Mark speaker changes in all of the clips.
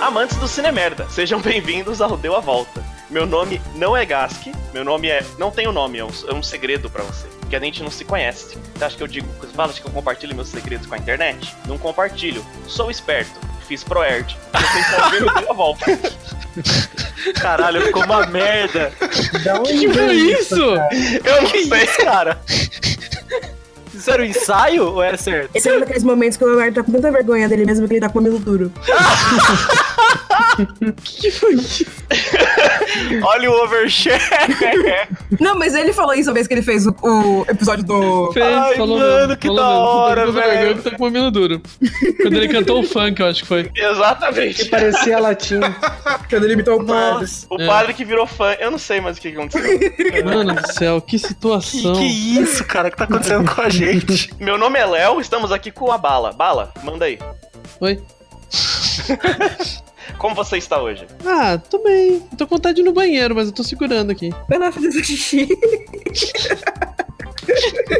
Speaker 1: Amantes do Cinemerda, sejam bem-vindos ao Deu a Volta. Meu nome não é Gask, meu nome é. Não tenho nome, é um, é um segredo pra você. Porque a gente não se conhece. Você acha que eu digo. Você fala que eu compartilho meus segredos com a internet? Não compartilho. Sou esperto. Fiz ProErd. Vocês estão vendo o Deu a Volta.
Speaker 2: Caralho, ficou uma merda.
Speaker 3: Da onde
Speaker 4: que
Speaker 3: veio
Speaker 4: foi isso?
Speaker 3: cara?
Speaker 1: Eu não sei.
Speaker 2: cara? Isso era um ensaio ou era certo?
Speaker 5: Esse é um daqueles momentos que o Leonardo tá com tanta vergonha dele mesmo que ele tá com o mamilo duro.
Speaker 1: Olha o overshare.
Speaker 5: Não, mas ele falou isso a vez que ele fez o, o episódio do.
Speaker 4: Fez,
Speaker 1: Ai,
Speaker 4: falou
Speaker 1: mano,
Speaker 4: mesmo,
Speaker 1: que
Speaker 4: falou
Speaker 1: da hora,
Speaker 4: mesmo. Tô com vergonha
Speaker 1: velho.
Speaker 4: que Tá com o mamilo duro. Quando ele cantou o funk, eu acho que foi.
Speaker 1: Exatamente.
Speaker 3: Parecia latim.
Speaker 5: Quando ele imitou o padre.
Speaker 1: O
Speaker 4: É.
Speaker 1: padre que virou fã. Eu não sei mais o que que aconteceu.
Speaker 4: Mano do céu, que
Speaker 2: Que,
Speaker 4: situação.
Speaker 2: que isso, cara? O que tá acontecendo com a gente?
Speaker 1: Meu nome é Léo, estamos aqui com a Bala. Bala, manda aí.
Speaker 4: Oi?
Speaker 1: Como você está hoje?
Speaker 4: Ah, tô bem. Tô com vontade de ir no banheiro, mas eu tô segurando aqui.
Speaker 5: Vai lá fazer seu xixi.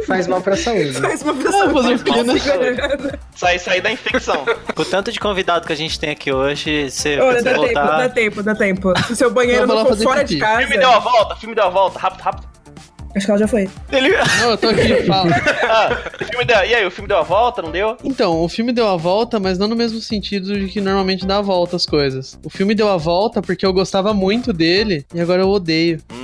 Speaker 3: Faz mal pra saúde.
Speaker 5: Faz uma
Speaker 4: Ah,
Speaker 5: pessoa.
Speaker 4: vou fazer um pino.
Speaker 1: Sai, sai da infecção.
Speaker 2: Com o tanto de convidado que a gente tem aqui hoje, você
Speaker 5: Olha,
Speaker 2: você
Speaker 5: dá tempo, dá
Speaker 2: voltar.
Speaker 5: tempo, dá tempo. Se seu banheiro
Speaker 4: Eu vou
Speaker 5: não
Speaker 4: lá
Speaker 5: for
Speaker 4: fazer
Speaker 5: fora
Speaker 4: pipi.
Speaker 5: de casa.
Speaker 1: filme deu a volta, filme deu a volta, rápido, rápido.
Speaker 5: Acho que ela já foi.
Speaker 2: Ele...
Speaker 4: Não, eu tô aqui, fala.
Speaker 1: Ah, o filme deu... E aí, o filme deu a volta, não deu?
Speaker 4: Então, o filme deu a volta, mas não no mesmo sentido de que normalmente dá a volta as coisas. O filme deu a volta porque eu gostava muito dele e agora eu odeio.
Speaker 1: Hum,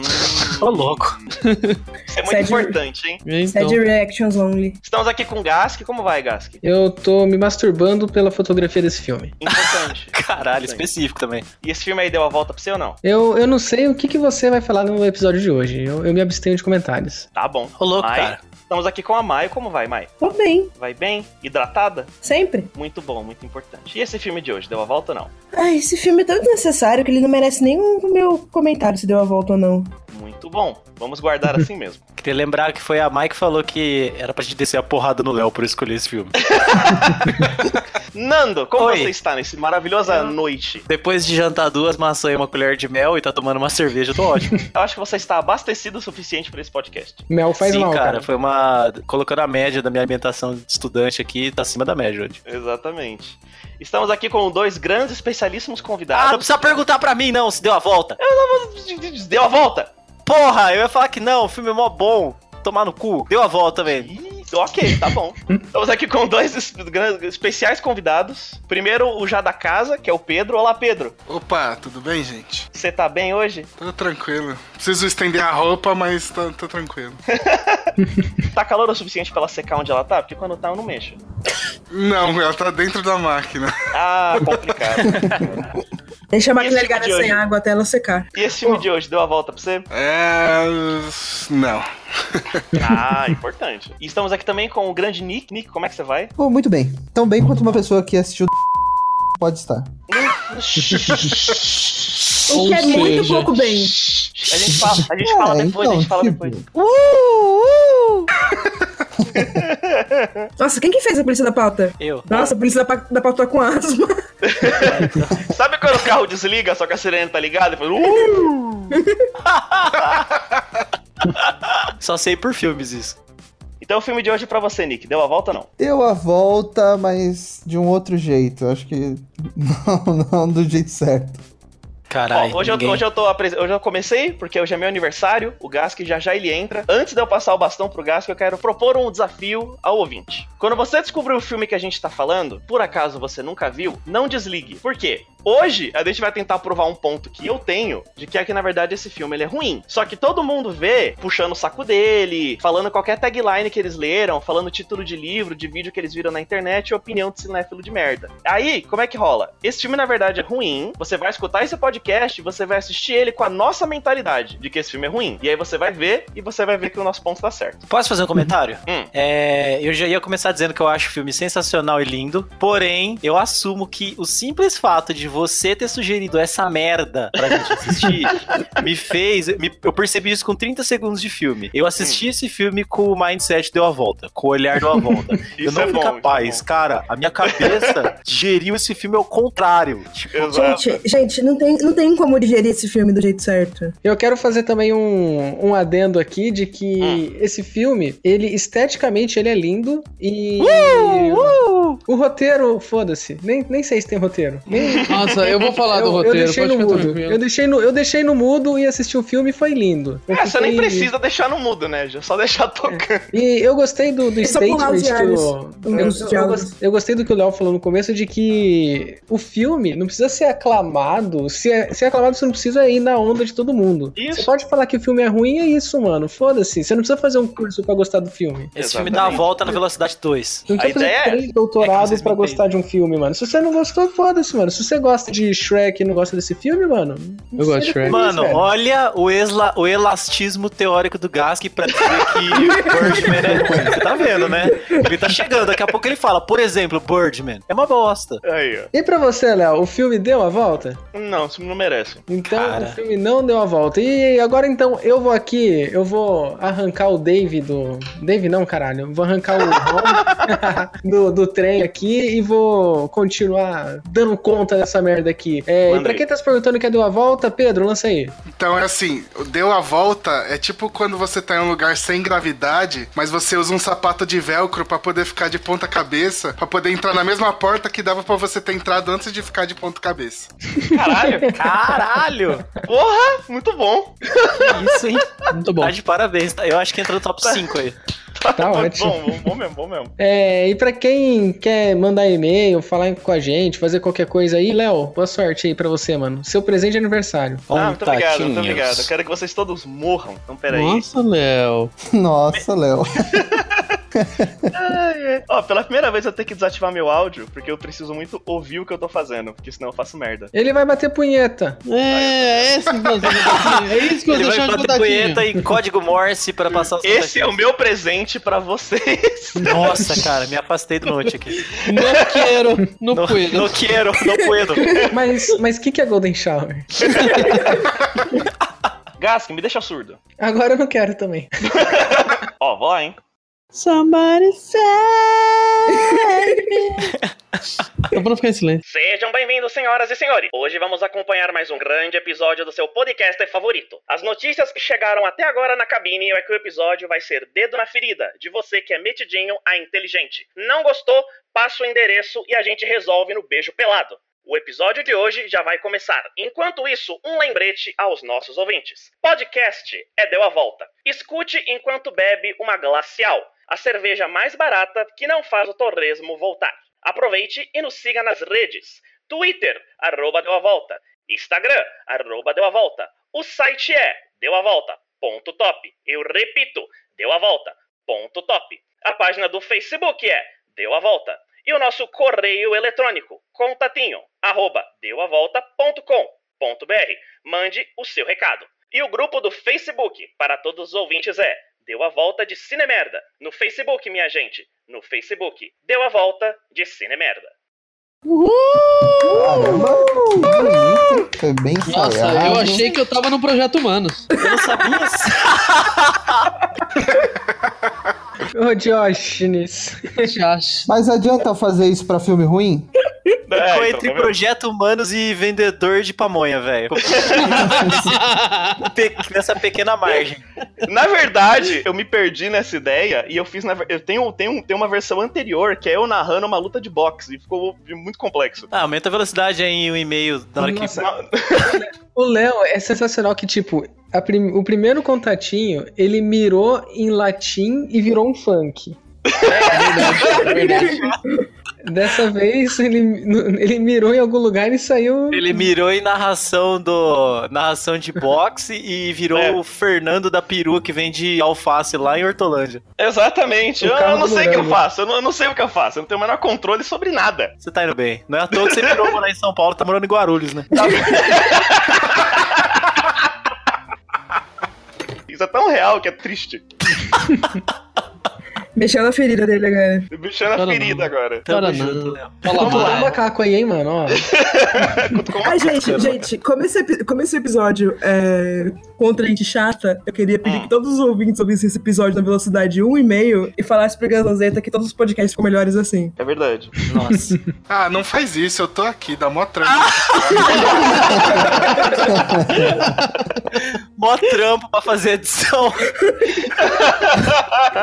Speaker 2: Ô, louco.
Speaker 1: isso é muito
Speaker 5: Sad-
Speaker 1: importante, hein?
Speaker 4: E aí,
Speaker 3: é
Speaker 4: Então,
Speaker 5: Sad Reactions Only.
Speaker 1: Estamos aqui com o Gask. Como vai, Gask?
Speaker 3: Eu tô me masturbando pela fotografia desse filme.
Speaker 1: Importante.
Speaker 2: Caralho,
Speaker 1: Importante.
Speaker 2: específico também.
Speaker 1: E esse filme aí deu a volta pra você ou não?
Speaker 3: Eu, eu não sei o que, que você vai falar no episódio de hoje. Eu, eu me abstenho de comentários.
Speaker 1: Tá bom.
Speaker 2: Ô, louco,
Speaker 1: Mai,
Speaker 2: cara.
Speaker 1: Estamos aqui com a Mai. Como vai, Mai?
Speaker 5: Tô bem,
Speaker 1: Vai bem? Hidratada?
Speaker 5: sempre.
Speaker 1: Muito bom, muito importante. E esse filme de hoje, deu a volta ou não?
Speaker 5: Ai, esse filme é tão desnecessário que ele não merece nenhum meu comentário se deu a volta ou não.
Speaker 1: Muito bom. Vamos guardar assim mesmo.
Speaker 2: Queria lembrar que foi a Mai que falou que era pra gente descer a porrada no Léo por escolher esse filme.
Speaker 1: Nando, como
Speaker 2: Oi.
Speaker 1: você está nesse maravilhosa noite?
Speaker 2: Depois de jantar duas maçãs e uma colher de mel e tá tomando uma cerveja, eu tô ótimo.
Speaker 1: Eu acho que você está abastecido o suficiente para esse podcast.
Speaker 3: Mel faz
Speaker 2: Sim,
Speaker 3: mal,
Speaker 2: cara,
Speaker 3: cara.
Speaker 2: foi uma. Colocando a média da minha alimentação de estudante aqui, tá acima da média hoje.
Speaker 1: Exatamente. Estamos aqui com dois grandes especialíssimos
Speaker 2: Ah, não
Speaker 1: convidados.
Speaker 2: precisa perguntar pra mim, não, se deu a volta.
Speaker 1: Ah, Deu a volta!
Speaker 2: Porra, eu ia falar que não, o filme é mó bom. Tomar no cu. Deu a volta, velho.
Speaker 1: Ih, ok, tá bom. Estamos aqui com dois es- gran- especiais convidados. Primeiro, o já da casa, que é o Pedro. Olá, Pedro.
Speaker 6: Opa, tudo bem, gente?
Speaker 1: Você tá bem hoje?
Speaker 6: Tô tranquilo. Preciso estender a roupa, mas tô, tô tranquilo.
Speaker 1: Tá calor o suficiente pra ela secar onde ela tá? Porque quando tá, eu não mexo.
Speaker 6: Não, ela tá dentro da máquina.
Speaker 1: Ah, complicado.
Speaker 5: Deixa
Speaker 1: Esse
Speaker 5: a máquina
Speaker 1: filme
Speaker 5: ligada
Speaker 1: de
Speaker 5: sem
Speaker 1: hoje.
Speaker 5: água até ela secar.
Speaker 1: E esse filme de hoje deu a volta pra você?
Speaker 6: É. Não.
Speaker 1: Ah, importante. E estamos aqui também com o grande Nick. Nick, como é que você vai?
Speaker 7: Oh, muito bem. Tão bem quanto uma pessoa que assistiu pode estar.
Speaker 5: O que é
Speaker 4: Ou
Speaker 5: muito
Speaker 4: seja,
Speaker 5: pouco bem.
Speaker 1: A gente fala, a gente fala
Speaker 7: É,
Speaker 1: depois, a
Speaker 7: então,
Speaker 1: gente fala
Speaker 7: tipo,
Speaker 1: depois.
Speaker 5: Nossa, quem que fez a polícia da pauta?
Speaker 2: Eu.
Speaker 5: Nossa, a polícia da, pa- da pauta tá com asma.
Speaker 1: Sabe quando o carro desliga, só que a sirene tá ligada? E fala, "Uh!"
Speaker 2: Só sei por filmes isso.
Speaker 1: Então o filme de hoje é pra você, Nick. Deu a volta ou não?
Speaker 7: Deu a volta, mas de um outro jeito. Acho que não, não do jeito certo.
Speaker 2: Caralho.
Speaker 1: Ó, hoje, eu,
Speaker 2: ninguém...
Speaker 1: hoje, eu tô apres- hoje eu comecei, porque hoje é meu aniversário. O Gask já já ele entra. Antes de eu passar o bastão pro Gask, eu quero propor um desafio ao ouvinte. Quando você descobrir o filme que a gente tá falando, por acaso você nunca viu, não desligue. Por quê? Hoje, a gente vai tentar provar um ponto que eu tenho, de que é que, na verdade, esse filme ele é ruim. Só que todo mundo vê puxando o saco dele, falando qualquer tagline que eles leram, falando título de livro, de vídeo que eles viram na internet e opinião de cinéfilo de merda. Aí, como é que rola? Esse filme, na verdade, é ruim. Você vai escutar esse podcast, você vai assistir ele com a nossa mentalidade de que esse filme é ruim. E aí você vai ver e você vai ver que o nosso ponto tá certo.
Speaker 2: Posso fazer um comentário?
Speaker 1: Hum.
Speaker 2: É, eu já ia começar dizendo que eu acho o filme sensacional e lindo, porém, eu assumo que o simples fato de você ter sugerido essa merda pra gente assistir me fez. me- eu percebi isso com 30 segundos de filme. Eu assisti
Speaker 1: Hum.
Speaker 2: esse filme com o mindset deu a volta, com o olhar deu a volta. eu
Speaker 1: Isso
Speaker 2: não
Speaker 1: é
Speaker 2: fui
Speaker 1: bom,
Speaker 2: capaz,
Speaker 1: isso
Speaker 2: cara. A minha cabeça digeriu esse filme ao contrário. Tipo,
Speaker 1: é
Speaker 5: Gente, gente, não tem, não tem como digerir esse filme do jeito certo.
Speaker 3: Eu quero fazer também um, um adendo aqui de que
Speaker 2: Hum.
Speaker 3: esse filme, ele esteticamente ele é lindo
Speaker 2: Uh,
Speaker 3: e o roteiro, foda-se, nem, nem sei se tem roteiro. Nem,
Speaker 4: Nossa, eu vou falar
Speaker 3: Eu,
Speaker 4: do
Speaker 3: eu
Speaker 4: roteiro,
Speaker 3: deixei
Speaker 4: pode
Speaker 3: no
Speaker 4: ficar
Speaker 3: mudo.
Speaker 4: tranquilo.
Speaker 3: Eu deixei no, eu deixei no mudo e assisti o filme e foi lindo. Eu
Speaker 1: É, você nem
Speaker 3: fiquei-
Speaker 1: precisa deixar no mudo, né? Já só deixar tocando.
Speaker 3: E eu gostei do, do
Speaker 5: É só pular
Speaker 3: statement
Speaker 5: os
Speaker 3: que o.
Speaker 5: diálogos.
Speaker 3: Eu, eu,
Speaker 5: Os diálogos.
Speaker 3: gos- eu gostei do que o Léo falou no começo de que o filme não precisa ser aclamado. Se é, se é aclamado, você não precisa ir na onda de todo mundo.
Speaker 1: Isso.
Speaker 3: Você pode falar que o filme é ruim, é isso, mano. Foda-se. Você não precisa fazer um curso pra gostar do filme.
Speaker 2: Esse filme dá a
Speaker 1: Exatamente.
Speaker 2: volta na velocidade 2.
Speaker 3: Não
Speaker 1: A
Speaker 3: precisa
Speaker 1: ideia é
Speaker 3: fazer três
Speaker 1: essa. É que
Speaker 3: doutorados
Speaker 2: vocês
Speaker 3: pra
Speaker 2: me
Speaker 3: gostar de um filme, mano. Se você não gostou, foda-se, mano. Se você gosta de Shrek e não gosta desse filme, mano.
Speaker 4: Eu gosto de
Speaker 3: seja
Speaker 4: Shrek.
Speaker 3: feliz,
Speaker 2: Mano,
Speaker 3: É velho.
Speaker 2: olha o, esla- o elastismo teórico do Gask pra dizer que Birdman é ruim. Você tá vendo, né? Ele tá chegando, daqui a pouco ele fala, por exemplo, Birdman é uma bosta.
Speaker 1: Aí, ó.
Speaker 3: E pra você, Léo, o filme deu a volta?
Speaker 1: Não, isso não merece.
Speaker 3: Então
Speaker 2: Cara.
Speaker 3: o filme não deu a volta. E agora então eu vou aqui, eu vou arrancar o Dave do. Dave não, caralho. Eu Vou arrancar o Ron do, do trem aqui e vou continuar dando conta dessa merda aqui. É, e
Speaker 1: Manda
Speaker 3: pra
Speaker 1: aí.
Speaker 3: quem tá se perguntando que deu a volta, Pedro, lança aí.
Speaker 6: Então é assim, o deu a volta é tipo quando você tá em um lugar sem gravidade, mas você usa um sapato de velcro pra poder ficar de ponta cabeça, pra poder entrar na mesma porta que dava pra você ter entrado antes de ficar de ponta cabeça.
Speaker 1: Caralho.
Speaker 2: Caralho!
Speaker 1: Porra, muito bom.
Speaker 2: Que isso, hein?
Speaker 4: Muito bom.
Speaker 2: Tá de parabéns. tá? Eu acho que entrou no top 5 aí.
Speaker 3: Tá
Speaker 1: Muito
Speaker 3: ótimo.
Speaker 1: Bom, bom, bom mesmo, bom mesmo.
Speaker 3: É, e pra quem quer mandar e-mail, falar com a gente, fazer qualquer coisa aí, Léo, boa sorte aí pra você, mano. Seu presente de aniversário.
Speaker 1: Ah, muito obrigado, muito
Speaker 2: Contatinhos.
Speaker 1: obrigado. Eu quero que vocês todos morram. Então, peraí.
Speaker 4: Nossa, Léo.
Speaker 8: Nossa, Léo.
Speaker 1: Ah, é. Ó, pela primeira vez eu tenho que desativar meu áudio, porque eu preciso muito ouvir o que eu tô fazendo, porque senão eu faço merda.
Speaker 3: Ele vai bater punheta.
Speaker 4: É, é esse que eu tô dando É isso que eu
Speaker 2: Ele
Speaker 4: vou
Speaker 2: vai
Speaker 4: deixar de
Speaker 2: bater punheta e código Morse pra passar os
Speaker 1: Esse é o
Speaker 2: contatinhos.
Speaker 1: meu presente pra vocês.
Speaker 2: Nossa, cara, me afastei do note aqui.
Speaker 4: Não quero, não
Speaker 2: No,
Speaker 4: puedo.
Speaker 2: no quero, no puedo.
Speaker 3: Mas o que, que é Golden Shower?
Speaker 1: Gask, me deixa surdo.
Speaker 3: Agora eu não quero também.
Speaker 1: Ó, vou lá, hein?
Speaker 5: Somebody say.
Speaker 4: Eu vou É não ficar em silêncio.
Speaker 1: Sejam bem-vindos, senhoras e senhores. Hoje vamos acompanhar mais um grande episódio do seu podcast favorito. As notícias que chegaram até agora na cabine é que o episódio vai ser dedo na ferida, de você que é metidinho a inteligente. Não gostou? Passa o endereço e a gente resolve no beijo pelado. O episódio de hoje já vai começar. Enquanto isso, um lembrete aos nossos ouvintes. Podcast é Deu a Volta. Escute enquanto bebe uma glacial, a cerveja mais barata que não faz o torresmo voltar. Aproveite e nos siga nas redes. Twitter, arroba Deu a Volta. Instagram, arroba Deu a Volta. O site é deuavolta.top. Eu repito, deuavolta.top. A página do Facebook é Deu a Volta e o nosso correio eletrônico, contatinho, arroba deuavolta.com.br. Mande o seu recado. E o grupo do Facebook para todos os ouvintes é Deu a Volta de Cinemerda. No Facebook, minha gente. No Facebook, Deu a Volta de Cinemerda.
Speaker 8: Caramba, que bonito. Foi bem
Speaker 4: Nossa,
Speaker 8: ensaiado.
Speaker 4: eu achei que eu tava no Projeto Humanos.
Speaker 2: Eu não sabia se-
Speaker 3: Ô, Diógenes.
Speaker 4: Chacha.
Speaker 8: Mas adianta fazer isso pra filme ruim?
Speaker 3: É,
Speaker 1: É,
Speaker 3: então,
Speaker 1: então,
Speaker 2: Ficou
Speaker 3: tá
Speaker 2: entre projeto humanos e vendedor de pamonha, velho. um Pe- Nessa pequena margem.
Speaker 1: Na verdade, eu me perdi nessa ideia e eu fiz na ver- eu tenho, tenho, tenho uma versão anterior que é eu narrando uma luta de boxe e ficou muito complexo.
Speaker 2: Ah, aumenta a velocidade aí em um e-mail na hora que.
Speaker 3: Nossa, o Léo é sensacional que, tipo, a prim- o primeiro contatinho, ele mirou em latim e virou um funk.
Speaker 4: É verdade.
Speaker 3: Dessa vez, ele, no- ele mirou em algum lugar e saiu...
Speaker 2: Ele mirou em narração do. narração de boxe e virou
Speaker 1: É.
Speaker 2: o Fernando da Peru que vende alface lá em Hortolândia.
Speaker 1: Exatamente.
Speaker 3: O
Speaker 1: Eu,
Speaker 3: carro
Speaker 1: eu não
Speaker 3: do
Speaker 1: sei o que eu
Speaker 3: morango.
Speaker 1: faço. Eu não, eu não sei o que eu faço. Eu não tenho o menor controle sobre nada.
Speaker 2: Você tá indo bem. Não é à toa que você virou morar em São Paulo, tá morando em Guarulhos, né?
Speaker 1: Isso é tão real que é triste.
Speaker 5: Mexendo na ferida dele agora.
Speaker 1: Bichando a
Speaker 4: Cara,
Speaker 1: ferida
Speaker 4: não.
Speaker 1: agora.
Speaker 2: Tamo
Speaker 4: Cara,
Speaker 2: junto,
Speaker 4: não.
Speaker 2: Léo.
Speaker 4: Fala
Speaker 3: Vamos lá,
Speaker 4: mal.
Speaker 3: um macaco aí, hein, mano, ó.
Speaker 5: Ah,
Speaker 2: é
Speaker 5: gente,
Speaker 2: né?
Speaker 5: gente, como esse, epi- como esse episódio é contra gente chata, eu queria
Speaker 2: Ah.
Speaker 5: pedir que todos os ouvintes ouvissem esse episódio na velocidade 1,5 e falassem pro Gazanzeta que todos os podcasts ficam melhores assim.
Speaker 1: É verdade.
Speaker 2: Nossa.
Speaker 6: Ah, não faz isso, eu tô aqui, dá mó trampo.
Speaker 2: Mó trampo pra fazer edição.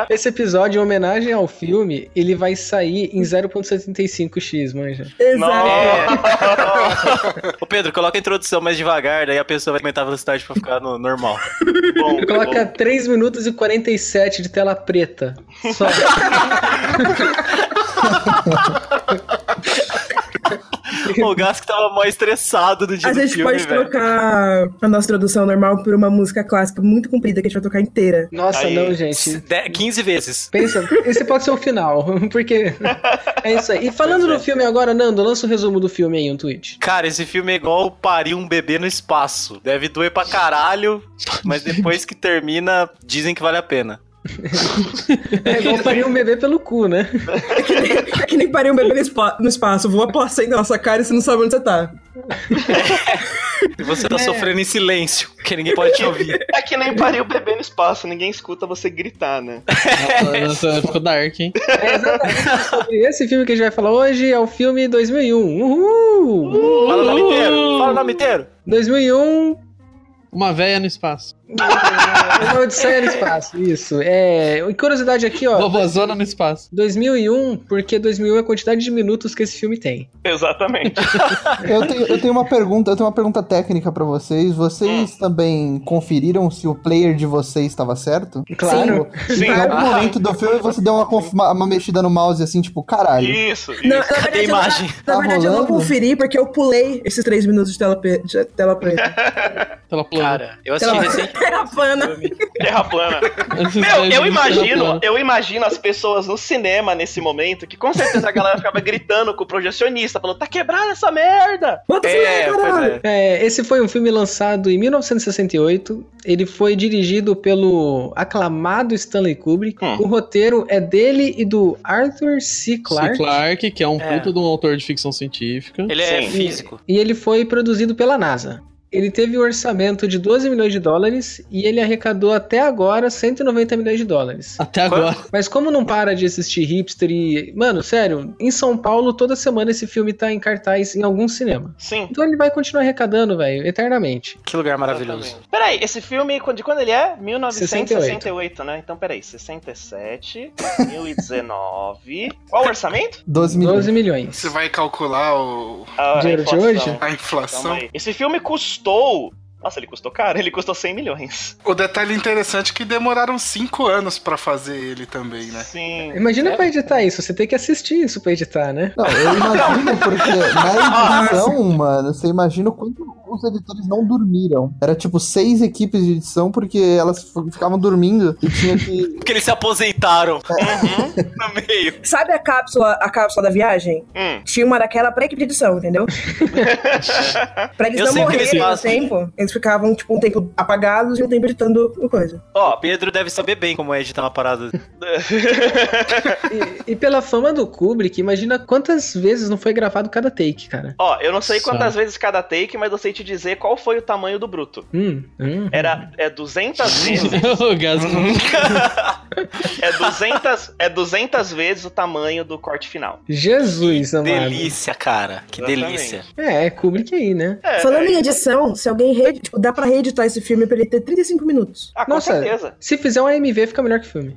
Speaker 3: Esse episódio, em homenagem ao filme, ele vai sair em 0.75x, manja.
Speaker 5: Exato.
Speaker 2: Ô Pedro, coloca a introdução mais devagar, daí a pessoa vai aumentar a velocidade pra ficar no normal.
Speaker 1: Bom,
Speaker 3: Coloca 3 minutos e 47 de tela preta. Só.
Speaker 2: o Gasco tava mó estressado do dia
Speaker 5: A
Speaker 2: do
Speaker 5: gente
Speaker 2: filme,
Speaker 5: pode
Speaker 2: velho.
Speaker 5: trocar a nossa tradução normal por uma música clássica muito comprida que a gente vai tocar inteira.
Speaker 3: Nossa,
Speaker 1: Aí.
Speaker 3: não, gente.
Speaker 2: De- 15 vezes.
Speaker 3: Pensa, esse pode ser o final, porque é isso aí. E falando do filme agora, Nando, lança o resumo do filme aí um no Twitch.
Speaker 2: Cara, esse filme é igual parir um bebê no espaço. Deve doer pra caralho, mas depois que termina, dizem que vale a pena.
Speaker 3: É igual parir um bebê pelo cu, né?
Speaker 5: É que nem, é que nem parei um bebê no espa- no espaço. Voa poça aí na nossa cara e você não sabe onde você tá.
Speaker 2: E você tá sofrendo em silêncio, porque ninguém pode te ouvir.
Speaker 1: é que nem pariu o bebê no espaço, ninguém escuta você gritar, né?
Speaker 4: Nossa, ficou dark, hein?
Speaker 3: É exatamente sobre esse filme que a gente vai falar hoje é o filme 2001. Uhul!
Speaker 2: Fala o nome inteiro, fala o nome inteiro.
Speaker 3: 2001,
Speaker 4: Uma véia no espaço.
Speaker 3: Uma Odisseia no Espaço, isso. É, e curiosidade aqui, ó.
Speaker 4: Vovozona no espaço.
Speaker 3: 2001, porque 2001 é a quantidade de minutos que esse filme tem.
Speaker 1: Exatamente.
Speaker 8: Eu tenho, eu tenho uma pergunta, eu tenho uma pergunta técnica pra vocês. Vocês também conferiram se o player de vocês estava certo?
Speaker 3: Claro.
Speaker 1: Sim.
Speaker 8: Em algum
Speaker 1: Ah.
Speaker 8: momento do filme você deu uma, conf- uma- uma mexida no mouse assim, tipo, caralho.
Speaker 1: Isso, isso.
Speaker 5: Não, na verdade,
Speaker 2: Cadê a
Speaker 5: eu não-
Speaker 2: imagem?
Speaker 5: na
Speaker 8: Tá
Speaker 5: verdade eu não
Speaker 8: rolando?
Speaker 5: conferi porque eu pulei esses três minutos de tela, pe- de tela preta.
Speaker 4: Pela plana.
Speaker 2: Cara, eu assisti recente.
Speaker 5: Era pana.
Speaker 1: Terra plana.
Speaker 4: Esses
Speaker 1: Meu,
Speaker 4: três
Speaker 1: eu
Speaker 4: minutos pela plana.
Speaker 1: imagino, eu imagino as pessoas no cinema nesse momento, que com certeza a galera ficava gritando com o projecionista, falando, tá quebrada essa merda!
Speaker 5: Bota
Speaker 2: É,
Speaker 5: é,
Speaker 2: pois
Speaker 5: caralho.
Speaker 2: é.
Speaker 3: É, esse foi um filme lançado em 1968. Ele foi dirigido pelo aclamado Stanley Kubrick.
Speaker 1: Hum.
Speaker 3: O roteiro é dele e do Arthur C. Clarke.
Speaker 4: Clark. Clark, que é um
Speaker 2: É.
Speaker 4: puto de um autor de ficção científica.
Speaker 2: Ele é
Speaker 1: Sim.
Speaker 2: físico.
Speaker 3: E ele foi produzido pela NASA. Ele teve um orçamento de 12 milhões de dólares e ele arrecadou até agora 190 milhões de dólares.
Speaker 4: Até agora.
Speaker 3: Mas como não para de assistir hipster e. Mano, sério, em São Paulo toda semana esse filme tá em cartaz em algum cinema.
Speaker 1: Sim.
Speaker 3: Então ele vai continuar arrecadando, velho, eternamente.
Speaker 2: Que lugar maravilhoso.
Speaker 1: Peraí, esse filme, de quando ele é? 1968,
Speaker 3: 1968,
Speaker 1: né? Então, peraí, 67, 2019... Qual o orçamento?
Speaker 8: 12 milhões.
Speaker 3: 12 milhões.
Speaker 6: Você vai calcular o,
Speaker 1: Ah,
Speaker 3: Dinheiro de
Speaker 1: inflação.
Speaker 3: hoje?
Speaker 6: a
Speaker 1: Calma
Speaker 6: inflação.
Speaker 1: aí. Esse filme custou... Nossa, ele custou caro, ele custou 100 milhões.
Speaker 6: O detalhe interessante é que demoraram cinco anos pra fazer ele também, né?
Speaker 1: Sim.
Speaker 3: Imagina pra editar isso, você tem que assistir isso pra editar, né?
Speaker 8: Não, eu imagino porque na edição, mano, você imagina o quanto os editores não dormiram. Era tipo seis equipes de edição porque elas f- ficavam dormindo e tinha que.
Speaker 2: Porque eles se aposentaram
Speaker 1: Uhum.
Speaker 2: no meio.
Speaker 5: Sabe a cápsula, a cápsula da viagem?
Speaker 1: Hum.
Speaker 5: Tinha uma daquela pra equipe de edição, entendeu? pra eles
Speaker 2: Eu
Speaker 5: não
Speaker 2: sei o que eles
Speaker 5: morrerem no
Speaker 2: fazem.
Speaker 5: tempo, eles ficavam, tipo, um tempo apagados e um tempo editando o coisa.
Speaker 2: Ó, Pedro deve saber bem como é editar uma parada.
Speaker 3: E, e pela fama do Kubrick, imagina quantas vezes não foi gravado cada take, cara.
Speaker 1: Ó, eu não sei
Speaker 4: Nossa.
Speaker 1: quantas vezes cada take, mas eu sei te dizer qual foi o tamanho do bruto.
Speaker 3: Hum, hum.
Speaker 1: Era é 200 vezes.
Speaker 4: o Gasco.
Speaker 1: É 200, é 200 vezes o tamanho do corte final.
Speaker 3: Jesus,
Speaker 2: é, né?
Speaker 3: amado.
Speaker 2: delícia, cara. Que
Speaker 1: Exatamente.
Speaker 2: delícia.
Speaker 3: É, é Kubrick aí, né?
Speaker 1: É,
Speaker 5: Falando
Speaker 1: é,
Speaker 5: em edição, se alguém re- tipo, dá pra reeditar esse filme pra ele ter 35 minutos.
Speaker 1: ah, com
Speaker 3: Nossa.
Speaker 1: certeza.
Speaker 3: Se fizer um AMV, fica melhor que filme.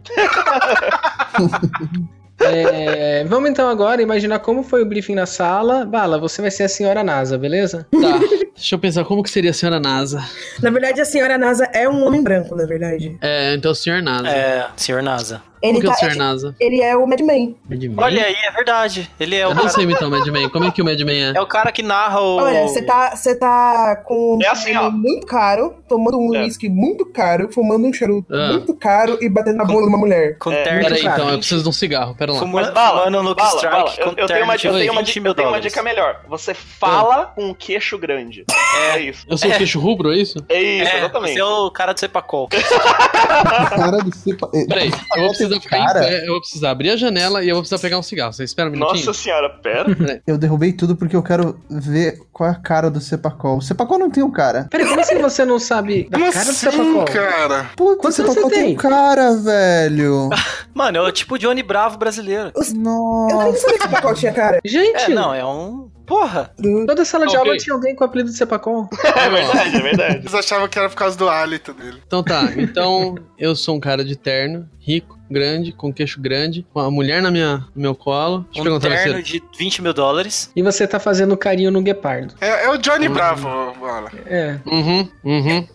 Speaker 3: É, vamos então agora imaginar como foi o briefing na sala. Bala, você vai ser a senhora NASA, beleza?
Speaker 4: Tá. Deixa eu pensar como que seria a senhora NASA.
Speaker 5: Na verdade, a senhora NASA é um homem branco, na verdade.
Speaker 4: É, então o senhor NASA.
Speaker 2: É, senhor NASA.
Speaker 5: Ele,
Speaker 4: Como que é o
Speaker 5: tá-
Speaker 4: senhor NASA?
Speaker 5: ele é o Madman.
Speaker 4: Madman?
Speaker 2: Olha aí, é verdade. Ele é o
Speaker 4: eu não
Speaker 2: cara,
Speaker 4: sei imitar o Madman. Como é que o Madman é?
Speaker 2: é o cara que narra o.
Speaker 5: Olha, você tá, você tá com um
Speaker 1: É assim, ó.
Speaker 5: cabelo muito caro, tomando um
Speaker 1: É.
Speaker 5: uísque muito caro, fumando um charuto
Speaker 4: Ah.
Speaker 5: muito caro e batendo na bunda de uma mulher.
Speaker 2: Com
Speaker 1: É,
Speaker 2: terno.
Speaker 4: Pera aí,
Speaker 3: cara,
Speaker 4: então, eu
Speaker 3: gente.
Speaker 4: preciso de um cigarro, pera lá.
Speaker 2: Fumando,
Speaker 1: Mas bala,
Speaker 2: fumando um Lucky
Speaker 1: Bala,
Speaker 2: Strike
Speaker 1: bala, eu,
Speaker 2: com
Speaker 1: eu tenho uma, eu
Speaker 4: de
Speaker 1: tenho uma
Speaker 2: 20
Speaker 1: dica,
Speaker 2: mil
Speaker 1: eu tenho uma
Speaker 2: dólares.
Speaker 1: dica melhor. Você fala com um queixo grande. É, isso.
Speaker 4: Eu sou queixo rubro, é isso?
Speaker 1: É isso,
Speaker 2: É,
Speaker 1: exatamente.
Speaker 2: Você é o cara do Cepacol.
Speaker 8: Cara de se...
Speaker 4: Peraí, eu vou precisar ficar
Speaker 8: Cara.
Speaker 4: em pé, eu vou precisar abrir a janela e eu vou precisar pegar um cigarro. Você espera um minutinho?
Speaker 1: Nossa senhora, pera.
Speaker 8: Eu derrubei tudo porque eu quero ver qual é a cara do Cepacol. O Cepacol não tem um cara.
Speaker 3: Peraí, como assim você não sabe da
Speaker 6: Como
Speaker 3: cara do
Speaker 6: assim,
Speaker 3: Cepacol?
Speaker 6: cara?
Speaker 8: Puta, o
Speaker 3: Quantos anos
Speaker 8: Cepacol
Speaker 3: você
Speaker 8: tem?
Speaker 3: tem?
Speaker 8: um cara, velho.
Speaker 2: Mano, é o tipo Johnny Bravo brasileiro.
Speaker 8: Nossa.
Speaker 9: né,
Speaker 5: Eu nem sabia que o Pacol tinha cara.
Speaker 3: Gente,
Speaker 2: É, não, é um Porra!
Speaker 3: Toda sala de
Speaker 5: Ok.
Speaker 3: aula tinha alguém com o apelido de Sepacom.
Speaker 10: É verdade, é verdade.
Speaker 6: Eles achavam que era por causa do hálito dele.
Speaker 4: Então tá, então eu sou um cara de terno, rico, grande, com queixo grande, com a mulher na minha, no meu colo. Deixa eu
Speaker 2: um
Speaker 4: perguntar pra
Speaker 2: terno
Speaker 4: você.
Speaker 2: de 20 mil dólares.
Speaker 3: E você tá fazendo carinho no guepardo.
Speaker 6: É, é o Johnny
Speaker 4: Hum.
Speaker 6: Bravo, bola.
Speaker 3: É.
Speaker 4: Uhum, uhum.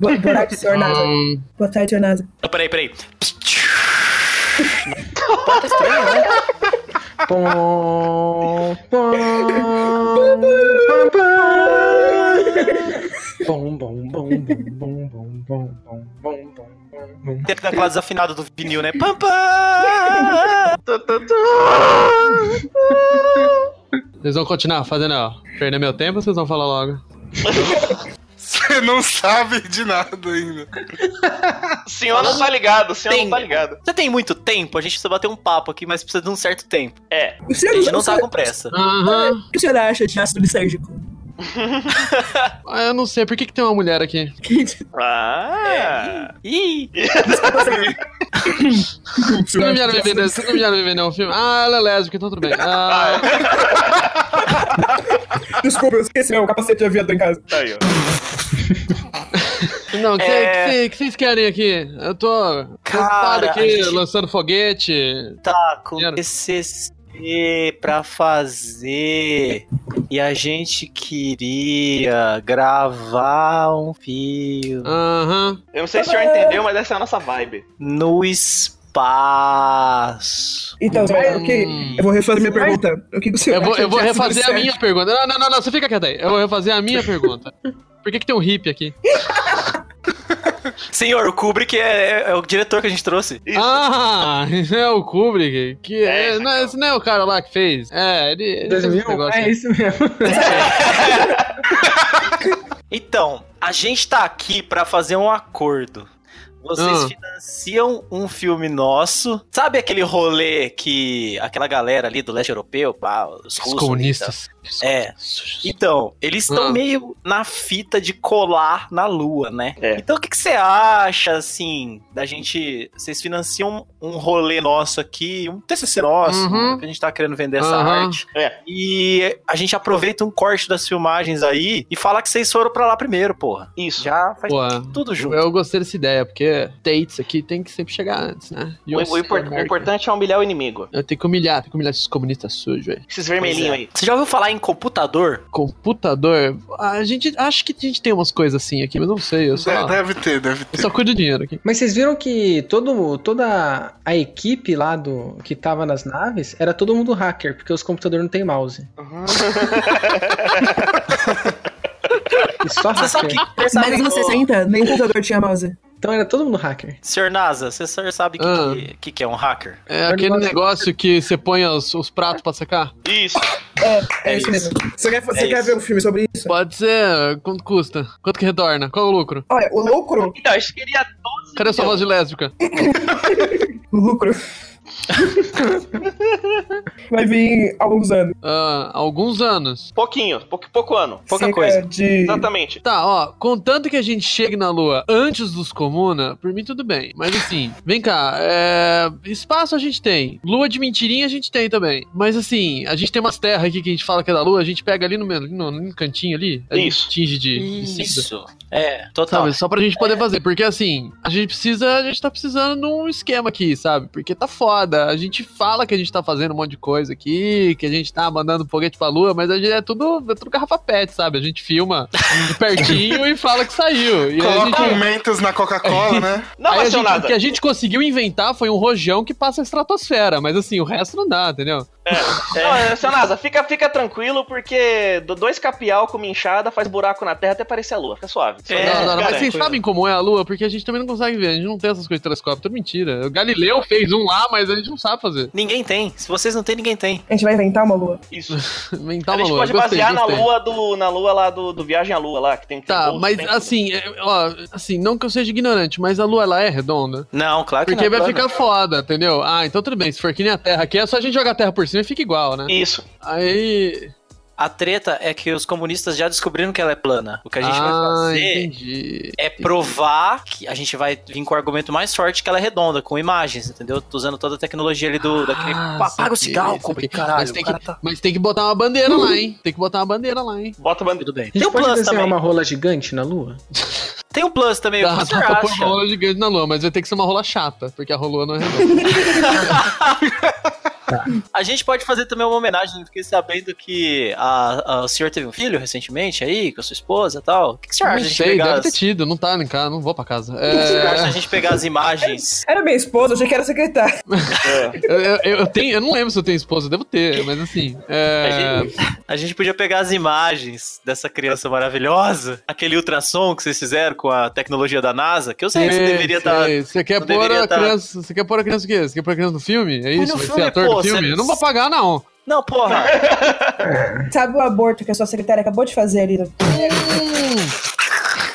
Speaker 9: Boa, boa tarde, senhor Nasa.
Speaker 4: Hum,
Speaker 9: Boa tarde, senhor Nasa.
Speaker 2: Não, Ah, peraí, peraí.
Speaker 3: Pom, pom, pam, pam. Bom, bom, bom, bom, bom, bom, bom, bom, bom, bom, bom, bom.
Speaker 2: Tem aquela desafinada do vinil, né? Pam, pam!
Speaker 4: Vocês vão continuar fazendo, ó. Perder meu tempo ou vocês vão falar logo?
Speaker 6: Você não sabe de nada ainda.
Speaker 10: O senhor não tá ligado,
Speaker 2: é
Speaker 10: o
Speaker 2: Então, um
Speaker 10: senhor não tá ligado.
Speaker 2: Você tem muito tempo? A gente precisa bater um papo aqui, mas precisa de um certo tempo.
Speaker 10: É.
Speaker 9: O
Speaker 2: A
Speaker 9: senhor,
Speaker 2: gente não
Speaker 9: o senhor-
Speaker 2: tá com pressa.
Speaker 4: Aham.
Speaker 9: O que o senhor acha de ácido lisérgico?
Speaker 4: Ah, eu não sei, por que, que tem uma mulher aqui?
Speaker 10: Ah.
Speaker 2: Ih!
Speaker 9: Um
Speaker 4: Vocês não vieram me vender, vocês não vieram me vender um filme? Ah, ela é lésbica, então tudo bem. Ah,
Speaker 9: Desculpa, eu esqueci meu capacete de aviador em casa.
Speaker 10: Tá aí, ó.
Speaker 4: não, o que,
Speaker 2: É.
Speaker 4: que, que vocês querem aqui? Eu tô preocupado
Speaker 2: Cara, a
Speaker 4: aqui,
Speaker 2: gente-
Speaker 4: lançando foguete.
Speaker 2: Tá com
Speaker 4: Dinheiro.
Speaker 2: TCC pra fazer. E a gente queria gravar um fio
Speaker 4: Aham.
Speaker 10: Eu não sei se o senhor entendeu, mas essa é a nossa vibe.
Speaker 2: no espaço.
Speaker 9: Então, senhor, o que? Eu vou refazer minha pergunta. O que é que o senhor
Speaker 4: Hum. Eu vou,
Speaker 9: acha
Speaker 4: eu
Speaker 9: de ácido
Speaker 4: vou refazer a minha
Speaker 9: lisérgico?
Speaker 4: pergunta. Não, não, não, não, você fica quieto aí. Eu vou refazer a minha pergunta. Por que, que tem um hippie aqui?
Speaker 2: Senhor, o Kubrick é, é- é o diretor que a gente trouxe.
Speaker 10: Isso.
Speaker 4: Ah, é o Kubrick. Que é,
Speaker 10: É,
Speaker 4: não, esse não é o cara lá que fez. É, ele. ele fez esse
Speaker 2: um
Speaker 3: 2000?
Speaker 4: negócio
Speaker 3: É
Speaker 4: aí.
Speaker 3: isso mesmo.
Speaker 2: Então, a gente tá aqui pra fazer um acordo. Vocês
Speaker 4: Ah.
Speaker 2: financiam um filme nosso. Sabe aquele rolê que aquela galera ali do leste europeu, pá, os
Speaker 4: Os
Speaker 2: russos,
Speaker 4: comunistas.
Speaker 2: então. É. Então, eles estão
Speaker 4: Ah.
Speaker 2: meio na fita de colar na lua, né?
Speaker 10: É.
Speaker 2: Então, o que que você acha, assim, da gente. Vocês financiam um rolê nosso aqui, um TCC nosso,
Speaker 4: Uhum.
Speaker 2: que a gente tá querendo vender essa
Speaker 4: Aham.
Speaker 2: arte.
Speaker 10: É.
Speaker 2: E a gente aproveita um corte das filmagens aí e fala que vocês foram pra lá primeiro, porra.
Speaker 10: Isso.
Speaker 2: Já faz
Speaker 4: Pô,
Speaker 2: tudo junto.
Speaker 4: eu gostei dessa ideia, porque dates aqui tem que sempre chegar antes, né?
Speaker 10: O, o impor- o importante é humilhar o inimigo.
Speaker 4: Eu tenho que humilhar, tenho que humilhar esses comunistas sujos, velho.
Speaker 10: Esses
Speaker 4: é.
Speaker 10: vermelhinhos aí.
Speaker 2: Você já ouviu falar em computador?
Speaker 4: Computador, a gente. Acho que a gente tem umas coisas assim aqui, mas eu não sei. Eu só,
Speaker 6: De- Deve ter, deve
Speaker 4: eu
Speaker 6: ter.
Speaker 4: só cuido de dinheiro aqui.
Speaker 3: Mas vocês viram que todo, toda a equipe lá do que tava nas naves era todo mundo hacker, porque os computadores não tem mouse. E só
Speaker 2: Você sabe
Speaker 3: hacker.
Speaker 2: que. Pensa
Speaker 9: Mas nos anos 60, nem computador tinha mouse.
Speaker 3: Então era todo mundo hacker.
Speaker 2: Senhor NASA, você só sabe o
Speaker 4: Ah.
Speaker 2: que, que, que é um hacker?
Speaker 4: É
Speaker 3: Eu
Speaker 4: aquele
Speaker 3: gosto-
Speaker 4: negócio que você põe os, os pratos pra secar?
Speaker 10: Isso.
Speaker 9: É, isso mesmo. Você quer, você
Speaker 2: É
Speaker 9: quer
Speaker 2: isso.
Speaker 9: ver um filme sobre isso?
Speaker 4: Pode ser. Quanto custa? Quanto que retorna? Qual é o lucro?
Speaker 9: Olha, o lucro.
Speaker 10: Então, a gente queria
Speaker 4: Cadê
Speaker 10: Então,
Speaker 4: sua voz de lésbica?
Speaker 9: O lucro. Vai vir há alguns anos.
Speaker 4: Ah, alguns anos.
Speaker 10: pouquinho, pouco, pouco ano.
Speaker 2: Pouca
Speaker 9: Cerca
Speaker 2: coisa.
Speaker 9: De...
Speaker 10: Exatamente.
Speaker 4: Tá, ó, contanto que a gente chegue na Lua antes dos comuna, por mim tudo bem. Mas assim, vem cá, é, espaço a gente tem, Lua de mentirinha a gente tem também. Mas assim, a gente tem umas terras aqui que a gente fala que é da Lua, a gente pega ali no, meio- no, no cantinho ali, a
Speaker 10: Isso.
Speaker 4: gente tinge de, de cinza.
Speaker 2: Isso. É, total.
Speaker 4: Sabe, só pra gente
Speaker 10: é.
Speaker 4: poder fazer, porque assim, a gente precisa, a gente tá precisando de um esquema aqui, sabe? Porque tá foda. A gente fala que a gente tá fazendo um monte de coisa aqui, que a gente tá mandando foguete pra lua, mas a gente é tudo, é tudo garrafa pet, sabe? A gente filma de pertinho e fala que saiu. E aí a
Speaker 6: Coloca um
Speaker 4: gente.
Speaker 6: Mentos na Coca-Cola, né?
Speaker 10: Não,
Speaker 4: aí a
Speaker 10: mas senhor
Speaker 4: gente- o
Speaker 10: NASA.
Speaker 4: que a gente conseguiu inventar foi um rojão que passa a estratosfera, mas assim, o resto não dá, entendeu?
Speaker 10: Não, é, seu NASA, fica, fica tranquilo, porque do- dois capial com uma inchada faz buraco na terra até parecer a lua. Fica suave.
Speaker 2: É,
Speaker 4: não, não, não,
Speaker 10: cara,
Speaker 4: mas vocês
Speaker 10: coisa.
Speaker 4: sabem como é a Lua, porque a gente também não consegue ver, a gente não tem essas coisas de telescópio, tudo mentira. O Galileu fez um lá, mas a gente não sabe fazer.
Speaker 2: Ninguém tem. Se vocês não têm, ninguém tem.
Speaker 9: A gente vai inventar uma lua.
Speaker 10: Isso.
Speaker 4: Inventar
Speaker 10: a
Speaker 4: uma
Speaker 10: gente
Speaker 4: lua.
Speaker 10: pode
Speaker 4: gostei,
Speaker 10: basear
Speaker 4: gostei.
Speaker 10: na lua do. Na lua lá do, do Viagem à Lua lá, que tem que
Speaker 4: Tá,
Speaker 10: tem
Speaker 4: mas
Speaker 10: tem-
Speaker 4: assim, é, ó, assim, não que eu seja ignorante, mas a lua ela é redonda.
Speaker 2: Não, claro que
Speaker 4: Porque
Speaker 2: não.
Speaker 4: vai
Speaker 2: claro
Speaker 4: ficar foda, entendeu? Ah, então tudo bem, se for que nem a terra aqui, é só a gente jogar a terra por cima e fica igual, né?
Speaker 10: Isso.
Speaker 4: Aí.
Speaker 2: A treta é que os comunistas já descobriram que ela é plana. O que a gente vai
Speaker 4: Ah,
Speaker 2: fazer
Speaker 4: entendi.
Speaker 2: é provar que a gente vai vir com o argumento mais forte que ela é redonda, com imagens, entendeu? Tô usando toda a tecnologia ali do. daquele,
Speaker 4: Ah,
Speaker 2: Pô, apaga o
Speaker 4: saquei,
Speaker 2: cigarro,
Speaker 4: saquei.
Speaker 2: compre, caralho.
Speaker 4: Mas tem,
Speaker 2: o cara
Speaker 4: que,
Speaker 2: tá...
Speaker 4: mas tem que botar uma bandeira lá, hein? Tem que botar uma bandeira lá, hein?
Speaker 10: Bota a bandeira.
Speaker 2: Tudo bem.
Speaker 3: A
Speaker 2: Tem
Speaker 3: gente
Speaker 2: o
Speaker 3: pode
Speaker 2: plus
Speaker 3: desenhar
Speaker 2: também.
Speaker 3: uma rola gigante na lua?
Speaker 2: Tem o plus também. o
Speaker 4: Dá,
Speaker 2: que você
Speaker 4: dá pra pôr tá, uma
Speaker 2: acha?
Speaker 4: rola gigante na lua, mas vai ter que ser uma rola chata, porque a rola não é redonda.
Speaker 2: A gente pode fazer também uma homenagem. Eu Fiquei sabendo que a, a- o senhor teve um filho recentemente aí, com a sua esposa e tal. O que, que você acha?
Speaker 4: Não
Speaker 2: de É, a gente
Speaker 4: sei,
Speaker 2: pegar
Speaker 4: deve
Speaker 2: as-
Speaker 4: ter tido, não tá em casa, não vou pra casa.
Speaker 2: O que você acha
Speaker 4: É,
Speaker 2: de a gente pegar as imagens?
Speaker 9: Era minha esposa, eu achei que era secretária.
Speaker 10: É.
Speaker 4: eu, eu- eu tenho, eu não lembro se eu tenho esposa, eu devo ter, mas assim. É,
Speaker 2: A gente podia pegar as imagens dessa criança maravilhosa, aquele ultrassom que vocês fizeram com a tecnologia da NASA, que eu sei que você
Speaker 4: sei,
Speaker 2: deveria
Speaker 4: sei.
Speaker 2: estar.
Speaker 4: Você quer
Speaker 2: não
Speaker 4: pôr
Speaker 2: deveria
Speaker 4: a
Speaker 2: tá-
Speaker 4: criança. Você quer pôr a criança o quê? Você quer pôr a criança no filme? É
Speaker 2: Põe
Speaker 4: isso?
Speaker 2: no
Speaker 4: Vai ser
Speaker 2: filme,
Speaker 4: ator
Speaker 2: pô,
Speaker 4: do filme?
Speaker 2: você-
Speaker 4: Eu não vou pagar, não.
Speaker 2: Não, porra!
Speaker 9: Sabe o aborto que a sua secretária acabou de fazer ali? No...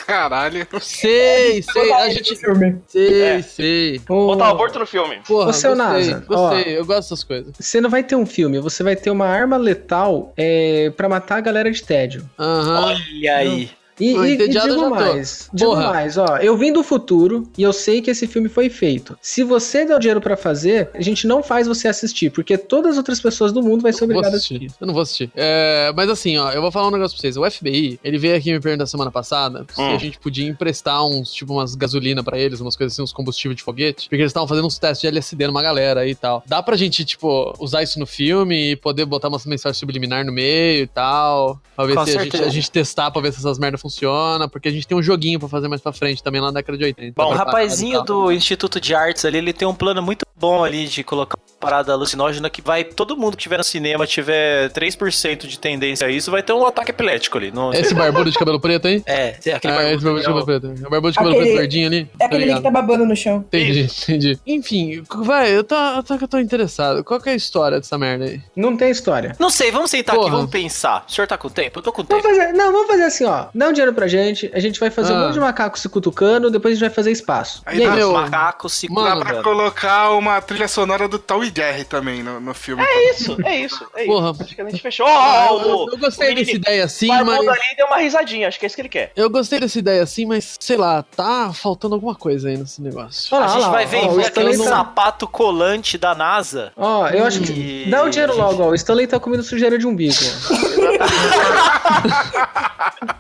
Speaker 6: Caralho.
Speaker 4: Sei, sei.
Speaker 9: Botar
Speaker 4: A
Speaker 9: ele
Speaker 4: gente. Tá
Speaker 9: no filme.
Speaker 4: Sei,
Speaker 10: É.
Speaker 4: sei.
Speaker 3: Ô,
Speaker 10: Botar o Tá aborto no filme.
Speaker 4: Porra,
Speaker 3: Ô, seu
Speaker 4: gostei,
Speaker 3: NASA,
Speaker 4: Gostei, eu gosto dessas coisas.
Speaker 3: Você não vai ter um filme, você vai ter uma arma letal é, para matar a galera de tédio.
Speaker 4: Aham.
Speaker 2: Olha aí.
Speaker 3: E,
Speaker 4: Tô
Speaker 3: e- e
Speaker 4: entediado, eu
Speaker 3: digo
Speaker 4: já tô.
Speaker 3: mais, digo
Speaker 4: Porra.
Speaker 3: mais, ó, eu vim do futuro e eu sei que esse filme foi feito. Se você der o dinheiro pra fazer, a gente não faz você assistir, porque todas as outras pessoas do mundo vai ser
Speaker 4: Vou
Speaker 3: obrigada a
Speaker 4: assistir.
Speaker 3: assistir.
Speaker 4: Eu não vou assistir. É, mas assim, ó, eu vou falar um negócio pra vocês. O FBI, ele veio aqui me perguntar semana passada se
Speaker 10: Hum.
Speaker 4: a gente podia emprestar uns, tipo, umas gasolina pra eles, umas coisas assim, uns combustíveis de foguete. Porque eles estavam fazendo uns testes de LSD numa galera aí e tal. Dá pra gente, tipo, usar isso no filme e poder botar umas mensagens subliminar no meio e tal. Pra ver
Speaker 2: Com
Speaker 4: se a gente,
Speaker 2: certeza.
Speaker 4: a gente testar pra ver se essas merdas funcionam. Porque a gente tem um joguinho pra fazer mais pra frente também lá na década de 80.
Speaker 2: Bom, o
Speaker 4: Tá preparado e tal.
Speaker 2: rapazinho do Instituto de Artes ali, ele tem um plano muito bom ali de colocar uma parada alucinógena que vai. Todo mundo que tiver no cinema tiver 3% de tendência a isso, vai ter um ataque epilético ali. Não...
Speaker 4: Esse barbudo de cabelo preto aí?
Speaker 2: É, aquele
Speaker 4: Ah, esse barbudo de cabelo
Speaker 2: barbudo.
Speaker 4: preto. É O barbudo de cabelo
Speaker 9: Aquele-
Speaker 4: preto verdinho ali?
Speaker 9: É
Speaker 4: Tá
Speaker 9: aquele
Speaker 4: ligado.
Speaker 9: que tá babando no chão.
Speaker 4: Entendi, entendi. Enfim, vai, eu tô, eu tô, eu tô interessado. Qual que é a história dessa merda aí?
Speaker 3: Não tem história.
Speaker 2: Não sei, vamos sentar aqui,
Speaker 4: Porra.
Speaker 2: vamos pensar. O senhor tá com tempo? Eu tô com tempo.
Speaker 3: Vamos fazer, não, vamos fazer assim, ó. Dá um dinheiro pra gente, a gente vai fazer um
Speaker 4: Ah.
Speaker 3: monte de macaco se cutucando, depois a gente vai fazer espaço.
Speaker 6: Aí
Speaker 3: e aí,
Speaker 6: dá-
Speaker 4: meu,
Speaker 2: Macaco se
Speaker 4: Mano,
Speaker 6: Dá
Speaker 2: cutucando.
Speaker 6: pra colocar uma trilha sonora do Tom e Jerry também no, no filme.
Speaker 10: É isso, é isso. É isso.
Speaker 4: Porra.
Speaker 10: Praticamente fechou. Ó,
Speaker 4: eu,
Speaker 10: ó,
Speaker 4: eu- eu gostei
Speaker 10: Ah,
Speaker 4: dessa
Speaker 10: o menino-
Speaker 4: ideia assim,
Speaker 10: o
Speaker 4: mas.
Speaker 10: Barbudo ali deu uma risadinha, acho que é isso que ele quer.
Speaker 4: Eu gostei dessa ideia assim, mas sei lá, tá faltando alguma coisa aí nesse negócio.
Speaker 3: Olha
Speaker 2: a
Speaker 3: lá,
Speaker 2: gente
Speaker 3: olha lá,
Speaker 2: vai
Speaker 3: ó,
Speaker 2: vender
Speaker 3: o
Speaker 2: aquele
Speaker 3: Stanley tá-
Speaker 2: sapato colante da NASA.
Speaker 3: Ó, eu acho que.
Speaker 2: Hum.
Speaker 3: Dá o dinheiro logo, ó. O Stanley tá comendo sujeira de umbigo.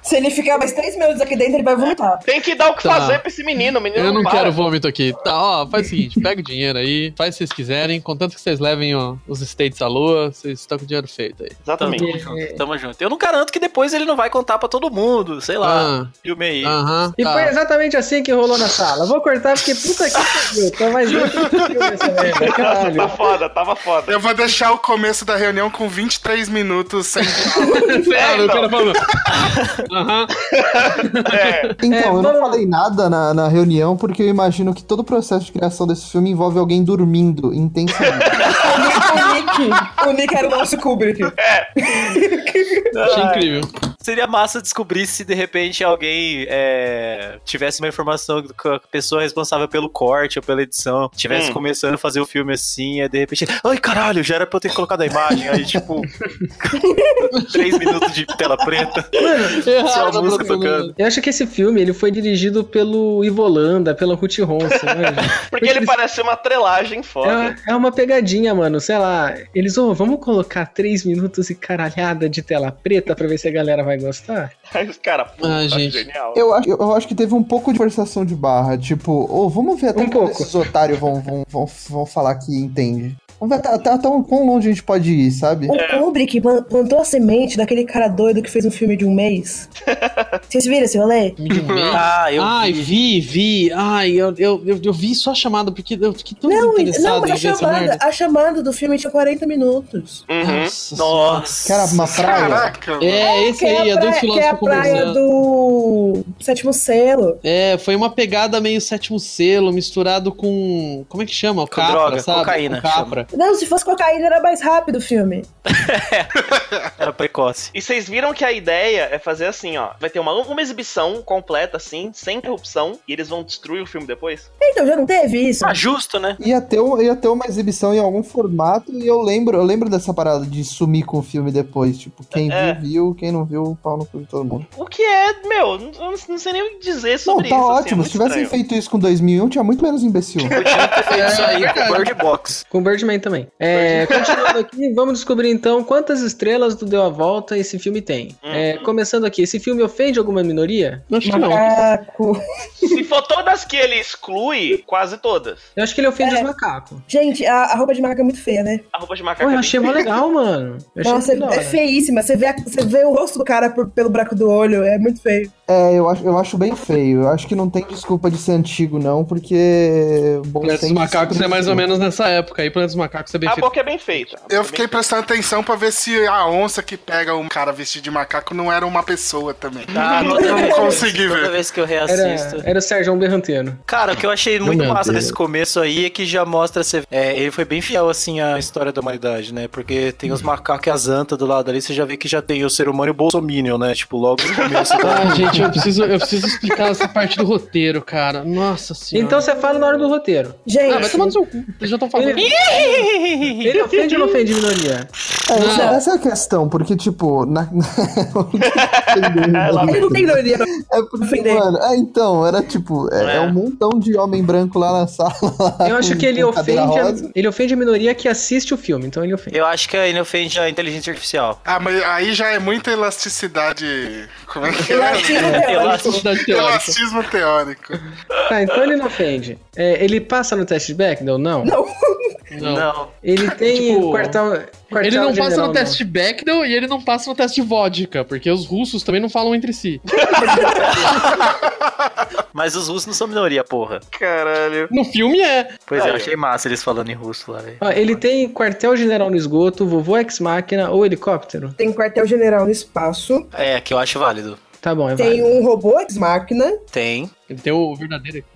Speaker 9: Se ele ficar mais três minutos aqui dentro, ele vai voltar.
Speaker 10: Tem que dar o que
Speaker 4: Tá.
Speaker 10: fazer pra esse menino, o menino
Speaker 4: Eu não
Speaker 10: para.
Speaker 4: quero vômito aqui. Tá, ó, faz o seguinte, pega o dinheiro aí, faz o que vocês quiserem, contanto que vocês levem ó, os states à lua, vocês estão com o dinheiro feito aí.
Speaker 10: Exatamente.
Speaker 4: Tá
Speaker 2: Tamo junto. Eu não garanto que depois ele não vai contar pra todo mundo, sei lá.
Speaker 4: Ah,
Speaker 2: Filme aí.
Speaker 4: Aham,
Speaker 3: E foi
Speaker 4: tá.
Speaker 3: exatamente assim que rolou na sala. Vou cortar porque puta que pariu. Tá mais dentro do filme essa merda. Caralho.
Speaker 10: Tá foda, tava foda.
Speaker 6: Eu vou deixar o começo da reunião com 23 minutos sem.
Speaker 4: Ah,
Speaker 10: É,
Speaker 4: o
Speaker 10: então,
Speaker 4: cara falou. Aham.
Speaker 10: é.
Speaker 3: É,
Speaker 8: Então, eu não
Speaker 3: vamos-
Speaker 8: falei nada na, na reunião porque eu imagino que todo o processo de criação desse filme envolve alguém dormindo intensamente.
Speaker 9: O Nick, o Nick, o Nick era o nosso Kubrick.
Speaker 4: Achei incrível.
Speaker 2: Seria massa descobrir se de repente alguém é, tivesse uma informação que a pessoa responsável pelo corte ou pela edição tivesse
Speaker 10: Hum.
Speaker 2: começando a fazer o filme assim, e de repente, ai caralho, já era pra eu ter colocado a imagem, aí tipo, três minutos de tela preta,
Speaker 10: é
Speaker 2: só a
Speaker 4: Errado,
Speaker 2: música
Speaker 4: tá
Speaker 2: tocando.
Speaker 3: Eu acho que esse filme ele foi dirigido pelo Ivolanda, pela Ruth Ronson. Né?
Speaker 10: Porque ele parece uma trelagem
Speaker 3: é,
Speaker 10: foda.
Speaker 3: uma- é uma pegadinha, mano. Sei lá, eles, ô, vamos colocar três minutos e caralhada de tela preta pra ver se a galera vai gostar?
Speaker 10: Aí os caras, puta,
Speaker 4: Ah, gente.
Speaker 10: genial.
Speaker 8: eu, acho, eu acho que teve um pouco de forçação de barra. Tipo, ô, vamos ver até
Speaker 3: Um
Speaker 8: quando
Speaker 3: pouco.
Speaker 8: esses otários vão, vão, vão, vão falar que entende. Vamos ver até, até, até quão longe a gente pode ir, sabe?
Speaker 3: É.
Speaker 9: O Kubrick man- plantou a semente daquele cara doido que fez um filme de um mês. Vocês viram esse rolê?
Speaker 2: Ah, eu
Speaker 4: Ai,
Speaker 2: vi.
Speaker 4: vi, vi. Ai, eu, eu, eu, eu vi só a chamada, porque eu fiquei tão
Speaker 9: Não, não,
Speaker 4: interessado
Speaker 9: mas
Speaker 4: em
Speaker 9: a
Speaker 4: ver essa
Speaker 9: chamada,
Speaker 4: merda.
Speaker 9: a chamada do filme tinha 40 minutos.
Speaker 10: Uhum.
Speaker 4: Nossa.
Speaker 2: Nossa.
Speaker 8: Que era uma praia.
Speaker 6: Caraca, mano.
Speaker 4: É, esse
Speaker 9: que é
Speaker 4: aí,
Speaker 9: a
Speaker 4: a dois
Speaker 9: praia, que é a
Speaker 4: filósofos
Speaker 9: praia
Speaker 4: conversando.
Speaker 9: do Sétimo Selo.
Speaker 4: É, foi uma pegada meio sétimo selo, misturado com. Como é que chama? O
Speaker 2: Com
Speaker 4: capra,
Speaker 2: droga,
Speaker 4: sabe?
Speaker 2: cocaína,
Speaker 4: Com capra.
Speaker 2: cara.
Speaker 5: Não, se fosse cocaína era mais rápido o filme.
Speaker 2: Era precoce.
Speaker 10: E vocês viram que a ideia é fazer assim, ó. Vai ter uma, uma exibição completa, assim, sem interrupção, e eles vão destruir o filme depois?
Speaker 5: Então, já não teve isso?
Speaker 2: Tá justo, né?
Speaker 8: Ia ter, um- ia ter uma exibição em algum formato e eu lembro, eu lembro dessa parada de sumir com o filme depois. Tipo, quem
Speaker 10: É.
Speaker 8: viu, viu, quem não viu, pau no cu de todo mundo.
Speaker 10: O que é, meu, não, eu não sei nem o que dizer
Speaker 8: Não,
Speaker 10: sobre
Speaker 8: tá
Speaker 10: isso.
Speaker 8: ótimo.
Speaker 10: assim, é muito
Speaker 8: Se tivessem
Speaker 10: estranho. Tipo,
Speaker 8: feito isso com 2001, tinha muito menos imbecil.
Speaker 2: É, isso aí, com Bird Box.
Speaker 3: Com Birdman também. É, continuando aqui, vamos descobrir então quantas estrelas do Deu a Volta esse filme tem. É, começando aqui, esse filme ofende alguma minoria?
Speaker 4: Acho que
Speaker 9: É.
Speaker 4: não.
Speaker 5: Macaco.
Speaker 10: Se for todas que ele exclui, quase todas.
Speaker 3: Eu acho que ele ofende
Speaker 5: É.
Speaker 3: os macacos.
Speaker 5: Gente, a, a roupa de macaco é muito feia, né?
Speaker 10: A roupa de macaco
Speaker 3: Pô, eu
Speaker 10: é
Speaker 3: achei mó
Speaker 10: bem-
Speaker 3: legal, mano. Eu achei né?
Speaker 5: Nossa,
Speaker 3: muito da hora.
Speaker 5: é feíssima. Você vê, a- você vê o rosto do cara por- pelo buraco do olho, é muito feio.
Speaker 8: É, eu acho, eu acho bem feio. Eu acho que não tem desculpa de ser antigo, não, porque. Bom,
Speaker 4: Planeta dos
Speaker 8: senso
Speaker 4: Macacos é mais ou menos nessa época aí, Planeta dos Macacos é bem
Speaker 10: A
Speaker 4: feito.
Speaker 10: boca é bem feita. A boca é
Speaker 6: Eu
Speaker 10: bem
Speaker 6: fiquei prestando atenção pra ver se a onça que pega um cara vestido de macaco não era uma pessoa também.
Speaker 2: Ah, toda
Speaker 6: Eu não
Speaker 2: vez-
Speaker 6: consegui
Speaker 2: Toda
Speaker 6: ver.
Speaker 2: vez que eu reassisto.
Speaker 3: Era, era o Sérgio Berranteno.
Speaker 2: Cara, o que eu achei muito
Speaker 4: meu
Speaker 2: massa
Speaker 4: Deus.
Speaker 2: desse começo aí é que já mostra. Você, é, ele foi bem fiel, assim, à história da humanidade, né? Porque tem os macacos e as antas do lado ali, você já vê que já tem o ser humano e o Bolsominion, né? Tipo, logo no começo.
Speaker 4: Ah, gente, eu preciso, eu preciso explicar essa parte do roteiro, cara. Nossa senhora.
Speaker 3: Então você fala na hora do roteiro.
Speaker 5: Gente,
Speaker 4: Ah, vai tomar no seu cu. Eles já estão falando.
Speaker 3: Ele, ele ofende ou não ofende minoria?
Speaker 8: É, essa,
Speaker 4: Não.
Speaker 8: essa é a questão, porque, tipo, na.
Speaker 10: É,
Speaker 5: ele não tem ironia. não.
Speaker 8: é porque,
Speaker 5: Ofender.
Speaker 8: mano, é, então, era tipo, é, é um montão de homem branco lá na sala. lá
Speaker 3: Eu acho
Speaker 8: com-
Speaker 3: que ele
Speaker 8: com cadeira
Speaker 3: ofende, a,
Speaker 8: rosa.
Speaker 3: ele ofende a minoria que assiste o filme, então ele ofende.
Speaker 2: Eu acho que ele ofende a inteligência artificial.
Speaker 6: Ah, mas aí já é muita elasticidade. Como é que
Speaker 5: Eu
Speaker 6: é?
Speaker 5: acho que não tem. um
Speaker 2: Eu
Speaker 4: Olha a
Speaker 2: acho-
Speaker 4: quantidade teórica.
Speaker 6: Elastismo teórico.
Speaker 3: Tá, então ele não ofende. É, ele passa no teste de Bechdel? Não.
Speaker 5: Não.
Speaker 4: Não.
Speaker 2: Não.
Speaker 3: Ele tem
Speaker 4: Tipo,
Speaker 3: quartel, quartel
Speaker 4: Ele não passa
Speaker 3: general,
Speaker 4: no
Speaker 3: não.
Speaker 4: teste de Bechdel e ele não passa no teste de vodka, porque os russos também não falam entre si.
Speaker 2: Mas os russos não são minoria, porra.
Speaker 10: Caralho.
Speaker 4: No filme é.
Speaker 2: Pois é,
Speaker 10: Aí,
Speaker 2: eu
Speaker 10: ó.
Speaker 2: achei massa eles falando em russo lá, velho.
Speaker 3: Ó, ele tem quartel general no esgoto, vovô ex-máquina ou helicóptero?
Speaker 5: Tem quartel-general no espaço.
Speaker 2: É, que eu acho válido.
Speaker 3: Tá bom, é
Speaker 5: Tem
Speaker 3: válido.
Speaker 5: um robô ex-máquina.
Speaker 2: Tem.
Speaker 4: Ele tem o verdadeiro aqui.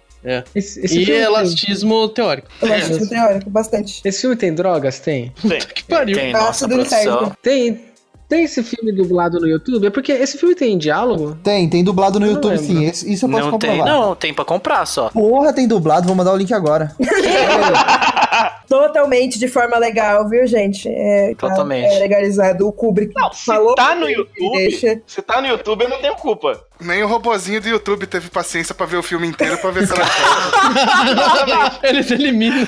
Speaker 3: Esse, esse
Speaker 4: E
Speaker 3: filme, é
Speaker 4: elastismo teórico.
Speaker 5: Eu acho isso teórico, bastante.
Speaker 3: esse filme tem drogas? Tem.
Speaker 4: Que pariu.
Speaker 2: Tem,
Speaker 5: Ah,
Speaker 2: nossa,
Speaker 5: tudo
Speaker 2: produção.
Speaker 5: certo.
Speaker 3: Tem. Tem esse filme dublado no YouTube? É porque esse filme tem diálogo?
Speaker 8: Tem, tem dublado no
Speaker 3: Eu não
Speaker 8: YouTube,
Speaker 3: lembro.
Speaker 8: sim. Esse- isso eu posso
Speaker 2: Não
Speaker 8: comprovar.
Speaker 2: tem, não, tem pra comprar só.
Speaker 8: Porra, tem dublado, vou mandar o link agora.
Speaker 5: Totalmente de forma legal, viu, gente? É, tá-
Speaker 2: Totalmente.
Speaker 5: é legalizado. O Kubrick
Speaker 10: Não, se
Speaker 5: falou.
Speaker 10: tá no
Speaker 5: ele
Speaker 10: YouTube,
Speaker 9: é,
Speaker 5: Deixa.
Speaker 10: Se tá no YouTube, eu não tenho culpa.
Speaker 6: Nem o robozinho do YouTube teve paciência pra ver o filme inteiro pra ver se era certo.
Speaker 4: Eles eliminam.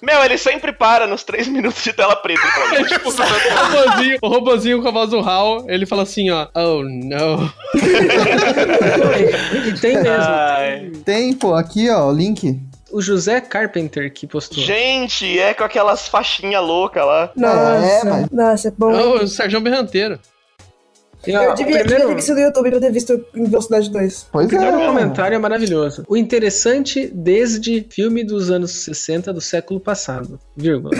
Speaker 10: Meu, ele sempre para nos três minutos de tela preta pra mim. Tipo,
Speaker 4: O robozinho, o robozinho com a voz do Hal, ele fala assim, ó. Oh, no.
Speaker 3: E tem mesmo.
Speaker 2: Ai.
Speaker 8: Tem, pô, aqui, ó, o link.
Speaker 3: O José Carpenter que postou.
Speaker 10: gente, é com aquelas faixinhas loucas lá.
Speaker 5: Nossa,
Speaker 8: É, mas-
Speaker 5: nossa, bom.
Speaker 4: Oh, o Sérgio Berranteiro.
Speaker 3: E, ó,
Speaker 5: Eu
Speaker 3: o
Speaker 5: devia, devia ter um
Speaker 3: primeiro-
Speaker 5: visto no YouTube pra ter visto em Velocidade 2.
Speaker 8: Pois
Speaker 3: O
Speaker 8: é.
Speaker 3: primeiro
Speaker 8: mano.
Speaker 3: comentário é maravilhoso. O interessante desde filme dos anos 60 do século passado, vírgula.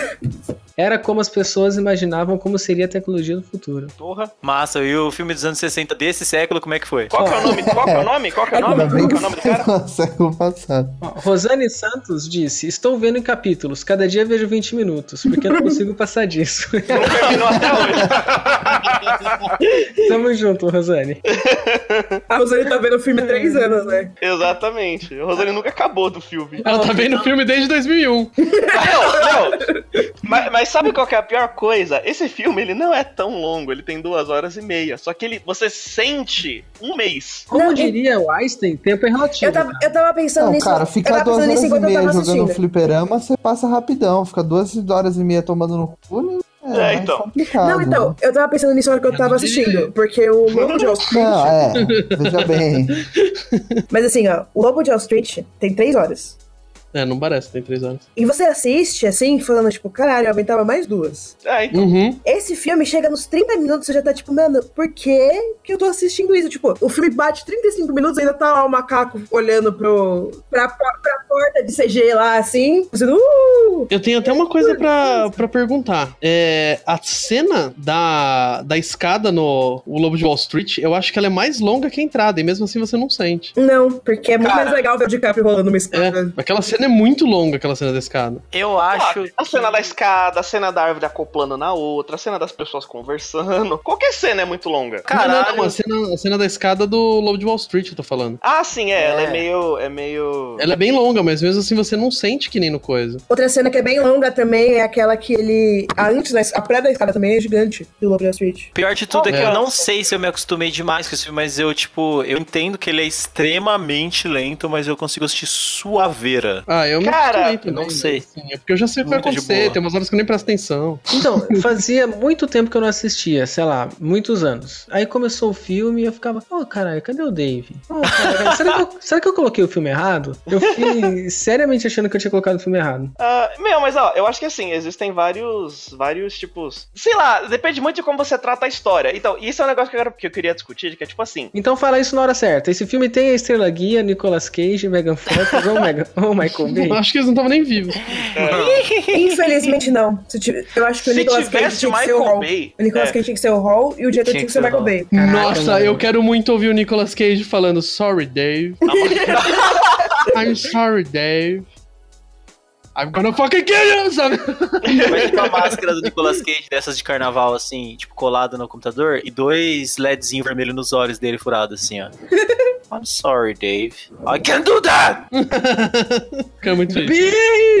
Speaker 3: Era como as pessoas imaginavam como seria a tecnologia do futuro.
Speaker 10: Porra.
Speaker 2: Massa, e o filme dos anos 60 desse século, como é que foi?
Speaker 10: Qual que é o nome? Qual que é o nome? Qual que é o
Speaker 8: Ainda
Speaker 10: nome?
Speaker 8: bem
Speaker 10: Qual que
Speaker 8: que
Speaker 10: é o nome do cara?
Speaker 8: foi no século passado.
Speaker 3: Ó, Rosane Santos disse: Estou vendo em capítulos, cada dia vejo 20 minutos, porque eu não consigo passar disso.
Speaker 10: Não terminou até hoje.
Speaker 3: Tamo junto, Rosane.
Speaker 9: A Rosane tá vendo o filme há três anos, né?
Speaker 10: Exatamente. O Rosane nunca acabou do filme.
Speaker 4: Ela tá vendo o filme desde 2001.
Speaker 10: Não, não. Mas, mas sabe qual que é a pior coisa? Esse filme, ele não é tão longo. Ele tem duas horas e meia. Só que ele, você sente um mês.
Speaker 3: Como
Speaker 5: Não,
Speaker 3: diria o Einstein, tempo é relativo.
Speaker 5: Eu tava,
Speaker 3: cara.
Speaker 5: eu tava pensando
Speaker 8: Não,
Speaker 5: nisso.
Speaker 8: cara,
Speaker 5: eu
Speaker 8: ficar
Speaker 5: tava
Speaker 8: duas
Speaker 5: pensando
Speaker 8: horas
Speaker 5: nisso
Speaker 8: e
Speaker 5: enquanto eu
Speaker 8: meia
Speaker 5: tava
Speaker 8: jogando um
Speaker 5: assistindo.
Speaker 8: fliperama, você passa rapidão. Ficar duas horas e meia tomando no cu, né?
Speaker 10: É,
Speaker 8: mais
Speaker 10: então.
Speaker 8: complicado. né?
Speaker 5: Não, então, eu tava pensando nisso na hora que eu tava assistindo. Porque o Lobo de Wall Street.
Speaker 8: Não, é. Veja bem.
Speaker 5: Mas assim, ó, o Lobo de Wall Street tem três horas.
Speaker 4: É, não parece, tem três anos.
Speaker 5: E você assiste, assim, falando, tipo, caralho, eu aumentava mais duas.
Speaker 10: É, então.
Speaker 4: Uhum.
Speaker 5: Esse filme chega nos 30 minutos, você já tá tipo, mano, por que que eu tô assistindo isso? Tipo, o filme bate 35 minutos ainda tá lá o macaco olhando pro, pra, pra, pra porta de CG lá, assim. Fazendo, uh!
Speaker 4: Eu tenho até uma coisa pra, pra perguntar. É, a cena da, da escada no O Lobo de Wall Street, eu acho que ela é mais longa que a entrada, e mesmo assim você não sente.
Speaker 5: Não, porque é muito mais legal ver o DiCaprio rolando
Speaker 4: É,
Speaker 5: uma escada.
Speaker 4: aquela cena é muito longa, aquela cena da escada.
Speaker 2: Eu acho.
Speaker 10: Ah, A cena da escada, a cena da árvore acoplando na outra, a cena das pessoas conversando. Qualquer cena é muito longa.
Speaker 4: Não, não,
Speaker 2: Caralho.
Speaker 4: não, a cena, a cena da escada do Lobo de Wall Street, eu tô falando.
Speaker 10: Ah, sim, é. Ela é
Speaker 2: É.
Speaker 10: meio. É meio.
Speaker 4: Ela é bem longa, mas mesmo assim você não sente que nem no coisa.
Speaker 5: Outra cena que é bem longa também é aquela que ele. A, antes, da es- a pré da escada também é gigante do Lobo da Street.
Speaker 2: Pior de tudo é que
Speaker 4: É.
Speaker 2: eu não sei se eu me acostumei demais com esse filme, mas eu, tipo, eu entendo que ele é extremamente lento, mas eu consigo assistir suaveira.
Speaker 4: Ah, eu me
Speaker 10: Cara,
Speaker 4: acostumei também,
Speaker 2: não
Speaker 4: mas,
Speaker 2: sei.
Speaker 4: assim, é porque eu já sei o que vai
Speaker 2: Muito de
Speaker 4: acontecer,
Speaker 2: boa.
Speaker 4: tem umas horas que eu nem presto atenção.
Speaker 3: Então, fazia muito tempo que eu não assistia, sei lá, muitos anos. Aí começou o filme e eu ficava, ô caralho, cadê o Dave? Ô, caralho, será, que eu, será que eu coloquei o filme errado? Eu fiquei seriamente achando que eu tinha colocado o filme errado.
Speaker 10: Ah, meu, mas ó, eu acho que assim, existem vários. vários tipos. Sei lá, depende muito de como você trata a história. Então, isso é um negócio que eu, quero- que eu queria discutir, que é tipo assim.
Speaker 3: Então fala isso na hora certa. Esse filme tem a Estrela Guia, Nicolas Cage, Megan Fox ou, Megan, ou Michael
Speaker 4: Eu
Speaker 3: Bay.
Speaker 4: Acho que eles não estavam nem vivos.
Speaker 5: Infelizmente, não. Se ti- Eu acho que o
Speaker 10: Se
Speaker 5: Nicolas Cage
Speaker 10: tivesse
Speaker 5: tinha que ser o
Speaker 10: Michael
Speaker 5: Hall.
Speaker 10: Bay.
Speaker 5: O Nicolas
Speaker 10: é.
Speaker 5: Cage tinha que ser o Hall e o diretor tinha que ser o Michael
Speaker 2: Hall.
Speaker 5: Bay.
Speaker 3: Caraca,
Speaker 4: Nossa,
Speaker 3: mano.
Speaker 4: eu quero muito ouvir o Nicolas Cage falando Sorry, Dave.
Speaker 2: Tá
Speaker 4: I'm sorry, Dave. I'm gonna fucking kill you, sabe?
Speaker 2: Mas tipo a máscara do Nicolas Cage dessas de carnaval, assim, tipo, colada no computador, e dois LEDzinho vermelho nos olhos dele furado, assim, ó. I'm sorry, Dave. I can't do that!
Speaker 4: Fica muito triste.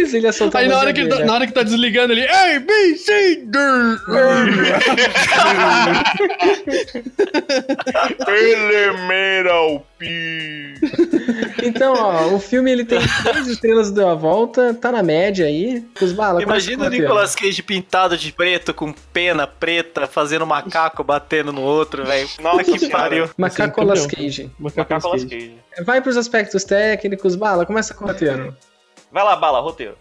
Speaker 3: Bis! Ele ia soltar
Speaker 4: Aí
Speaker 3: uma
Speaker 4: na hora, que ele tá,
Speaker 3: bandeira.
Speaker 4: na hora que tá desligando ele, A, B, C, D.
Speaker 3: Uhum.
Speaker 4: E".
Speaker 10: Elemental P.
Speaker 3: Então, ó, o filme ele tem três estrelas deu a volta, tá na média aí. Os bala,
Speaker 2: Imagina o
Speaker 3: quase-
Speaker 2: Nicolas Cage pintado de preto, com pena preta, fazendo macaco batendo no outro, velho.
Speaker 10: Nossa
Speaker 2: Que
Speaker 10: senhora.
Speaker 2: pariu.
Speaker 3: Macacolas
Speaker 4: Esse é
Speaker 3: Cage. É,
Speaker 10: Macacolas Cage.
Speaker 3: Vai pros aspectos técnicos, bala, começa com o roteiro.
Speaker 10: Vai lá, bala, roteiro.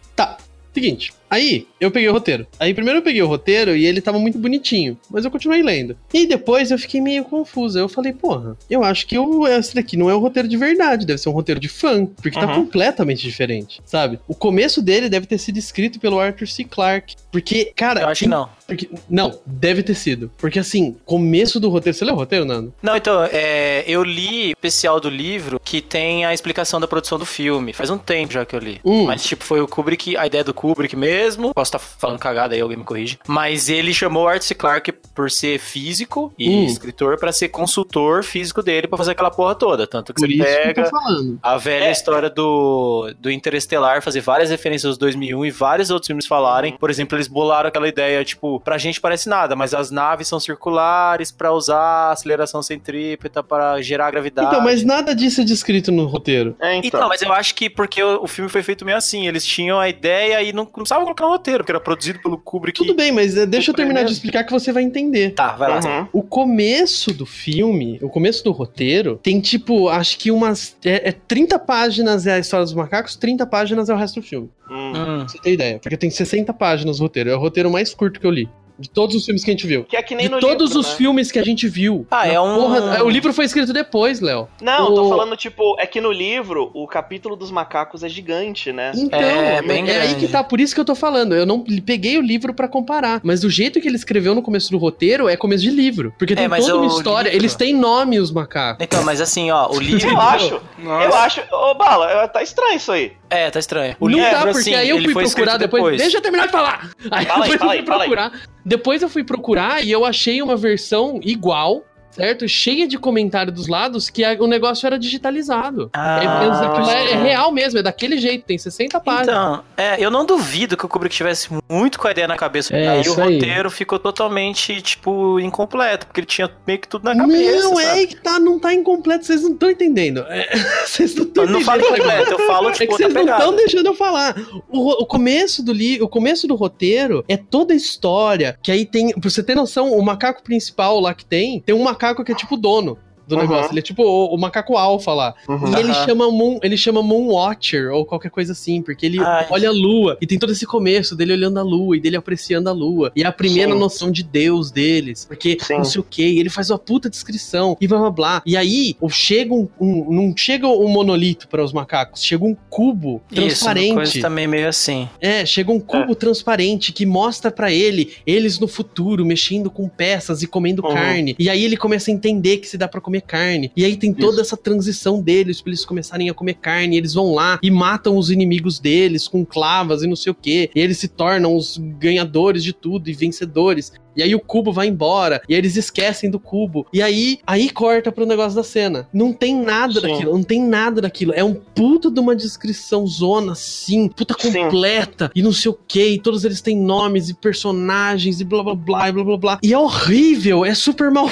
Speaker 4: Seguinte, aí eu peguei o roteiro. Aí primeiro eu peguei o roteiro e ele tava muito bonitinho, mas eu continuei lendo. E depois eu fiquei meio confuso. Eu falei, porra, eu acho que o- esse daqui não é um roteiro de verdade, deve ser um roteiro de fã, porque tá
Speaker 10: Uhum.
Speaker 4: completamente diferente, sabe? O começo dele deve ter sido escrito pelo Arthur C. Clarke, porque, cara,
Speaker 2: Eu acho que não.
Speaker 4: porque- não, deve ter sido, porque assim, começo do roteiro, você leu o roteiro, Nando?
Speaker 2: Não, então, é, eu li o especial do livro que tem a explicação da produção do filme. Faz um tempo já que eu li.
Speaker 4: Hum.
Speaker 2: Mas, tipo, foi o Kubrick, a ideia do Kubrick mesmo. Posso estar falando cagada aí, alguém me corrige. Mas ele chamou o Art C. Clarke por ser físico e
Speaker 4: Hum.
Speaker 2: escritor pra ser consultor físico dele pra fazer aquela porra toda. Tanto que
Speaker 4: Por
Speaker 2: você
Speaker 4: isso que eu
Speaker 2: pega
Speaker 4: tô falando.
Speaker 2: a velha
Speaker 10: É.
Speaker 2: história do, do Interestelar fazer várias referências aos 2001 e vários outros filmes falarem. Por exemplo, eles bolaram aquela ideia, tipo, pra gente parece nada, mas as naves são circulares pra usar aceleração centrípeta para gerar gravidade.
Speaker 4: Então, mas nada disso é descrito no roteiro.
Speaker 10: É,
Speaker 2: Então, mas eu acho que porque o, o filme foi feito meio assim, eles tinham a ideia e não, não precisavam colocar um roteiro, que era produzido pelo Kubrick.
Speaker 4: Tudo bem, mas eh, deixa eu terminar de
Speaker 2: mesmo.
Speaker 4: explicar que você vai entender.
Speaker 2: Tá, vai lá.
Speaker 10: Uhum.
Speaker 4: O começo do filme, o começo do roteiro, tem tipo, acho que umas. É, é 30 páginas é a história dos macacos, 30 páginas é o resto do filme.
Speaker 2: Hum.
Speaker 10: Hum.
Speaker 4: Pra você ter ideia. Porque tem 60 páginas o roteiro. É o roteiro mais curto que eu li. De todos os filmes que a gente viu.
Speaker 10: Que é que nem
Speaker 4: De
Speaker 10: no
Speaker 4: todos
Speaker 10: livro,
Speaker 4: os
Speaker 10: né?
Speaker 4: filmes que a gente viu.
Speaker 2: Ah,
Speaker 4: Na
Speaker 2: é um-
Speaker 4: porra- o livro foi escrito depois, Léo.
Speaker 10: Não, tô
Speaker 4: O-
Speaker 10: falando, tipo, é que no livro o capítulo dos macacos é gigante, né?
Speaker 4: Então,
Speaker 2: É,
Speaker 4: é,
Speaker 2: bem
Speaker 4: aí
Speaker 2: grande.
Speaker 4: que tá, por isso que eu tô falando. Eu não peguei o livro pra comparar, mas do jeito que ele escreveu no começo do roteiro é começo de livro, porque tem
Speaker 2: mas
Speaker 4: toda uma
Speaker 2: o
Speaker 4: história,
Speaker 2: livro-
Speaker 4: eles têm nome os macacos.
Speaker 2: Então, mas assim, ó, o livro.
Speaker 10: Eu acho,
Speaker 6: Nossa.
Speaker 10: eu acho. Ô, Bala, eu- tá estranho isso aí.
Speaker 2: É, tá estranho. O
Speaker 4: não
Speaker 2: livro,
Speaker 4: tá, porque
Speaker 2: assim,
Speaker 4: aí eu
Speaker 2: ele
Speaker 4: fui
Speaker 2: foi escrito
Speaker 4: procurar depois. Deixa eu terminar de falar. Aí
Speaker 10: Fala aí,
Speaker 4: depois
Speaker 10: fala
Speaker 4: eu
Speaker 10: aí,
Speaker 4: fui
Speaker 10: fala aí.
Speaker 4: procurar. Depois eu fui procurar e eu achei uma versão igual, certo? Cheia de comentário dos lados que a- o negócio era digitalizado.
Speaker 2: Ah,
Speaker 4: É- é, aquilo é- é
Speaker 2: pode crer.
Speaker 4: real mesmo, é daquele jeito, tem 60 páginas.
Speaker 2: Então, é, eu não duvido que o Kubrick tivesse muito com a ideia na cabeça.
Speaker 3: É,
Speaker 2: e aí o
Speaker 3: isso aí.
Speaker 2: roteiro ficou totalmente, tipo, incompleto, porque ele tinha meio que tudo na cabeça.
Speaker 4: Não, é
Speaker 2: sabe?
Speaker 4: aí que tá, não tá incompleto, vocês não estão entendendo. É, Vocês não estão
Speaker 2: Eu não
Speaker 4: entendendo.
Speaker 2: falo
Speaker 4: o negócio.
Speaker 2: completo, eu falo,
Speaker 4: É
Speaker 2: tipo,
Speaker 4: que
Speaker 2: outra
Speaker 4: vocês não
Speaker 2: pegada.
Speaker 4: estão deixando eu falar. O, ro- o começo do livro, o começo do roteiro é toda a história. Que aí tem. Pra você ter noção, o macaco principal lá que tem, tem um macaco que é tipo dono do
Speaker 10: Uhum.
Speaker 4: negócio. Ele é tipo o, o macaco alfa lá. E ele
Speaker 2: Aham.
Speaker 4: chama Moon, ele chama Moonwatcher ou qualquer coisa assim, porque ele
Speaker 2: Ai.
Speaker 4: olha a lua e tem todo esse começo dele olhando a lua e dele apreciando a lua. E é a primeira
Speaker 10: Sim.
Speaker 4: noção de Deus deles, porque
Speaker 10: Sim.
Speaker 4: não sei o que, ele faz uma puta descrição e blá blá blá. E aí, o- chega um, um- não chega um monolito para os macacos, chega um cubo
Speaker 2: Isso, uma
Speaker 4: transparente.
Speaker 2: coisa também meio assim.
Speaker 4: É, chega um cubo transparente que mostra pra ele eles no futuro mexendo com peças e comendo
Speaker 10: Uhum.
Speaker 4: carne. E aí ele começa a entender que se dá pra comer comer carne. E aí tem toda essa transição deles pra eles começarem a comer carne. Eles vão lá e matam os inimigos deles com clavas e não sei o quê. E eles se tornam os ganhadores de tudo e vencedores. E aí o cubo vai embora, e aí eles esquecem do cubo. E aí, aí corta pro negócio da cena. Não tem nada
Speaker 10: Sim.
Speaker 4: daquilo, não tem nada daquilo. É um puta de uma descrição zona, assim, puta
Speaker 10: Sim.
Speaker 4: completa, e não sei o que, e todos eles têm nomes e personagens, e blá blá blá, e blá blá blá. E é horrível, é super mal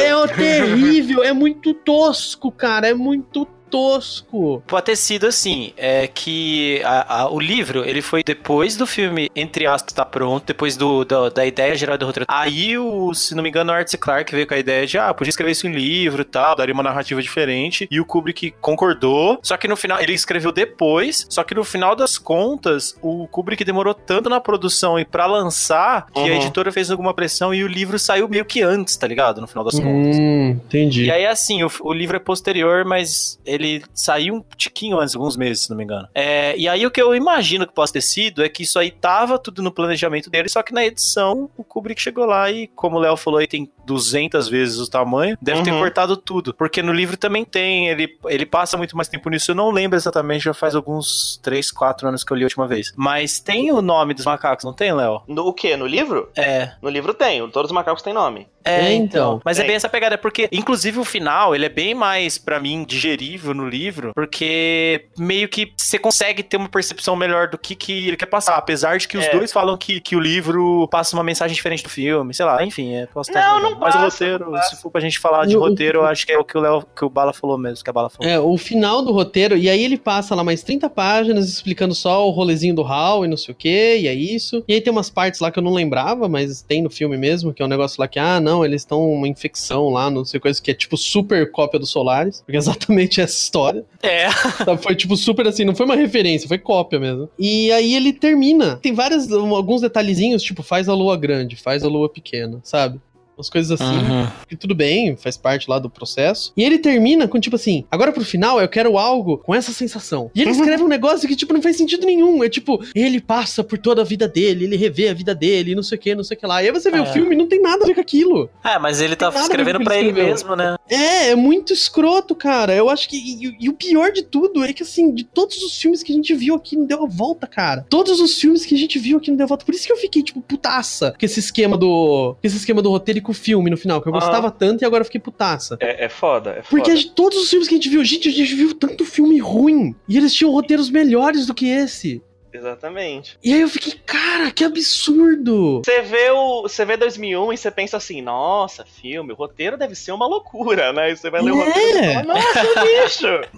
Speaker 4: é o- terrível, é muito tosco, cara, é muito tosco.
Speaker 2: Pode ter sido assim, é que a- a- o livro, ele foi depois do filme, entre aspas, tá pronto, depois do, do- da ideia geral do roteiro. Aí, o, se não me engano, o Arts Clark veio com a ideia de, ah, podia escrever isso em livro e tal, daria uma narrativa diferente, e o Kubrick concordou, só que no final, ele escreveu depois, só que no final das contas, o Kubrick demorou tanto na produção e pra lançar, que a
Speaker 10: Uhum.
Speaker 2: editora fez alguma pressão e o livro saiu meio que antes, tá ligado? No final das contas. E
Speaker 4: entendi.
Speaker 2: aí, assim, o, o livro é posterior, mas ele saiu um tiquinho antes, alguns meses, se não me engano. É, e aí, o que eu imagino que possa ter sido é que isso aí tava tudo no planejamento dele, só que na edição, o Kubrick chegou lá e, como o Léo falou, aí tem 200 vezes o tamanho, deve ter
Speaker 10: Uhum.
Speaker 2: cortado tudo. Porque no livro também tem, ele, ele passa muito mais tempo nisso, eu não lembro exatamente, já faz alguns 3, 4 anos que eu li a última vez. Mas tem o nome dos macacos, não tem, Léo?
Speaker 10: No o quê? No livro?
Speaker 2: É.
Speaker 10: No livro tem. Todos os macacos têm nome.
Speaker 2: É,
Speaker 4: É,
Speaker 2: então.
Speaker 4: então.
Speaker 2: Mas é
Speaker 10: Tem.
Speaker 2: bem essa pegada, porque, inclusive, o final, ele é bem mais, pra mim, digerível no livro, porque meio que você consegue ter uma percepção melhor do que, que ele quer passar, apesar de que os
Speaker 10: É.
Speaker 2: dois falam que, que o livro passa uma mensagem diferente do filme, sei lá, enfim, é, posso estar
Speaker 10: Não,
Speaker 2: viajando.
Speaker 10: não
Speaker 2: Mas o
Speaker 10: passa,
Speaker 2: roteiro,
Speaker 10: não passa.
Speaker 2: se for pra gente falar de
Speaker 4: Eu-
Speaker 2: roteiro, eu acho que é o que o Léo, que o Bala falou mesmo, que a Bala falou.
Speaker 4: É, o final do roteiro, e aí ele passa lá mais 30 páginas explicando só o rolezinho do Hal e não sei o que, e é isso. E aí tem umas partes lá que eu não lembrava, mas tem no filme mesmo, que é um negócio lá que, ah, não, eles estão uma infecção lá, não sei coisa, que é tipo super cópia do Solaris, porque é exatamente essa história.
Speaker 2: É,
Speaker 4: Sabe, Foi tipo super assim, não foi uma referência, foi cópia mesmo. E aí ele termina. Tem vários, alguns detalhezinhos, tipo, faz a lua grande, faz a lua pequena, sabe? Umas coisas assim,
Speaker 2: Uhum.
Speaker 4: que tudo bem, faz parte lá do processo. E ele termina com tipo assim: agora pro final eu quero algo com essa sensação. E ele escreve um negócio que tipo não faz sentido nenhum. É tipo, ele passa por toda a vida dele, ele revê a vida dele, não sei o que, não sei o que lá. E aí você vê
Speaker 2: É.
Speaker 4: o filme e não tem nada a ver com aquilo.
Speaker 2: É, mas ele tá
Speaker 4: Tem nada a ver
Speaker 2: escrevendo
Speaker 4: com o
Speaker 2: pra
Speaker 4: que ele
Speaker 2: ele
Speaker 4: escreveu.
Speaker 2: mesmo, né?
Speaker 4: É, é muito escroto, cara. Eu acho que. E, e o pior de tudo é que, assim, de todos os filmes que a gente viu aqui, não deu a volta, cara. Todos os filmes que a gente viu aqui não deu a volta. Por isso que eu fiquei, tipo, putaça com esse esquema do. com esse esquema do roteiro e com o filme no final, que eu
Speaker 10: Ah.
Speaker 4: gostava tanto e agora eu fiquei putaça.
Speaker 10: É, é foda, é foda.
Speaker 4: Porque a gente- todos os filmes que a gente viu, gente, a gente viu tanto filme ruim. E eles tinham roteiros melhores do que esse.
Speaker 10: Exatamente.
Speaker 4: E aí eu fiquei, cara, que absurdo!
Speaker 10: Você vê, o, você vê 2001 e você pensa assim, nossa, filme, o roteiro deve ser uma loucura, né? E você vai ler o
Speaker 4: É.
Speaker 10: roteiro e fala, nossa, bicho!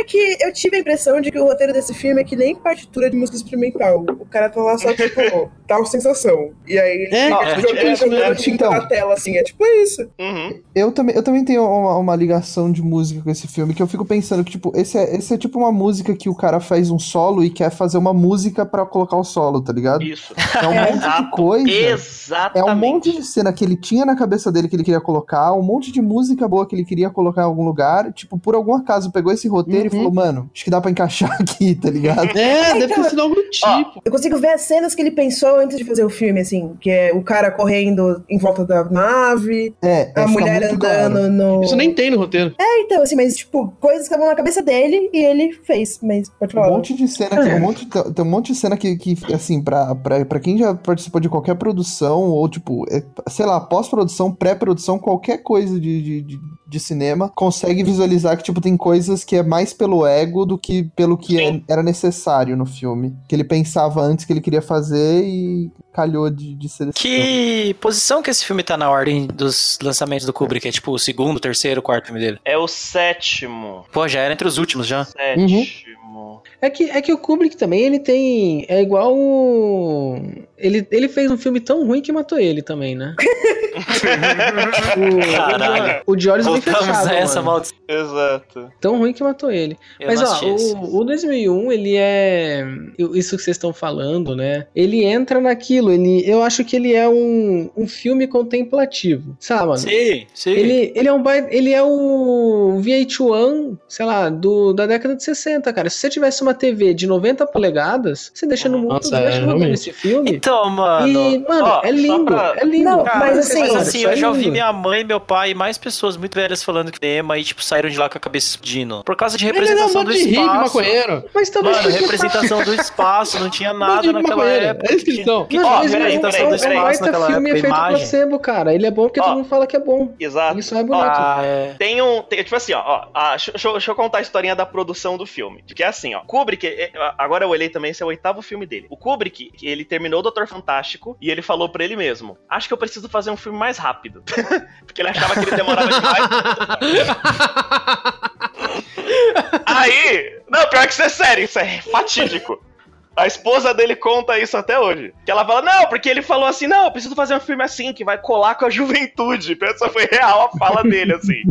Speaker 5: É que eu tive a impressão de que o roteiro desse filme é que nem partitura de música experimental. O cara tá lá só, tipo, tal sensação. E aí ele
Speaker 4: É,
Speaker 5: fica
Speaker 10: é,
Speaker 5: jogando,
Speaker 10: é,
Speaker 5: jogando
Speaker 8: é,
Speaker 5: tinta
Speaker 8: então.
Speaker 5: na tela, assim. É tipo isso.
Speaker 10: Uhum.
Speaker 8: Eu também, eu também tenho uma, uma ligação de música com esse filme, que eu fico pensando que, tipo, esse é, esse é tipo uma música que o cara faz um solo e quer fazer uma música pra colocar o solo, tá ligado?
Speaker 10: Isso.
Speaker 8: É um monte de coisa. É
Speaker 10: Exatamente.
Speaker 8: um monte de cena que ele tinha na cabeça dele que ele queria colocar, um monte de música boa que ele queria colocar em algum lugar. Tipo, por algum acaso pegou esse roteiro e
Speaker 4: Uhum.
Speaker 8: falou, mano, acho que dá pra encaixar aqui, tá ligado?
Speaker 4: É, deve ter sido algo do tipo.
Speaker 5: Eu consigo ver as cenas que ele pensou antes de fazer o filme, assim. Que é o cara correndo em volta da nave,
Speaker 8: É,
Speaker 5: a
Speaker 8: fica
Speaker 5: mulher
Speaker 8: muito
Speaker 5: andando
Speaker 8: claro.
Speaker 5: no...
Speaker 4: Isso nem tem no roteiro.
Speaker 5: É, então, assim, mas, tipo, coisas que estavam na cabeça dele e ele fez. Mas, pode falar.
Speaker 8: Um
Speaker 2: Uhum.
Speaker 8: monte de cena, que, um monte, tem um monte de cena que, que assim, pra, pra, pra quem já participou de qualquer produção, ou tipo, é, sei lá, pós-produção, pré-produção, qualquer coisa de, de, de, de cinema, consegue visualizar que, tipo, tem coisas que é mais pelo ego do que pelo que é- era necessário no filme. Que ele pensava antes que ele queria fazer e calhou de, de ser
Speaker 2: Que posição que esse filme tá na ordem dos lançamentos do Kubrick? É tipo o segundo, terceiro, quarto filme dele?
Speaker 10: É o sétimo.
Speaker 2: Pô, já era entre os últimos, já.
Speaker 10: Sétimo.
Speaker 3: É que, é que o Kubrick também, ele tem. É igual o. Ele, ele fez um filme tão ruim que matou ele também, né? o,
Speaker 2: Caralho.
Speaker 3: O de olhos bem
Speaker 2: Voltamos
Speaker 3: fechados.
Speaker 2: a essa
Speaker 3: mano.
Speaker 2: maldição.
Speaker 10: Exato.
Speaker 3: Tão ruim que matou ele.
Speaker 2: Eu
Speaker 3: Mas
Speaker 2: não assisti
Speaker 3: ó,
Speaker 2: esse.
Speaker 3: o, o 2001, ele é. Isso que vocês estão falando, né? Ele entra naquilo. Ele, eu acho que ele é um, um filme contemplativo. Sabe, mano?
Speaker 2: Sim, sim.
Speaker 3: Ele, ele é um bai- ele é o VH1, sei lá, do, da década de 60, cara. Se você tivesse uma TV de 90 polegadas, você deixa no mundo
Speaker 4: Nossa,
Speaker 3: deixa
Speaker 4: é,
Speaker 3: rodando
Speaker 4: realmente.
Speaker 3: esse filme.
Speaker 2: Então, mano.
Speaker 3: E, mano,
Speaker 10: Ó,
Speaker 3: é
Speaker 10: só
Speaker 3: lindo,
Speaker 10: pra-
Speaker 3: é lindo.
Speaker 5: Não,
Speaker 3: Cara,
Speaker 5: mas assim-
Speaker 3: sério,
Speaker 2: Mas assim,
Speaker 3: isso
Speaker 2: eu
Speaker 3: é
Speaker 2: já ouvi
Speaker 3: lindo.
Speaker 2: minha mãe, meu pai e mais pessoas muito velhas falando que tema e, tipo, saíram de lá com a cabeça explodindo. Por causa de
Speaker 1: Ele é um
Speaker 2: representação do
Speaker 1: monte de hippie
Speaker 2: espaço.
Speaker 1: maconheiro.
Speaker 3: Mas também
Speaker 2: Mano,
Speaker 3: porque- tá
Speaker 2: representação do espaço, não tinha
Speaker 1: Bando de
Speaker 2: nada naquela
Speaker 1: maconheiro,
Speaker 2: época.
Speaker 1: é isso que eles são.
Speaker 2: Que-
Speaker 3: Mano,
Speaker 2: Ó,
Speaker 3: mas
Speaker 2: peraí,
Speaker 3: é um-
Speaker 2: tá
Speaker 3: é um
Speaker 2: saindo do espaço
Speaker 3: baita
Speaker 2: naquela
Speaker 3: filme
Speaker 2: época, a
Speaker 3: efeito
Speaker 2: imagem.
Speaker 3: placebo, cara. Ele é bom porque
Speaker 10: Ó.
Speaker 3: todo mundo fala que é bom.
Speaker 10: Exato.
Speaker 3: Isso é bonito.
Speaker 10: Ó,
Speaker 2: Ah, é.
Speaker 10: Tem um. Tem, tipo assim, ó. ó a- deixa, deixa eu- deixa eu contar a historinha da produção do filme. Que é assim, ó. Kubrick, é- é- agora eu olhei também, esse é o oitavo filme dele. O Kubrick, que ele terminou o Doutor Fantástico e ele falou pra ele mesmo: Acho que eu preciso fazer um filme mais rápido. Porque ele achava que ele demorava demais. Aí. Não, pior que isso é sério, isso é fatídico. A esposa dele conta isso até hoje. Que ela fala, não, porque ele falou assim, não, eu preciso fazer um filme assim, que vai colar com a juventude. Essa foi real a fala dele, assim.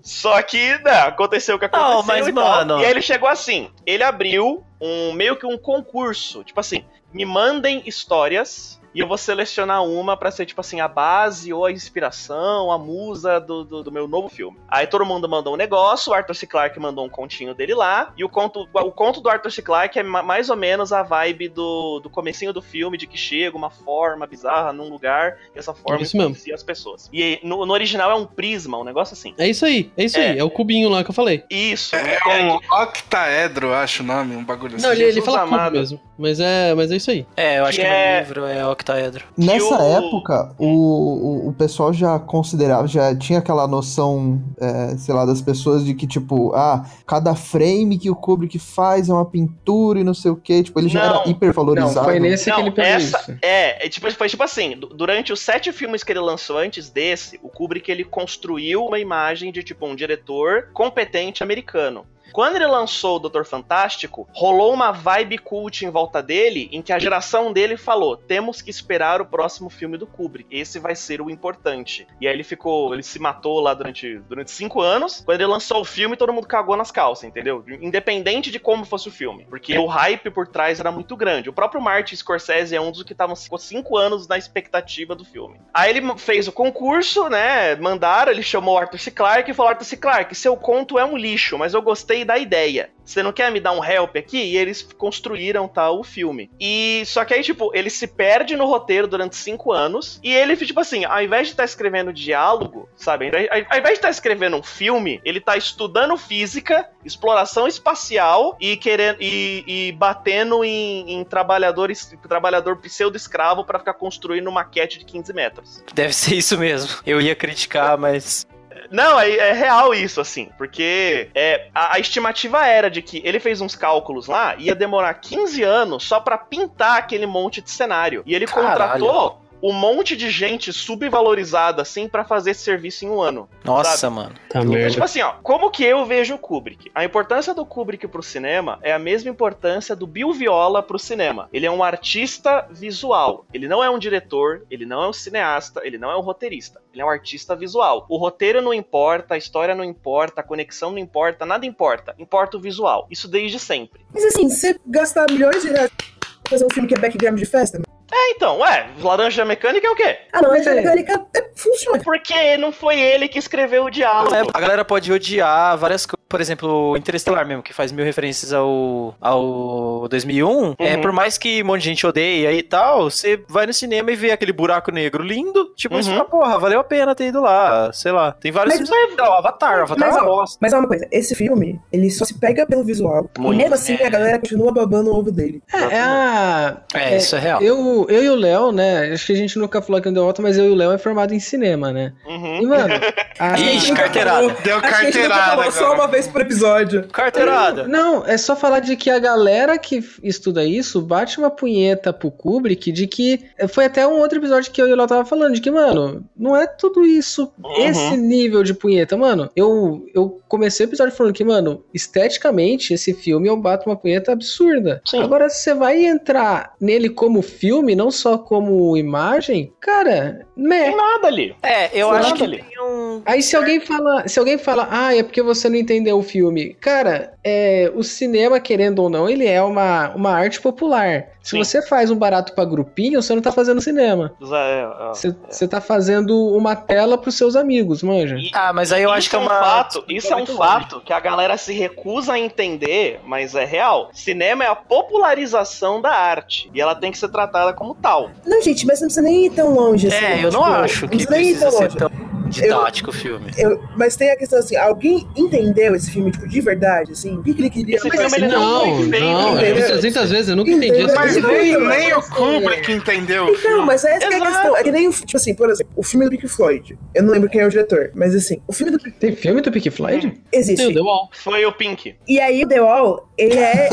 Speaker 10: Só que, né, aconteceu o que aconteceu.
Speaker 2: Não, mas,
Speaker 10: e tal.
Speaker 2: mano-
Speaker 10: E aí ele chegou assim, ele abriu um meio que um concurso. Tipo assim, me mandem histórias e eu vou selecionar uma pra ser, tipo assim, a base ou a inspiração, a musa do, do, do meu novo filme. Aí todo mundo mandou um negócio, o Arthur C. Clarke mandou um continho dele lá, e o conto, o conto do Arthur C. Clarke é ma- mais ou menos a vibe do, do comecinho do filme, de que chega uma forma bizarra num lugar, e essa forma
Speaker 1: Isso mesmo.
Speaker 10: influencia as pessoas. E no, no original é um prisma, um negócio assim.
Speaker 1: É isso aí, é isso
Speaker 10: É.
Speaker 1: aí. É o cubinho lá que eu falei.
Speaker 10: Isso,
Speaker 6: É um octaedro, acho o nome, um bagulho assim.
Speaker 1: Não, ele, ele
Speaker 10: Jesus
Speaker 1: fala cubo
Speaker 10: amado.
Speaker 1: mesmo. Mas é, mas é isso aí.
Speaker 2: É, eu acho
Speaker 10: Que
Speaker 2: que, é
Speaker 10: é-
Speaker 2: no livro é octaedro.
Speaker 8: Nessa
Speaker 10: o-
Speaker 8: época, o, o, o pessoal já considerava, já tinha aquela noção, é, sei lá, das pessoas de que, tipo, ah, cada frame que o Kubrick faz é uma pintura e não sei o quê. Tipo, ele já
Speaker 10: Não.
Speaker 8: era hipervalorizado.
Speaker 3: Não, foi nesse que ele
Speaker 10: Não,
Speaker 3: pegou
Speaker 10: essa
Speaker 3: isso.
Speaker 10: é, é tipo, foi tipo assim, du- durante os sete filmes que ele lançou antes desse, o Kubrick ele construiu uma imagem de tipo um diretor competente americano. Quando ele lançou o Doutor Fantástico, rolou uma vibe cult em volta dele, em que a geração dele falou: temos que esperar o próximo filme do Kubrick, esse vai ser o importante. E aí ele ficou, ele se matou lá durante, durante cinco anos. Quando ele lançou o filme, todo mundo cagou nas calças, entendeu? Independente de como fosse o filme, porque o hype por trás era muito grande. O próprio Martin Scorsese é um dos que estavam ficou cinco anos na expectativa do filme. Aí ele fez o concurso, né? Mandaram, ele chamou o Arthur C. Clarke e falou: Arthur C. Clarke, seu conto é um lixo, mas eu gostei da ideia. Você não quer me dar um help aqui? E eles construíram tal o filme. E só que aí, tipo, ele se perde no roteiro durante cinco anos. E ele, tipo assim, ao invés de estar escrevendo diálogo, sabe? Ao invés- Ao invés de estar escrevendo um filme, ele tá estudando física, exploração espacial e querendo e, e batendo em, em trabalhadores, trabalhador pseudo-escravo pra ficar construindo uma maquete de 15 metros.
Speaker 2: Deve ser isso mesmo. Eu ia criticar, mas.
Speaker 10: Não, é, é real isso, assim, porque é, a, a estimativa era de que ele fez uns cálculos lá, ia demorar 15 anos só pra pintar aquele monte de cenário. E ele
Speaker 2: Caralho.
Speaker 10: contratou um monte de gente subvalorizada, assim, pra fazer esse serviço em um ano.
Speaker 2: Nossa,
Speaker 10: Sabe?
Speaker 2: mano.
Speaker 1: Tá
Speaker 10: Então, tipo assim, ó, como que eu vejo o Kubrick? A importância do Kubrick pro cinema é a mesma importância do Bill Viola pro cinema. Ele é um artista visual. Ele não é um diretor, ele não é um cineasta, ele não é um roteirista. Ele é um artista visual. O roteiro não importa, a história não importa, a conexão não importa, nada importa. Importa o visual. Isso desde sempre.
Speaker 5: Mas assim, você gastar milhões de reais pra fazer um filme que é background de festa?
Speaker 10: É, então, ué, Laranja Mecânica é o quê?
Speaker 5: Ah, não,
Speaker 3: Mas
Speaker 5: mas
Speaker 3: aí-
Speaker 5: a mecânica é, funciona.
Speaker 10: Porque não foi ele que escreveu o diálogo.
Speaker 2: É, a galera pode odiar várias coisas. Por exemplo, Interestelar mesmo, que faz mil referências ao, ao 2001. É, por mais que um monte de gente odeia e tal, você vai no cinema e vê aquele buraco negro lindo. Tipo, você
Speaker 10: Uhum.
Speaker 2: fala, porra, valeu a pena ter ido lá. Sei lá. Tem vários
Speaker 5: Mas-
Speaker 2: filmes. Não, Avatar, Avatar
Speaker 5: mas,
Speaker 2: é uma
Speaker 5: ó,
Speaker 2: bosta.
Speaker 5: Mas é uma coisa, esse filme, ele só se pega pelo visual.
Speaker 10: Muito.
Speaker 5: e mesmo assim, a galera continua babando o ovo dele.
Speaker 3: É, é a...
Speaker 2: É, isso é real.
Speaker 3: Eu, eu e o Léo, né? Acho que a gente nunca falou aqui no The Walter, mas eu e o Léo é formado em cinema, né? E,
Speaker 10: Uhum.
Speaker 3: mano... a-
Speaker 2: Ixi, carteirada.
Speaker 6: Deu
Speaker 5: Acho que a gente nunca
Speaker 6: carteirada
Speaker 5: falou só
Speaker 6: agora.
Speaker 5: uma vez por episódio.
Speaker 2: Carteirada.
Speaker 3: Não, é só falar de que a galera que f- estuda isso bate uma punheta pro Kubrick de que. Foi até um outro episódio que eu e o Léo tava falando, de que, mano, não é tudo isso,
Speaker 10: Uhum.
Speaker 3: esse nível de punheta. Mano, eu, eu comecei o episódio falando que, mano, esteticamente esse filme eu bato uma punheta absurda.
Speaker 10: Sim.
Speaker 3: Agora, se você vai entrar nele como filme, não só como imagem, cara, né?
Speaker 10: Tem nada ali.
Speaker 2: É, eu
Speaker 10: Sim,
Speaker 2: acho
Speaker 10: nada
Speaker 2: que
Speaker 10: ali.
Speaker 2: tem um.
Speaker 3: Aí se alguém fala, se alguém fala, ah, é porque você não entendeu defender o filme. Cara, é, o cinema, querendo ou não, ele é uma, uma arte popular. Se
Speaker 10: Sim.
Speaker 3: você faz um barato pra grupinho, você não tá fazendo cinema.
Speaker 10: É, é.
Speaker 3: Você você tá fazendo uma tela pros seus amigos, manja.
Speaker 10: E-
Speaker 2: Ah, mas aí eu acho
Speaker 10: isso
Speaker 2: que é
Speaker 10: um
Speaker 2: uma.
Speaker 10: fato, isso é um
Speaker 2: muito
Speaker 10: fato que a galera se recusa a entender, mas é real. Cinema é a popularização da arte e ela tem que ser tratada como tal.
Speaker 5: Não, gente, mas não precisa nem ir tão longe. assim,
Speaker 2: É, eu não
Speaker 5: tipo,
Speaker 2: acho que
Speaker 5: Não precisa nem ir
Speaker 2: precisa
Speaker 5: tão
Speaker 2: ser
Speaker 5: longe.
Speaker 2: tão didático o filme.
Speaker 5: Eu- mas tem a questão assim, alguém entendeu esse filme, tipo, de verdade, assim? O que, que ele queria?
Speaker 10: Esse
Speaker 5: Mas
Speaker 10: filme ele
Speaker 1: não,
Speaker 10: não foi feito.
Speaker 1: não, eu vi
Speaker 5: entendeu?
Speaker 1: 300 vezes, eu nunca entendi
Speaker 5: Entendeu?
Speaker 1: essa
Speaker 6: Mas
Speaker 5: Não,
Speaker 6: nem,
Speaker 5: não,
Speaker 6: nem o Kubrick entendeu. o
Speaker 5: Então,
Speaker 6: filme.
Speaker 5: mas essa que é a
Speaker 10: Exato.
Speaker 5: questão. É que nem, o fi- tipo assim, por exemplo, o filme do Pink Floyd. Eu não lembro quem é o diretor, mas assim, o filme do Pink
Speaker 3: Tem filme do Pink
Speaker 1: Tem
Speaker 3: Floyd?
Speaker 1: o
Speaker 5: existe.
Speaker 1: The Wall.
Speaker 10: Foi o Pink.
Speaker 5: E aí, o The Wall, ele é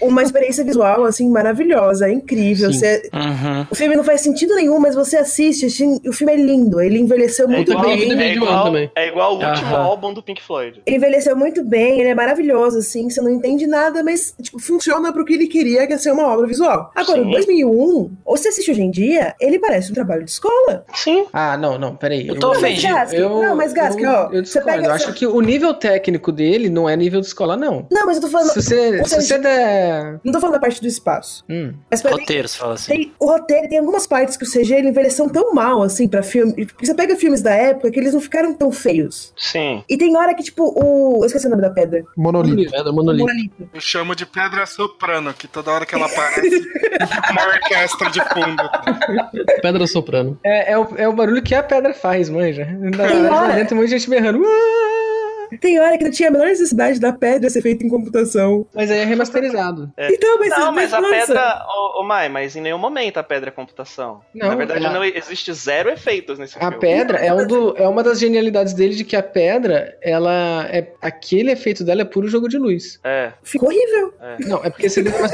Speaker 5: uma experiência visual, assim, maravilhosa, é incrível.
Speaker 1: Sim.
Speaker 5: Você-
Speaker 2: Uhum,
Speaker 5: O filme não faz sentido nenhum, mas você assiste, assim, o filme é lindo, ele envelheceu
Speaker 10: É
Speaker 5: muito
Speaker 1: Puta,
Speaker 10: igual,
Speaker 1: tem
Speaker 5: bem.
Speaker 1: DVD
Speaker 10: é
Speaker 1: de One
Speaker 10: igual,
Speaker 1: também.
Speaker 10: é igual o último
Speaker 1: Aham.
Speaker 10: álbum do Pink Floyd.
Speaker 5: Ele envelheceu muito bem, ele é maravilhoso, assim, você não entende nada, mas tipo, funciona pro que ele queria, que é ser uma obra visual. Agora,
Speaker 10: Sim.
Speaker 5: o 2001, ou um, você assiste hoje em dia, ele parece um trabalho de escola.
Speaker 10: Sim.
Speaker 3: Ah, não, não, peraí.
Speaker 2: Eu tô
Speaker 5: Não, mas
Speaker 2: ofendido.
Speaker 5: Gask, não, mas Gask,
Speaker 3: eu,
Speaker 5: ó,
Speaker 3: eu
Speaker 5: você
Speaker 3: discordo.
Speaker 5: pega...
Speaker 3: eu acho que o nível técnico dele não é nível de escola, não.
Speaker 5: Não, mas eu tô falando...
Speaker 3: Se você,
Speaker 5: ou
Speaker 3: se
Speaker 5: seja-
Speaker 3: você der.
Speaker 5: Não tô falando da parte do espaço.
Speaker 3: Hum.
Speaker 5: Mas pra mim,
Speaker 2: Roteiros, fala assim.
Speaker 5: tem, o roteiro tem algumas partes que o CG ele envelheceu tão mal, assim, pra filme. Porque você pega filmes da época que eles não ficaram tão feios.
Speaker 10: Sim.
Speaker 5: E tem hora que, tipo, o. Eu esqueci o nome da pedra.
Speaker 8: Monolito.
Speaker 1: Pedra, monolito.
Speaker 5: Monolito.
Speaker 6: Eu chamo de pedra soprano, que toda hora que ela aparece, uma orquestra de fundo.
Speaker 1: Pedra soprano.
Speaker 3: É, é, o, é o barulho que a pedra faz, manja. Na
Speaker 5: Tem
Speaker 3: verdade, lá
Speaker 5: hora.
Speaker 3: dentro tem muita gente berrando. "Ah", "Uá!"
Speaker 5: Tem hora que não tinha a menor necessidade da pedra ser feita em computação.
Speaker 3: Mas aí é remasterizado.
Speaker 10: É.
Speaker 5: Então, mas.
Speaker 10: Não, mas a
Speaker 5: nossa.
Speaker 10: pedra. Ô, ô, Mai, mas em nenhum momento a pedra é computação.
Speaker 3: Não,
Speaker 10: Na verdade,
Speaker 3: ela-
Speaker 10: não existe zero efeitos nesse
Speaker 3: É. A
Speaker 10: filme.
Speaker 3: pedra é, um do, é uma das genialidades dele de que a pedra, ela é aquele efeito dela é puro jogo de luz.
Speaker 10: É.
Speaker 5: Ficou horrível.
Speaker 3: Não, é porque você deu uma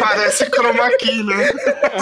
Speaker 6: Parece chroma key, né?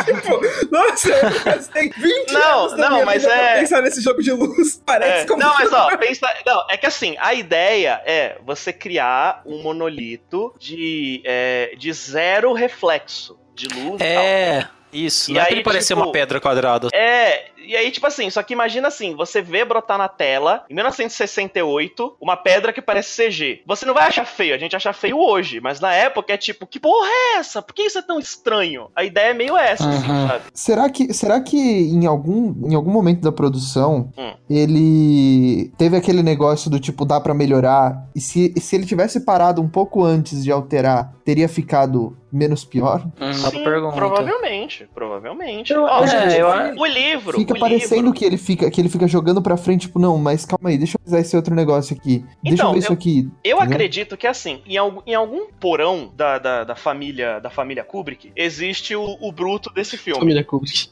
Speaker 5: Tipo, nossa, eu tem 20
Speaker 10: Não,
Speaker 5: anos da
Speaker 10: não,
Speaker 5: minha
Speaker 10: mas
Speaker 5: vida pra
Speaker 10: é-
Speaker 5: pensar nesse jogo de luz. Parece
Speaker 10: É.
Speaker 5: como.
Speaker 10: Não, mas ó, pensa. Não, é que assim, a ideia é você criar um monolito de, é, de zero reflexo de luz. e tal.
Speaker 2: É, isso.
Speaker 10: E
Speaker 2: não é
Speaker 10: aí,
Speaker 2: pra ele parecer
Speaker 10: tipo,
Speaker 2: uma pedra quadrada.
Speaker 10: É, e aí, tipo assim, só que imagina assim, você vê brotar na tela, em 1968, uma pedra que parece CG. Você não vai achar feio, a gente acha feio hoje, mas na época é tipo, que porra é essa? Por que isso é tão estranho? A ideia é meio essa, assim,
Speaker 2: Aham.
Speaker 10: sabe?
Speaker 8: Será que, será que em, algum, em algum momento da produção
Speaker 10: Hum.
Speaker 8: ele teve aquele negócio do tipo dá pra melhorar? E se, e se ele tivesse parado um pouco antes de alterar, teria ficado menos pior?
Speaker 2: Uma
Speaker 10: Sim,
Speaker 2: pergunta.
Speaker 10: provavelmente, provavelmente.
Speaker 5: Eu-
Speaker 10: Ó,
Speaker 5: É, eu
Speaker 2: já
Speaker 10: gente,
Speaker 2: vi.
Speaker 10: o livro,
Speaker 8: Fica
Speaker 10: um
Speaker 2: um
Speaker 10: o
Speaker 8: parecendo
Speaker 10: livro.
Speaker 8: que ele fica que ele fica jogando pra frente, tipo, não, mas calma aí, deixa eu usar esse outro negócio aqui. Deixa
Speaker 10: Então,
Speaker 8: eu ver isso
Speaker 10: eu-
Speaker 8: aqui. tá
Speaker 10: Eu
Speaker 8: Entendeu?
Speaker 10: acredito que assim, em algum, em algum porão da, da, da família da família Kubrick, existe o, o bruto desse filme.
Speaker 1: Família Kubrick.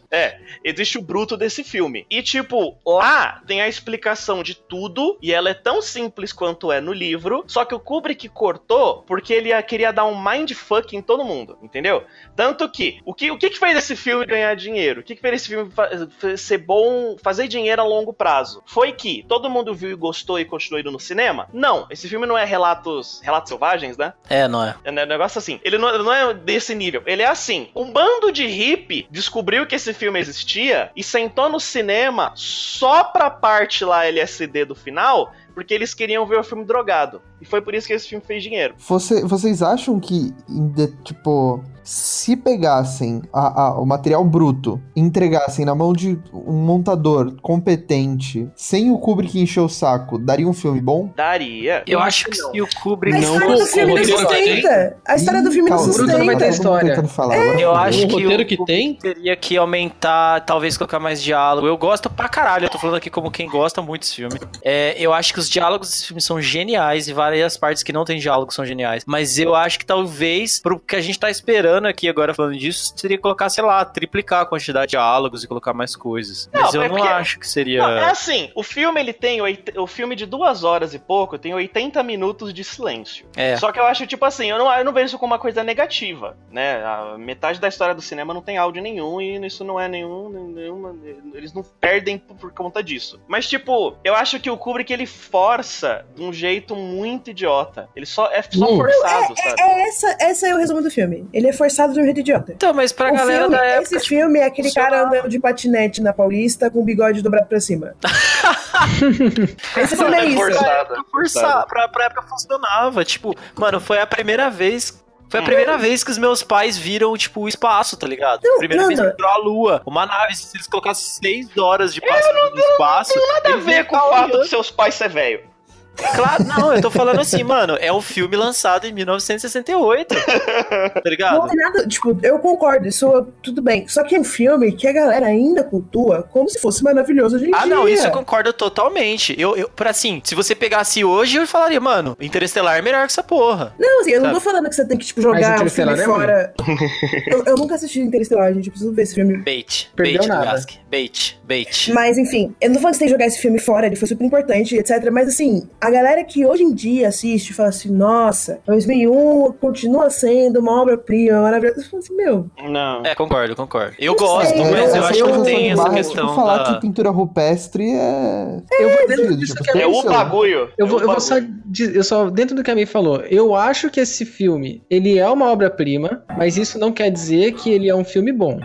Speaker 10: existe o bruto desse filme. E, tipo, lá tem a explicação de tudo, e ela é tão simples quanto é no livro, só que o Kubrick cortou porque ele ia- queria dar um mindfuck em todo mundo, entendeu? Tanto que, o que, o que, que fez esse filme ganhar dinheiro? O que, que fez esse filme fa- fa- ser bom, fazer dinheiro a longo prazo? Foi que todo mundo viu e gostou e continuou indo no cinema? Não, esse filme não é relatos, relatos selvagens, né?
Speaker 2: É, não é?
Speaker 10: É um negócio assim. Ele não, não é desse nível. Ele é assim. Um bando de hippie descobriu que esse filme existia e sentou no cinema só pra parte lá LSD do final, porque eles queriam ver o filme drogado. E foi por isso que esse filme fez dinheiro.
Speaker 8: Você- vocês acham que, em de- tipo, se pegassem a- a- o material bruto e entregassem na mão de um montador competente, sem o Kubrick encher o saco, daria um filme bom?
Speaker 10: Daria.
Speaker 2: Eu acho que
Speaker 10: não.
Speaker 2: se o
Speaker 5: A
Speaker 2: Kubrick
Speaker 1: Não,
Speaker 5: história
Speaker 1: o-
Speaker 5: do
Speaker 1: o
Speaker 5: filme não tá
Speaker 1: roteiro
Speaker 5: sustenta. A história do filme não
Speaker 8: Calma,
Speaker 3: Bruto não vai ter
Speaker 5: sustenta. É.
Speaker 3: história.
Speaker 8: Eu tô tentando falar, agora
Speaker 2: Eu
Speaker 8: fodeu.
Speaker 2: acho
Speaker 1: O
Speaker 2: que
Speaker 1: roteiro
Speaker 2: o
Speaker 1: que tem?
Speaker 2: teria que aumentar, talvez colocar mais diálogo. Eu gosto pra caralho, eu tô falando aqui como quem gosta muito desse filme. É, eu acho que os diálogos desse filme são geniais e várias partes que não tem diálogo são geniais. Mas eu acho que talvez, pro que a gente tá esperando aqui agora falando disso, seria colocar, sei lá, triplicar a quantidade de diálogos e colocar mais coisas.
Speaker 10: Não,
Speaker 2: Mas eu
Speaker 10: é
Speaker 2: não
Speaker 10: porque-
Speaker 2: acho que seria.
Speaker 10: Não, é assim, o filme ele tem. oit- O filme de duas horas e pouco tem 80 minutos de silêncio.
Speaker 2: É.
Speaker 10: Só que eu acho, tipo assim, eu não, eu não vejo isso como uma coisa negativa, né? A metade da história do cinema não tem áudio nenhum e isso não é nenhum. nenhuma- eles não perdem por, por conta disso. Mas, tipo, eu acho que o Kubrick ele força de um jeito muito idiota. Ele só é só
Speaker 1: Hum.
Speaker 10: forçado, sabe?
Speaker 5: É essa, essa é o resumo do filme. Ele é forçado de um jeito idiota.
Speaker 2: Então, mas pra
Speaker 5: O
Speaker 2: galera
Speaker 5: filme-
Speaker 2: da época.
Speaker 5: esse filme é aquele cara andando de patinete na Paulista com o bigode dobrado pra cima. Esse filme é
Speaker 10: É
Speaker 5: isso.
Speaker 10: forçada.
Speaker 2: forçar, pra, pra época funcionava. Tipo, mano, foi a primeira vez. Foi a primeira vez que os meus pais viram, tipo, o espaço, tá ligado?
Speaker 5: Não,
Speaker 2: primeira vez
Speaker 5: Nanda.
Speaker 2: que virou a lua. Uma nave, se eles colocassem seis horas de passo no espaço.
Speaker 10: Nada a
Speaker 2: eles iam
Speaker 10: ver com o
Speaker 2: ficar
Speaker 10: fato
Speaker 2: olhando. É
Speaker 10: de seus pais ser velho.
Speaker 2: Claro, não, eu tô falando assim, mano, é um filme lançado em 1968. Tá
Speaker 5: Não
Speaker 2: ligado?
Speaker 5: tem nada, tipo, eu concordo, isso tudo bem. Só que é um filme que a galera ainda cultua como se fosse maravilhoso hoje em
Speaker 2: Ah,
Speaker 5: dia.
Speaker 2: não, isso eu concordo totalmente. Eu, eu, por assim, se você pegasse hoje, eu falaria, mano, Interestelar é melhor que essa porra.
Speaker 5: Não, assim, eu não
Speaker 2: Sabe?
Speaker 5: tô falando que você tem que, tipo, jogar o filme
Speaker 3: Interestelar é
Speaker 5: fora. eu, eu nunca assisti Interestelar, gente, eu preciso ver esse filme.
Speaker 2: Bait,
Speaker 3: Perdeu
Speaker 2: bait,
Speaker 3: nada.
Speaker 2: Gask, bait, bait.
Speaker 5: Mas, enfim, eu não tô falando que você tem que jogar esse filme fora, ele foi super importante, etc. Mas, assim, a galera que hoje em dia assiste fala assim, nossa, 2001 continua sendo uma obra-prima, maravilhosa. Eu falo assim, meu,
Speaker 10: Não.
Speaker 2: É, concordo, concordo. Eu
Speaker 5: Não
Speaker 2: gosto,
Speaker 5: sei,
Speaker 8: É,
Speaker 2: mas eu
Speaker 8: essa
Speaker 2: acho
Speaker 8: coisa
Speaker 2: que
Speaker 8: do
Speaker 5: um
Speaker 2: tem essa
Speaker 8: Barros,
Speaker 2: questão
Speaker 8: tipo, falar
Speaker 2: da...
Speaker 8: que pintura rupestre é.
Speaker 3: Eu vou,
Speaker 8: sentido,
Speaker 3: dentro disso
Speaker 8: tipo,
Speaker 3: que a
Speaker 10: É o
Speaker 8: sei lá.
Speaker 10: bagulho.
Speaker 3: Eu vou,
Speaker 10: é o
Speaker 3: eu vou
Speaker 10: bagulho.
Speaker 3: só, dizer- eu só dentro do que a May falou. Eu acho que esse filme ele é uma obra-prima, mas isso não quer dizer que ele é um filme bom.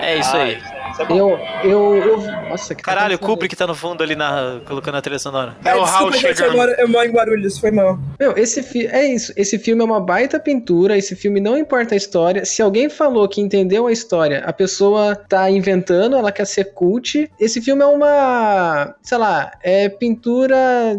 Speaker 2: É isso
Speaker 10: Ah,
Speaker 2: aí.
Speaker 10: isso é bom.
Speaker 3: Eu, eu, eu nossa, que né?
Speaker 2: Caralho, o Kubrick tá no fundo ali, na, colocando a trilha sonora.
Speaker 10: É o
Speaker 5: desculpa,
Speaker 10: Raul
Speaker 5: gente,
Speaker 10: chegando.
Speaker 5: agora eu moro em Guarulhos, foi mal.
Speaker 3: Meu, esse fi- é isso. Esse filme é uma baita pintura. Esse filme não importa a história. Se alguém falou que entendeu a história, a pessoa tá inventando, ela quer ser cult. Esse filme é uma, sei lá, é pintura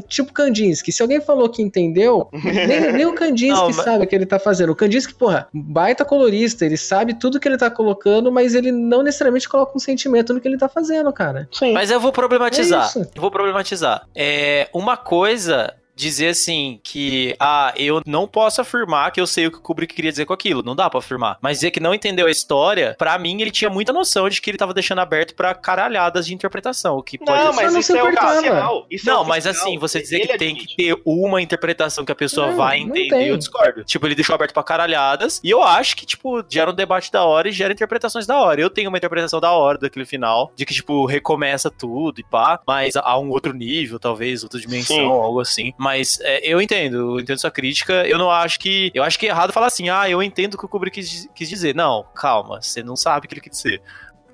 Speaker 3: tipo Kandinsky. Se alguém falou que entendeu, nem, nem o Kandinsky
Speaker 2: Não, mas-
Speaker 3: sabe o que ele tá fazendo. O Kandinsky, porra, baita colorista. Ele sabe tudo que ele tá colocando, mas ele não necessariamente coloca um sentimento no que ele tá fazendo, cara.
Speaker 10: Sim.
Speaker 2: Mas eu vou
Speaker 3: É
Speaker 2: problematizar.
Speaker 3: isso.
Speaker 2: eu vou problematizar. É uma coisa dizer assim que ah, eu não posso afirmar que eu sei o que o Kubrick queria dizer com aquilo, não dá pra afirmar. Mas dizer que não entendeu a história, pra mim ele tinha muita noção de que ele tava deixando aberto pra caralhadas de interpretação, o que pode
Speaker 10: Não, mas
Speaker 3: não
Speaker 10: isso
Speaker 3: se
Speaker 10: é
Speaker 3: importava.
Speaker 10: ocasional. Isso é
Speaker 2: Não, mas
Speaker 10: ocasional.
Speaker 2: assim, você dizer
Speaker 10: Ele
Speaker 2: que
Speaker 10: é
Speaker 2: tem
Speaker 10: de
Speaker 2: que ter uma interpretação que a pessoa
Speaker 3: Não,
Speaker 2: vai
Speaker 3: não
Speaker 2: entender,
Speaker 3: tem.
Speaker 2: eu discordo. Tipo, ele deixou aberto pra caralhadas, e eu acho que, tipo, gera um debate da hora e gera interpretações da hora. Eu tenho uma interpretação da hora daquele final, de que, tipo, recomeça tudo e pá, mas a um outro nível, talvez, outra dimensão,
Speaker 10: Sim.
Speaker 2: algo assim. Mas é, eu entendo, eu entendo sua crítica, eu não acho que... Eu acho que é errado falar assim, ah, eu entendo o que o Kubrick quis, quis dizer. Não, calma, você não sabe o que ele quis dizer.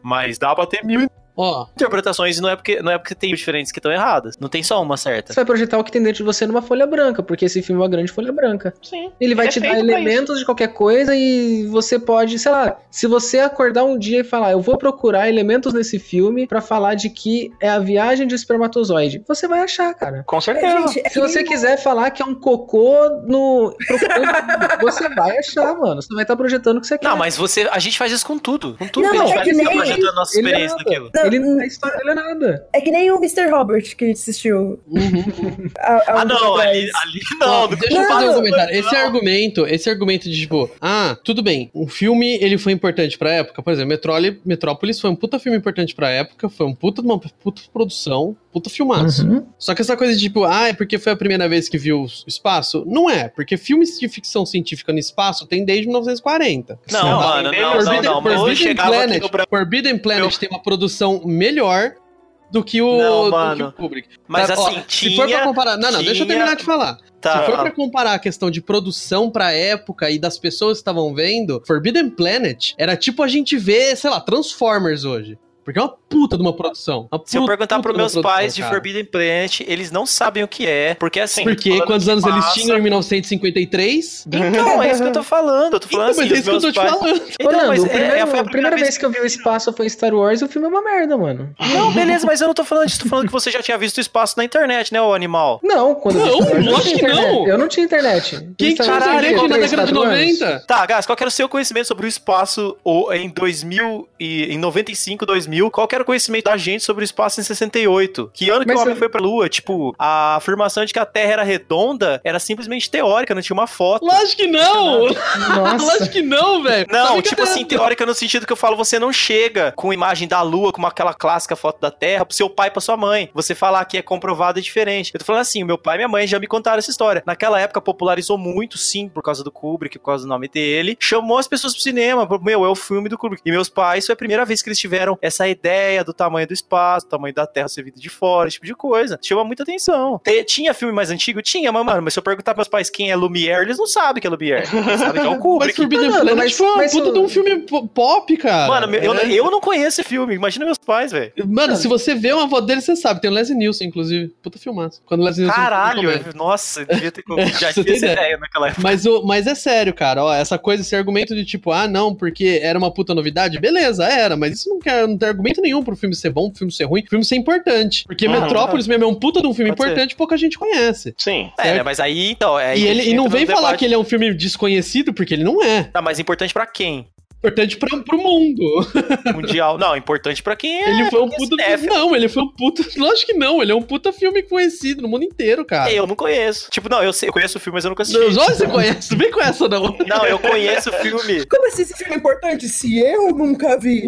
Speaker 2: Mas dá pra ter mil
Speaker 1: Ó,
Speaker 2: interpretações e não é porque, não é porque tem diferentes que estão erradas. Não tem só uma certa.
Speaker 3: Você vai projetar o que tem dentro de você numa folha branca, porque esse filme é uma grande folha branca.
Speaker 10: Sim.
Speaker 3: Ele vai
Speaker 10: é
Speaker 3: te dar
Speaker 10: feito pra
Speaker 3: elementos de qualquer coisa e você pode, sei lá, se você acordar um dia e falar, eu vou procurar elementos nesse filme pra falar de que é a viagem de espermatozoide, você vai achar, cara.
Speaker 10: isso. Com
Speaker 5: É,
Speaker 10: certeza.
Speaker 5: gente, é
Speaker 3: Se você
Speaker 5: que nem-
Speaker 3: quiser falar que é um cocô no. procurando, você vai achar, mano. Você vai estar projetando o que você quer.
Speaker 2: Não, mas você, a gente faz isso com tudo. Com tudo
Speaker 5: Não,
Speaker 2: que a gente
Speaker 5: é
Speaker 2: faz,
Speaker 5: que
Speaker 2: a gente
Speaker 5: nem-
Speaker 2: fica projetando a nossa
Speaker 3: ele é
Speaker 2: experiência
Speaker 3: nada.
Speaker 2: daquilo.
Speaker 5: Não,
Speaker 3: Ele não é história, ele é nada.
Speaker 5: É que nem o Mr. Robert que assistiu. há- há
Speaker 2: Ah,
Speaker 5: um
Speaker 2: não,
Speaker 5: tempo
Speaker 2: ali,
Speaker 5: atrás.
Speaker 2: ali não.
Speaker 1: ó,
Speaker 2: do-
Speaker 1: deixa eu fazer um
Speaker 2: não,
Speaker 1: comentário.
Speaker 2: não.
Speaker 1: Esse argumento, esse argumento de tipo, ah, tudo bem, o filme ele foi importante pra época. Por exemplo, Metróli- Metrópolis foi um puta filme importante pra época, foi um puta de uma puta produção, puta filmaço. Só que essa coisa de tipo, ah, é porque foi a primeira vez que viu o espaço? Não é, porque filmes de ficção científica no espaço tem desde 1940.
Speaker 2: Não,
Speaker 10: Não,
Speaker 2: mano,
Speaker 10: tem
Speaker 2: não,
Speaker 10: Deus,
Speaker 2: não,
Speaker 10: tem
Speaker 2: não. Mas eu
Speaker 10: Deus, tem
Speaker 1: Forbidden
Speaker 2: chegava aqui
Speaker 1: Planet,
Speaker 2: no Brasil.
Speaker 1: Forbidden Planet tem uma produção melhor do que o, do
Speaker 2: Não,
Speaker 1: que
Speaker 2: mano.
Speaker 1: o Kubrick.
Speaker 2: Mas
Speaker 1: Tá, ó,
Speaker 2: assim,
Speaker 1: se for pra
Speaker 2: tinha.
Speaker 1: comparar, não, não, deixa eu
Speaker 2: tinha-
Speaker 1: terminar de falar. se for pra
Speaker 2: Tá,
Speaker 1: comparar a questão de produção pra época e das pessoas que estavam vendo, Forbidden Planet era tipo a gente ver, sei lá, Transformers hoje. Porque é uma puta de uma produção. Uma
Speaker 2: se eu
Speaker 1: puta
Speaker 2: perguntar
Speaker 1: de
Speaker 2: pros
Speaker 1: uma
Speaker 2: meus
Speaker 1: produção,
Speaker 2: pais de
Speaker 1: cara.
Speaker 2: Forbidden Planet, eles não sabem o que é, porque assim.
Speaker 1: Porque
Speaker 2: falando
Speaker 1: quantos
Speaker 2: que
Speaker 1: anos eles
Speaker 2: passa-
Speaker 1: tinham em 1953?
Speaker 2: Então, é isso que eu tô falando. Eu tô falando
Speaker 1: Então, mas
Speaker 2: assim,
Speaker 1: é
Speaker 2: os
Speaker 1: isso que eu
Speaker 2: meus
Speaker 1: tô te
Speaker 2: pais.
Speaker 1: falando.
Speaker 3: Ô,
Speaker 2: Então,
Speaker 3: Nando,
Speaker 2: mas
Speaker 3: o
Speaker 2: é,
Speaker 3: primeiro-
Speaker 2: foi
Speaker 3: a primeira vez que eu vi o espaço foi em Star Wars e o filme é uma merda, mano.
Speaker 2: Não, beleza, mas eu não tô falando disso. Tô falando que você já tinha visto o espaço na internet, né, ô animal?
Speaker 3: Não, quando eu vi
Speaker 1: Não,
Speaker 3: Star Wars, eu
Speaker 1: lógico
Speaker 3: tinha
Speaker 1: que não.
Speaker 3: internet. Eu não tinha internet.
Speaker 1: Quem tinha
Speaker 3: Star Wars eu
Speaker 2: caralho,
Speaker 1: internet na
Speaker 3: tinha três,
Speaker 1: década de
Speaker 3: quatro anos.
Speaker 1: 90?
Speaker 2: Tá, Gás, qual que era o seu conhecimento sobre o espaço ou, em 2000 e em 95, 2000? Qual que era o conhecimento da gente sobre o espaço em 68? Que ano que
Speaker 3: Mas
Speaker 2: o homem
Speaker 3: eu-
Speaker 2: foi pra lua? Tipo, a afirmação de que a Terra era redonda era simplesmente teórica, não tinha uma foto.
Speaker 1: Lógico que não!
Speaker 3: Nossa.
Speaker 1: Lógico que não, velho!
Speaker 2: Não,
Speaker 1: Sabe que
Speaker 2: tipo
Speaker 1: até-
Speaker 2: assim, teórica no sentido que eu falo, você não chega com imagem da lua, com uma- aquela clássica foto da terra, pro seu pai e pra sua mãe. Você falar que é comprovado é diferente. Eu tô falando assim, meu pai e minha mãe já me contaram essa história. Naquela época popularizou muito, sim, por causa do Kubrick, por causa do nome dele. Chamou as pessoas pro cinema, pro- meu, é o filme do Kubrick. E meus pais, foi a primeira vez que eles tiveram essa ideia ideia do tamanho do espaço, do tamanho da Terra ser vida de fora, esse tipo de coisa. Chama muita atenção. Te- tinha filme mais antigo? Tinha, mas, mano, mas se eu perguntar pros meus pais quem é Lumière, eles não sabem que é Lumière. Eles sabem que é o
Speaker 4: Mas
Speaker 2: Kubrick.
Speaker 4: Forbidden
Speaker 3: Mano,
Speaker 4: Planet
Speaker 3: mas-
Speaker 4: foi uma
Speaker 3: mas
Speaker 4: puta
Speaker 3: o-
Speaker 4: de um filme po- pop, cara.
Speaker 2: Mano, eu,
Speaker 4: É.
Speaker 2: eu não conheço esse filme. Imagina meus pais, velho.
Speaker 4: Mano, se você vê uma avó dele, você sabe. Tem o Leslie Nielsen, inclusive. Puta filmaço. Quando o Leslie Nielsen...
Speaker 2: Caralho,
Speaker 4: comédia.
Speaker 2: eu- nossa, eu devia ter já
Speaker 4: Você
Speaker 2: tinha
Speaker 4: tem
Speaker 2: essa
Speaker 4: ideia.
Speaker 2: ideia naquela época.
Speaker 4: Mas, o, mas é sério, cara. Ó, essa coisa, esse argumento de tipo, ah, não, porque era uma puta novidade, beleza, era. Mas isso não, quer, não tem argumento nenhum pro filme ser bom, pro filme ser ruim, pro filme ser importante. Porque
Speaker 10: Uhum.
Speaker 4: Metrópolis mesmo é um puta de um filme
Speaker 2: Pode ser.
Speaker 4: importante e pouca gente conhece.
Speaker 10: Sim.
Speaker 2: É, né, mas aí, então, é
Speaker 4: e
Speaker 2: aí
Speaker 4: ele
Speaker 2: a gente
Speaker 4: e não
Speaker 2: entra
Speaker 4: vem
Speaker 2: no
Speaker 4: falar
Speaker 2: debate.
Speaker 4: que ele é um filme desconhecido, porque ele não é.
Speaker 2: Tá, mas importante pra quem?
Speaker 4: Importante pra, pro mundo.
Speaker 2: Mundial. Não, importante pra quem é.
Speaker 4: ele foi um
Speaker 2: quem é
Speaker 4: puta.
Speaker 2: cinéfilo.
Speaker 4: Não, ele foi um puta. Lógico que não, ele é um puta filme conhecido no mundo inteiro, cara.
Speaker 2: Eu não conheço. Tipo, não, eu, sei- eu conheço o filme, mas eu nunca assisti.
Speaker 4: Não, Jorge, você conhece, não vem com essa, não.
Speaker 2: Não, eu conheço o filme.
Speaker 11: Como assim esse filme é importante se eu nunca vi?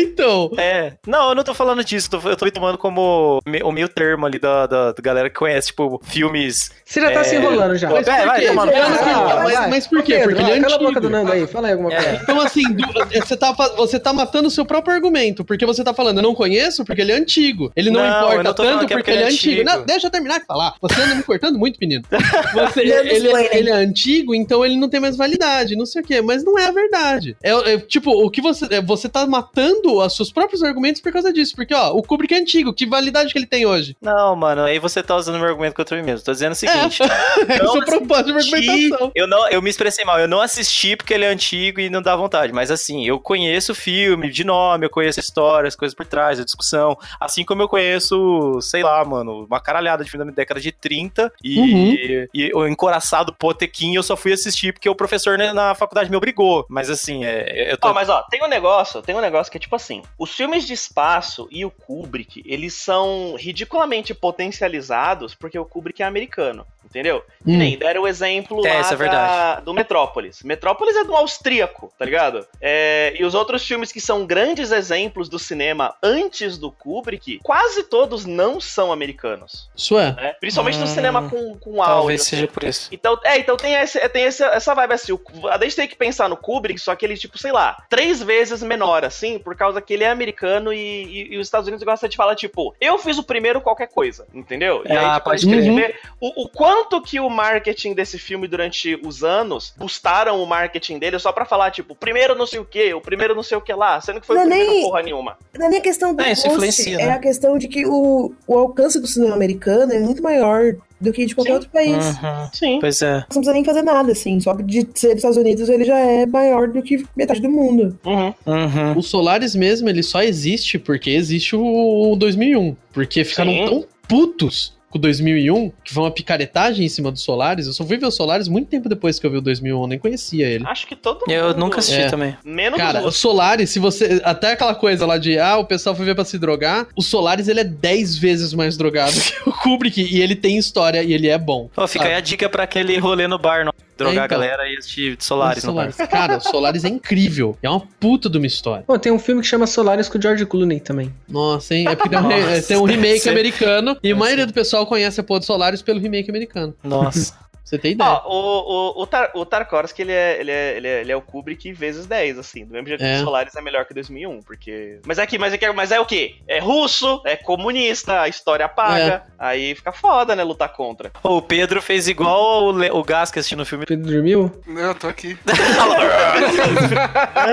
Speaker 4: então.
Speaker 2: É. Não, eu não tô falando disso. tô- eu tô me tomando como me- o meio termo ali da, da, da galera que conhece, tipo, filmes.
Speaker 3: Você já tá
Speaker 2: É.
Speaker 3: se enrolando já.
Speaker 2: Mas- É, vai,
Speaker 4: Por quê?
Speaker 2: toma no
Speaker 4: Mas-
Speaker 3: cu.
Speaker 4: mas-
Speaker 3: Vai.
Speaker 4: Mas por
Speaker 3: Ô,
Speaker 4: quê?
Speaker 3: Pedro,
Speaker 4: Porque ele
Speaker 3: ó,
Speaker 4: é
Speaker 3: cala a boca do
Speaker 4: antigo.
Speaker 3: Nando aí, fala aí alguma
Speaker 2: É.
Speaker 3: coisa.
Speaker 4: Então, assim, du- você, tá, fa- você tá matando o seu próprio argumento, porque você tá falando, eu não conheço, porque ele é antigo. Ele não,
Speaker 2: Não, eu
Speaker 4: importa
Speaker 2: não tô
Speaker 4: tanto
Speaker 2: falando que
Speaker 4: porque,
Speaker 2: é
Speaker 4: ele é antigo. Não, deixa eu terminar de falar. Você anda me cortando muito, menino. Você-
Speaker 5: Não né? me
Speaker 4: ele,
Speaker 5: explainem.
Speaker 4: ele é antigo, então ele não tem mais validade, não sei o quê. Mas não é a verdade. É, é, tipo, o que você. é, você tá matando os seus próprios argumentos por causa disso. Porque, ó, o Kubrick é antigo, que validade que ele tem hoje?
Speaker 2: Não, mano, aí você tá usando meu argumento contra mim mesmo. Tô dizendo o seguinte.
Speaker 4: é o
Speaker 2: Não
Speaker 4: seu propósito de
Speaker 2: assisti,
Speaker 4: argumentação.
Speaker 2: eu, não, eu me expressei mal, eu não assisti porque ele é antigo e não dá vontade, mas assim, eu conheço o filme de nome, eu conheço a história, as coisas por trás, a discussão, assim como eu conheço, sei lá, mano, uma caralhada de filme da década de 30 e,
Speaker 4: Uhum.
Speaker 2: e o Encoraçado Potequim eu só fui assistir porque o professor na, na faculdade me obrigou, mas assim, é, eu tô...
Speaker 10: Ó, mas ó, tem um negócio, tem um negócio que é tipo assim, os filmes de espaço e o Kubrick, eles são ridiculamente potencializados porque o Kubrick é americano, entendeu? E
Speaker 4: Hum.
Speaker 10: nem deram o exemplo
Speaker 2: É,
Speaker 10: lá
Speaker 2: isso é
Speaker 10: da-
Speaker 2: verdade.
Speaker 10: do Metrópolis. Metrópolis é do austríaco, tá ligado? É, e os outros filmes que são grandes exemplos do cinema antes do Kubrick, quase todos não são americanos,
Speaker 4: Isso é.
Speaker 10: né? Principalmente
Speaker 2: Hum,
Speaker 10: do cinema com, com áudio.
Speaker 2: talvez
Speaker 10: assim.
Speaker 2: seja por isso.
Speaker 10: Então, é, então tem, esse, tem esse, essa vibe assim. O, a gente tem que pensar no Kubrick, só que ele, tipo, sei lá, três vezes menor, assim, por causa que ele é americano e, e- e os Estados Unidos gostam de falar, tipo, eu fiz o primeiro qualquer coisa, entendeu?
Speaker 2: Ah,
Speaker 10: E aí, tipo, a
Speaker 2: pode
Speaker 10: gente
Speaker 4: crer.
Speaker 10: vê o, o quanto que o marketing desse filme durante os anos bustaram o marketing dele só pra falar, tipo, o primeiro não sei o que, o primeiro não sei o que lá, sendo que foi
Speaker 5: Não,
Speaker 10: o primeiro
Speaker 5: nem-
Speaker 10: porra nenhuma.
Speaker 5: Não é nem a questão do
Speaker 2: É, isso
Speaker 5: gosto,
Speaker 2: influencia, né?
Speaker 5: é a questão de que o, o alcance do cinema americano é muito maior do que de qualquer
Speaker 10: Sim.
Speaker 5: outro
Speaker 2: é Uhum.
Speaker 5: país.
Speaker 10: Sim.
Speaker 2: Pois é.
Speaker 5: Você não precisa nem fazer nada, assim. Só de ser dos Estados Unidos, ele já é maior do que metade do mundo.
Speaker 10: Uhum.
Speaker 2: Uhum.
Speaker 4: O Solaris mesmo, ele só existe porque existe o o 2001. Porque ficaram
Speaker 10: Sim.
Speaker 4: tão putos com o 2001 que foi uma picaretagem em cima do Solaris. Eu só fui ver o Solaris muito tempo depois que eu vi o 2001, eu nem conhecia ele.
Speaker 2: Ah,
Speaker 10: Acho que todo mundo.
Speaker 2: Eu nunca assisti
Speaker 4: É.
Speaker 2: também.
Speaker 10: Menos
Speaker 4: Cara, o
Speaker 10: os
Speaker 4: Solaris, se você. Até aquela coisa lá de, ah, o pessoal foi ver pra se drogar. O Solaris, ele é 10 vezes mais drogado que o Kubrick. E ele tem história e ele é bom.
Speaker 2: Ó, fica
Speaker 4: Ah.
Speaker 2: aí a dica pra aquele rolê no bar, não. Drogar
Speaker 4: É, então.
Speaker 2: a galera e assistir Solaris, no bar.
Speaker 4: Cara, o Solaris é incrível. É uma puta de uma história.
Speaker 3: Pô, tem um filme que chama Solaris com o George Clooney também.
Speaker 4: Nossa, hein? É porque tem um, re-
Speaker 2: Nossa.
Speaker 4: tem um remake
Speaker 2: Sim.
Speaker 4: americano. E a maioria do pessoal conhece a Pô do Solaris pelo remake americano.
Speaker 2: Nossa.
Speaker 4: Você
Speaker 5: É.
Speaker 4: tem ideia.
Speaker 10: Ó, o, o, o, Tar, o Tarkovsky, ele é, ele, é, ele, é, ele é o Kubrick vezes 10, assim. Do mesmo jeito
Speaker 4: É.
Speaker 10: que o Solaris é melhor que 2001, porque... Mas é que, mas é, que, mas é o quê? É russo, é comunista, a história paga. Aí fica foda, né, lutar contra.
Speaker 2: Ô, o Pedro fez igual o, Le... o Gas que assistindo o filme.
Speaker 3: Pedro dormiu?
Speaker 6: Eu tô aqui.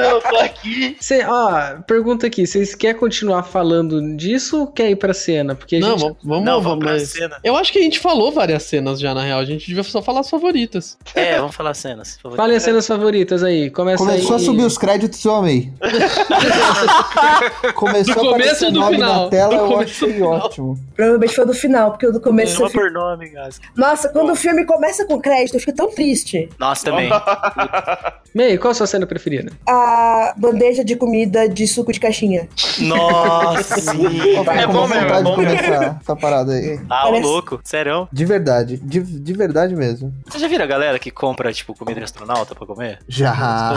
Speaker 10: Eu tô aqui.
Speaker 3: Cê, ó, pergunta aqui, vocês querem continuar falando disso ou quer ir pra cena? Porque a
Speaker 4: não,
Speaker 3: gente...
Speaker 4: vamos, vamos,
Speaker 2: Não,
Speaker 4: vamos
Speaker 2: vamos pra
Speaker 4: mas-
Speaker 2: cena.
Speaker 4: Eu acho que a gente falou várias cenas já, na real. A gente devia só falar as favoritas.
Speaker 2: É, vamos falar cenas. por favor.
Speaker 3: Fala as cenas favoritas aí, começa
Speaker 8: Começou
Speaker 3: aí.
Speaker 8: a subir os créditos, eu amei. Começou
Speaker 4: Do
Speaker 8: a
Speaker 4: começo
Speaker 8: aparecer
Speaker 4: ou do
Speaker 8: nome
Speaker 4: final?
Speaker 8: na tela,
Speaker 4: Do
Speaker 8: eu
Speaker 4: começo ou do
Speaker 8: achei
Speaker 4: final?
Speaker 8: ótimo.
Speaker 5: Provavelmente foi do final, porque o do começo.
Speaker 2: Chama
Speaker 5: você fica-
Speaker 2: por nome, Gas.
Speaker 5: Nossa, quando o filme começa com crédito, eu fico tão triste.
Speaker 2: Nossa, também.
Speaker 3: Mei, qual a sua cena preferida?
Speaker 5: A bandeja de comida de suco de caixinha.
Speaker 2: Nossa. sim.
Speaker 8: Eu fiquei
Speaker 10: É
Speaker 8: com
Speaker 10: bom
Speaker 8: uma
Speaker 10: mesmo, é
Speaker 8: vontade
Speaker 10: bom
Speaker 8: de começar essa parada aí.
Speaker 2: Ah, o
Speaker 5: Parece-
Speaker 2: louco. Serão.
Speaker 8: De verdade, de, de verdade mesmo.
Speaker 2: Você já viram a galera que compra, tipo, comida de astronauta pra comer?
Speaker 8: Já.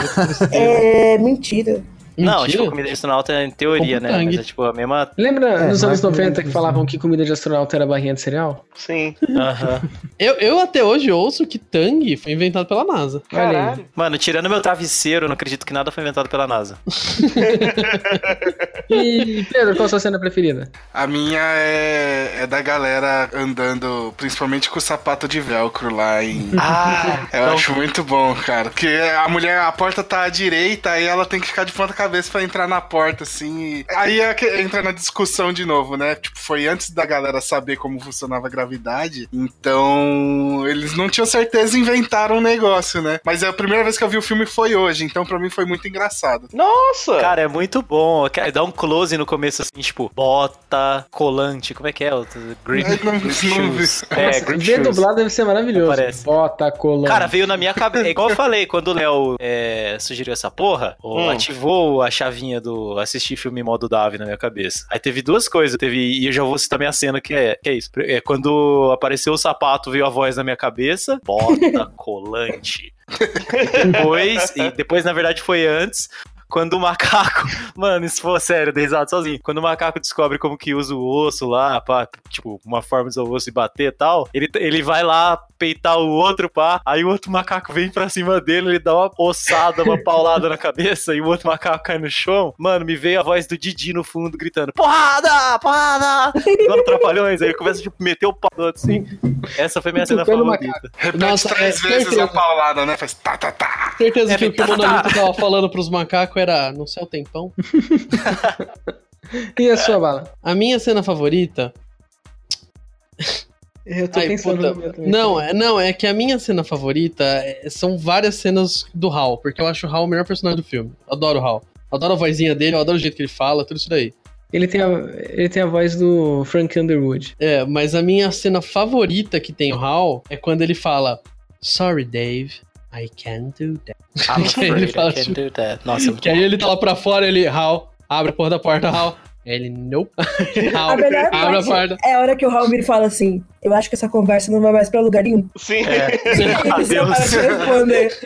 Speaker 5: É mentira.
Speaker 2: Não,
Speaker 4: Mentira?
Speaker 2: tipo, comida de astronauta em teoria,
Speaker 4: Compra
Speaker 2: né? Mas
Speaker 4: tangue.
Speaker 2: é tipo a mesma.
Speaker 3: Lembra
Speaker 8: É,
Speaker 3: nos
Speaker 8: mas
Speaker 3: anos
Speaker 8: não
Speaker 3: 90
Speaker 8: lembro
Speaker 3: que falavam que comida de astronauta era barrinha de cereal?
Speaker 10: Sim.
Speaker 2: Aham.
Speaker 4: Eu, eu até hoje ouço que Tang foi inventado pela NASA.
Speaker 10: Caralho.
Speaker 2: Mano, tirando meu travesseiro, eu não acredito que nada foi inventado pela NASA.
Speaker 3: E, Pedro, qual a sua cena preferida?
Speaker 6: A minha é, é da galera andando, principalmente com o sapato de velcro lá em.
Speaker 2: Ah,
Speaker 6: Eu
Speaker 4: então
Speaker 6: acho muito bom, cara. Porque a mulher, a porta tá à direita, aí ela tem que ficar de ponta cabeça pra entrar na porta, assim. e- Aí é que entra na discussão de novo, né? Tipo, foi antes da galera saber como funcionava a gravidade. Então, eles não tinham certeza e inventaram um negócio, né? Mas a primeira vez que eu vi o filme foi hoje, então pra mim foi muito engraçado.
Speaker 10: Nossa!
Speaker 2: Cara, é muito bom. Cara, Dá um close no começo, assim, tipo, bota, colante, como é que é? O Grip,
Speaker 6: Eu não-
Speaker 2: grip
Speaker 6: não vi.
Speaker 2: shoes. É, grip
Speaker 3: Ver
Speaker 2: shoes.
Speaker 3: dublado deve ser maravilhoso.
Speaker 2: Aparece.
Speaker 3: Bota, colando.
Speaker 2: Cara, veio na minha cabeça. É igual eu falei, quando o Léo é, sugeriu essa porra, ou
Speaker 10: Hum.
Speaker 2: ativou a chavinha do assistir filme em modo Davi na minha cabeça. Aí teve duas coisas. Teve, e eu já vou citar minha cena, que é, que é isso. É quando apareceu o sapato, veio a voz na minha cabeça. Bota colante. depois, e depois, na verdade, foi antes. Quando o macaco. Mano, isso foi sério, eu dei risada sozinho. Quando o macaco descobre como que usa o osso lá, pá, tipo, uma forma de usar o osso e bater e tal, ele, ele vai lá peitar o outro, pá. Aí o outro macaco vem pra cima dele, ele dá uma ossada, uma paulada na cabeça e o outro macaco cai no chão. Mano, me veio a voz do Didi no fundo gritando: Porrada! Porrada! Agora trapalhões. Aí ele começa tipo, meter o pau no outro assim. Essa foi minha cena
Speaker 3: Tocando
Speaker 2: favorita.
Speaker 6: Repete
Speaker 4: Nossa,
Speaker 6: três
Speaker 4: é,
Speaker 6: vezes
Speaker 4: certeza.
Speaker 6: a paulada, né? Faz tá, tá, tá.
Speaker 4: Certeza
Speaker 2: É,
Speaker 4: que o que o
Speaker 2: tá, tá,
Speaker 4: Monolito tava falando pros macacos era no céu tempão.
Speaker 3: E a sua bala?
Speaker 4: A minha cena favorita.
Speaker 3: Eu tô
Speaker 4: Ai,
Speaker 3: pensando
Speaker 4: puta.
Speaker 3: no meu também.
Speaker 4: Não, é- não, é que a minha cena favorita é- são várias cenas do Hal, porque eu acho o Hal o melhor personagem do filme. Adoro o Hal. Adoro a vozinha dele, eu adoro o jeito que ele fala, tudo isso daí.
Speaker 3: Ele tem, a, ele tem a voz do Frank Underwood.
Speaker 4: É, mas a minha cena favorita que tem o Hal é quando ele fala: Sorry, Dave, I can't do that.
Speaker 2: I'm
Speaker 4: afraid I can't
Speaker 2: do that. Nossa,
Speaker 4: assim, Que aí ele tá lá pra fora, ele, Hal, abre a porta da porta, Hal. Ele, nope. Hal,
Speaker 5: A melhor
Speaker 4: abre a
Speaker 5: parte-
Speaker 4: porta.
Speaker 5: É a hora que o Raul vira e fala assim: Eu acho que essa conversa não vai mais pra lugar nenhum.
Speaker 10: Sim.
Speaker 4: Ah,
Speaker 5: Esse é o cara que vai responder.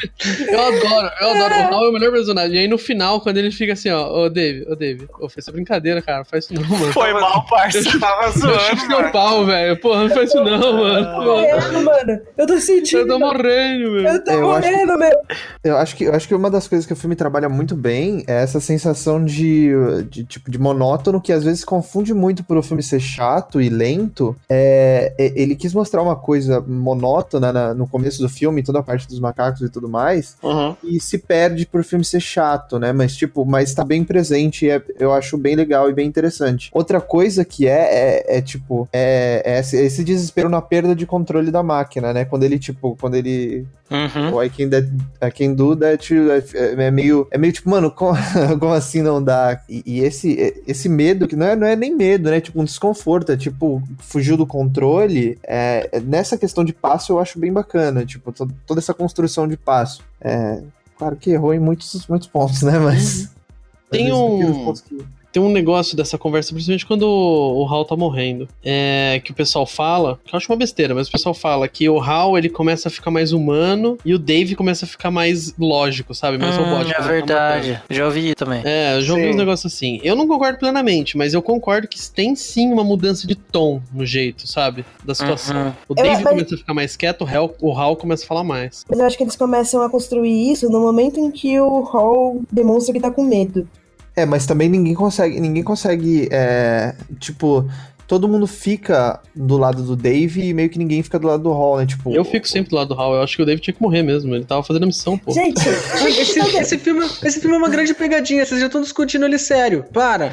Speaker 4: Eu adoro, eu adoro. O Hal é o melhor personagem. E aí no final, quando ele fica assim, ó, ô Dave, ô Dave, ô, foi essa brincadeira, cara. Não faz isso não, mano.
Speaker 2: Foi mal, parça.
Speaker 6: Tava
Speaker 4: Eu
Speaker 6: zoando,
Speaker 4: chupo meu
Speaker 6: mano.
Speaker 4: pau, velho. Porra, não faz isso não, mano. Pô,
Speaker 5: Morrendo, É, mano. Eu tô
Speaker 4: Eu
Speaker 5: sentindo.
Speaker 4: tô morrendo, velho.
Speaker 5: Eu tô
Speaker 8: Eu acho que-
Speaker 5: morrendo, meu.
Speaker 8: Eu acho que, eu acho que uma das coisas que o filme trabalha muito bem é essa sensação de, de tipo de monótono que às vezes confunde muito por o filme ser chato e lento. É, e- ele quis mostrar uma coisa monótona na- no começo do filme, toda a parte dos macacos e tudo mais,
Speaker 10: Uhum.
Speaker 8: e se perde por o filme ser chato, né? Mas tipo, mas tá bem presente e é- eu acho bem legal e bem interessante. Outra coisa que é é, é, tipo é, é esse, esse desespero na perda de controle da máquina, né? Quando ele tipo quando ele
Speaker 2: Uhum.
Speaker 8: o I can, that, I can do that é é meio, é meio tipo, mano, como, como assim não dá? E, e esse, esse medo, que não é, não é nem medo, né? É Tipo, um desconforto, é tipo, fugiu do controle. É, é- nessa questão de passo eu acho bem bacana, tipo, to- toda essa construção de passo. É, claro que errou em muitos, muitos pontos, né? Mas.
Speaker 4: Tem
Speaker 8: mas
Speaker 4: um-
Speaker 8: aqueles pontos que-
Speaker 4: Tem um negócio dessa conversa, principalmente quando o Hal tá morrendo. É que o pessoal fala, que eu acho uma besteira, mas o pessoal fala que o Hal ele começa a ficar mais humano e o Dave começa a ficar mais lógico, sabe? Mais robótico.
Speaker 2: é verdade. Já ouvi também.
Speaker 4: É, eu já ouvi
Speaker 10: Sim.
Speaker 4: uns negócios assim. Eu não concordo plenamente, mas eu concordo que tem sim uma mudança de tom no jeito, sabe? Da situação. O Dave
Speaker 5: mas-
Speaker 4: começa a ficar mais quieto, o Hal, o Hal começa a falar mais.
Speaker 5: Mas eu acho que eles começam a construir isso no momento em que o Hall demonstra que tá com medo.
Speaker 8: É, mas também ninguém consegue, ninguém consegue, é, tipo, todo mundo fica do lado do Dave e meio que ninguém fica do lado do Hall, né? Tipo,
Speaker 4: Eu fico sempre do lado do Hal, eu acho que o Dave tinha que morrer mesmo. Ele tava fazendo a missão, pô.
Speaker 5: Gente,
Speaker 3: Esse, esse filme, esse filme é uma grande pegadinha, vocês já estão discutindo ele sério. Para!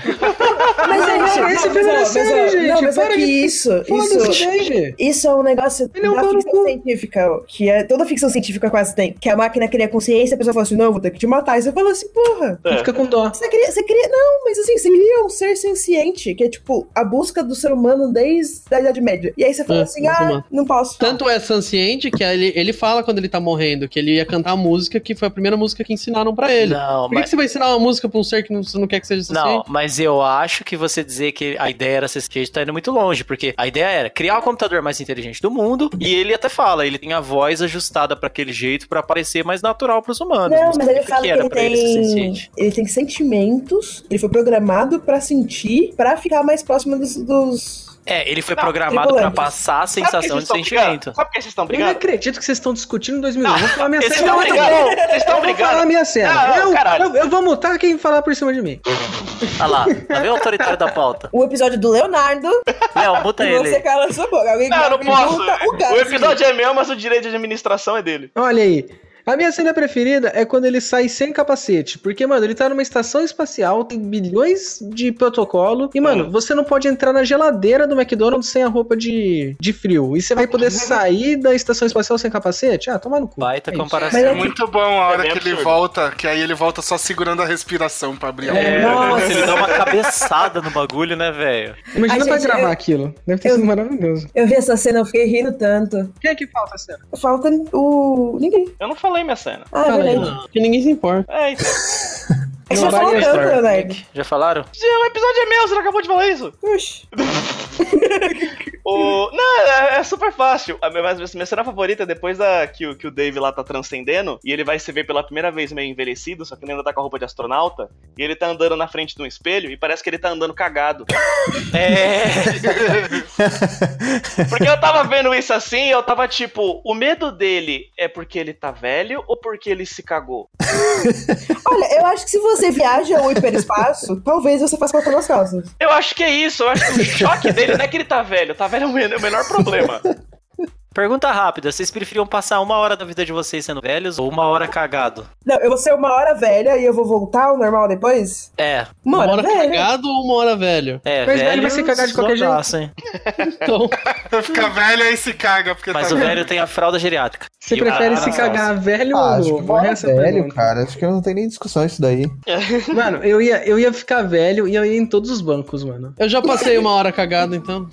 Speaker 5: mas é
Speaker 3: Esse-
Speaker 5: real.
Speaker 3: esse
Speaker 5: Não,
Speaker 3: filme
Speaker 5: mas,
Speaker 3: é
Speaker 5: ó,
Speaker 3: sério,
Speaker 5: mas, ó,
Speaker 3: gente,
Speaker 5: Não, mas é
Speaker 3: para
Speaker 5: que
Speaker 3: de-
Speaker 5: isso,
Speaker 3: Foda-se,
Speaker 5: isso,
Speaker 3: Dave!
Speaker 5: isso é um negócio
Speaker 3: Ele é um
Speaker 5: da
Speaker 3: pau no
Speaker 5: ficção
Speaker 3: cu.
Speaker 5: científica, ó, que é, toda ficção científica quase tem. Que a máquina cria consciência, a pessoa fala assim, não, vou ter que te matar. E você fala assim, porra,
Speaker 10: É.
Speaker 3: Fica com dó.
Speaker 5: Você cria, você cria. Não, mas assim, você cria um ser senciente, que é tipo a busca do ser humano desde a Idade Média. E aí você fala
Speaker 4: É,
Speaker 5: assim:
Speaker 4: mais
Speaker 5: ah,
Speaker 4: uma.
Speaker 5: não posso.
Speaker 4: Tanto é sanciente que ele, ele fala quando ele tá morrendo que ele ia cantar a música que foi a primeira música que ensinaram pra ele.
Speaker 2: Não,
Speaker 4: Por que, que você vai ensinar uma música pra um ser que não, você não quer que seja
Speaker 2: Não,
Speaker 4: saciente?
Speaker 5: assim?
Speaker 2: mas eu acho que você dizer que a ideia era ser skate tá indo muito longe, porque a ideia era criar o computador mais inteligente do mundo, e ele até fala, ele tem a voz ajustada pra aquele jeito pra parecer mais natural pros humanos.
Speaker 5: Não, mas ele
Speaker 2: significa
Speaker 5: fala que
Speaker 2: era
Speaker 5: ele
Speaker 2: pra ser
Speaker 5: tem.
Speaker 2: senciente.
Speaker 5: Ele tem sentimentos, ele foi programado pra sentir, pra ficar mais próximo dos. dos
Speaker 2: É, ele foi
Speaker 10: Não,
Speaker 2: programado pra
Speaker 5: tripulantes.
Speaker 2: passar a sensação de sentimento.
Speaker 10: Sabe por que vocês estão
Speaker 3: Eu não
Speaker 10: brigando?
Speaker 3: acredito que vocês estão discutindo 2001. Vou falar minha
Speaker 10: Vocês
Speaker 3: cena.
Speaker 2: é
Speaker 10: estão
Speaker 2: um
Speaker 3: muito
Speaker 10: brigando.
Speaker 3: bom.
Speaker 10: Vocês estão
Speaker 3: Eu vou falar
Speaker 10: brigando.
Speaker 3: minha cena.
Speaker 2: Ah,
Speaker 10: Não, não,
Speaker 3: eu,
Speaker 10: caralho.
Speaker 3: eu- eu vou multar quem falar por cima de mim.
Speaker 2: Olha lá, tá vendo o autoritário da pauta?
Speaker 5: O episódio do Leonardo
Speaker 2: Léo, muta
Speaker 5: e você
Speaker 2: ele.
Speaker 5: cala sua boca. Alguém
Speaker 10: Não, eu não
Speaker 5: me
Speaker 10: posso.
Speaker 5: multa, o tá
Speaker 10: O
Speaker 5: Gasly.
Speaker 10: episódio é meu, mas o direito de administração é dele.
Speaker 3: Olha aí. A minha cena preferida é quando ele sai sem capacete. Porque, mano, ele tá numa estação espacial, tem milhões de protocolo. E, mano, você não pode entrar na geladeira do McDonald's sem a roupa de, de frio. E você vai poder sair da estação espacial sem capacete? Ah, toma no cu.
Speaker 2: Baita
Speaker 3: É isso.
Speaker 2: comparação.
Speaker 6: É muito bom a hora
Speaker 10: bem
Speaker 6: que ele
Speaker 10: absurdo.
Speaker 6: volta, que aí ele volta só segurando a respiração pra abrir a boca.
Speaker 3: É.
Speaker 2: Nossa, ele dá uma cabeçada no bagulho, né, velho?
Speaker 3: Imagina
Speaker 5: Ai,
Speaker 3: pra
Speaker 5: gente,
Speaker 3: gravar
Speaker 5: eu-
Speaker 3: aquilo. Deve ter
Speaker 5: eu-
Speaker 3: sido maravilhoso.
Speaker 5: Eu vi essa cena, eu fiquei rindo tanto.
Speaker 3: Quem é que falta a cena?
Speaker 5: Falta o. ninguém.
Speaker 10: Eu não falei minha cena.
Speaker 5: Ah, é
Speaker 3: Fala aí,
Speaker 5: verdade.
Speaker 4: Porque ninguém se importa.
Speaker 10: É isso.
Speaker 5: É que
Speaker 3: Não,
Speaker 5: já
Speaker 3: vai
Speaker 5: falou
Speaker 3: aí,
Speaker 5: tanto,
Speaker 3: Star.
Speaker 5: Leonardo.
Speaker 2: Já falaram?
Speaker 10: O episódio é meu, você não acabou de falar isso.
Speaker 5: Oxi.
Speaker 10: O... Não, é, é super fácil. A minha, mas minha cena favorita é depois da, que, o- que o Dave lá tá transcendendo e ele vai se ver pela primeira vez meio envelhecido, só que ele ainda tá com a roupa de astronauta. E ele tá andando na frente de um espelho e parece que ele tá andando cagado.
Speaker 2: É.
Speaker 10: Porque eu tava vendo isso assim e eu tava tipo, o medo dele é porque ele tá velho ou porque ele se cagou?
Speaker 5: Olha, eu acho que se você viaja ao hiperespaço, talvez você faça papel nas calças.
Speaker 10: Eu acho que é isso, eu acho que o choque dele não é que ele tá velho, tá velho é o men- é o menor problema.
Speaker 2: Pergunta rápida: vocês preferiam passar uma hora da vida de vocês sendo velhos ou uma hora cagado?
Speaker 5: Não, eu vou ser uma hora velha e eu vou voltar ao normal depois?
Speaker 2: É,
Speaker 4: Uma
Speaker 5: Uma hora,
Speaker 4: hora
Speaker 5: velha.
Speaker 4: cagado ou uma hora velho?
Speaker 2: é.
Speaker 3: Mas velho vai se cagar de qualquer jeito.
Speaker 2: zoadaço, hein?
Speaker 4: Então,
Speaker 6: Fica velho aí se caga, porque
Speaker 2: Mas
Speaker 6: tá
Speaker 2: o velho tem a fralda geriátrica.
Speaker 3: Você
Speaker 2: E o
Speaker 3: prefere
Speaker 2: cara
Speaker 3: se
Speaker 2: na
Speaker 3: cagar velho
Speaker 8: Ah,
Speaker 3: ou
Speaker 8: acho que
Speaker 3: novo?
Speaker 8: mora
Speaker 3: Essa é a
Speaker 8: velho,
Speaker 3: pergunta.
Speaker 8: cara. Acho que não tem nem discussão isso daí.
Speaker 3: Mano, eu ia, eu ia ficar velho e eu ia em todos os bancos, mano.
Speaker 4: eu já passei uma hora cagado, então.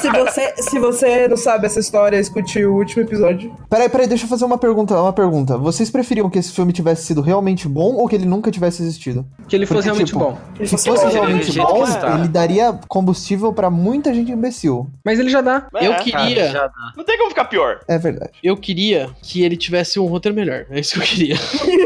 Speaker 5: Se você, se você não sabe essa história, escute o último episódio.
Speaker 8: Peraí, peraí, deixa eu fazer uma pergunta, uma pergunta. Vocês preferiam que esse filme tivesse sido realmente bom ou que ele nunca tivesse existido?
Speaker 3: Que ele fosse
Speaker 8: Porque,
Speaker 3: realmente
Speaker 8: tipo,
Speaker 3: bom.
Speaker 8: Se
Speaker 5: É
Speaker 8: fosse
Speaker 2: bom,
Speaker 8: realmente
Speaker 2: do jeito
Speaker 8: bom,
Speaker 2: que está.
Speaker 8: ele daria combustível pra muita gente imbecil.
Speaker 3: Mas ele já dá.
Speaker 10: É,
Speaker 4: Eu
Speaker 2: Cara,
Speaker 4: queria.
Speaker 2: já dá.
Speaker 10: Não tem como ficar pior.
Speaker 8: É verdade.
Speaker 4: Eu queria que ele tivesse um roteiro melhor. É isso que eu queria.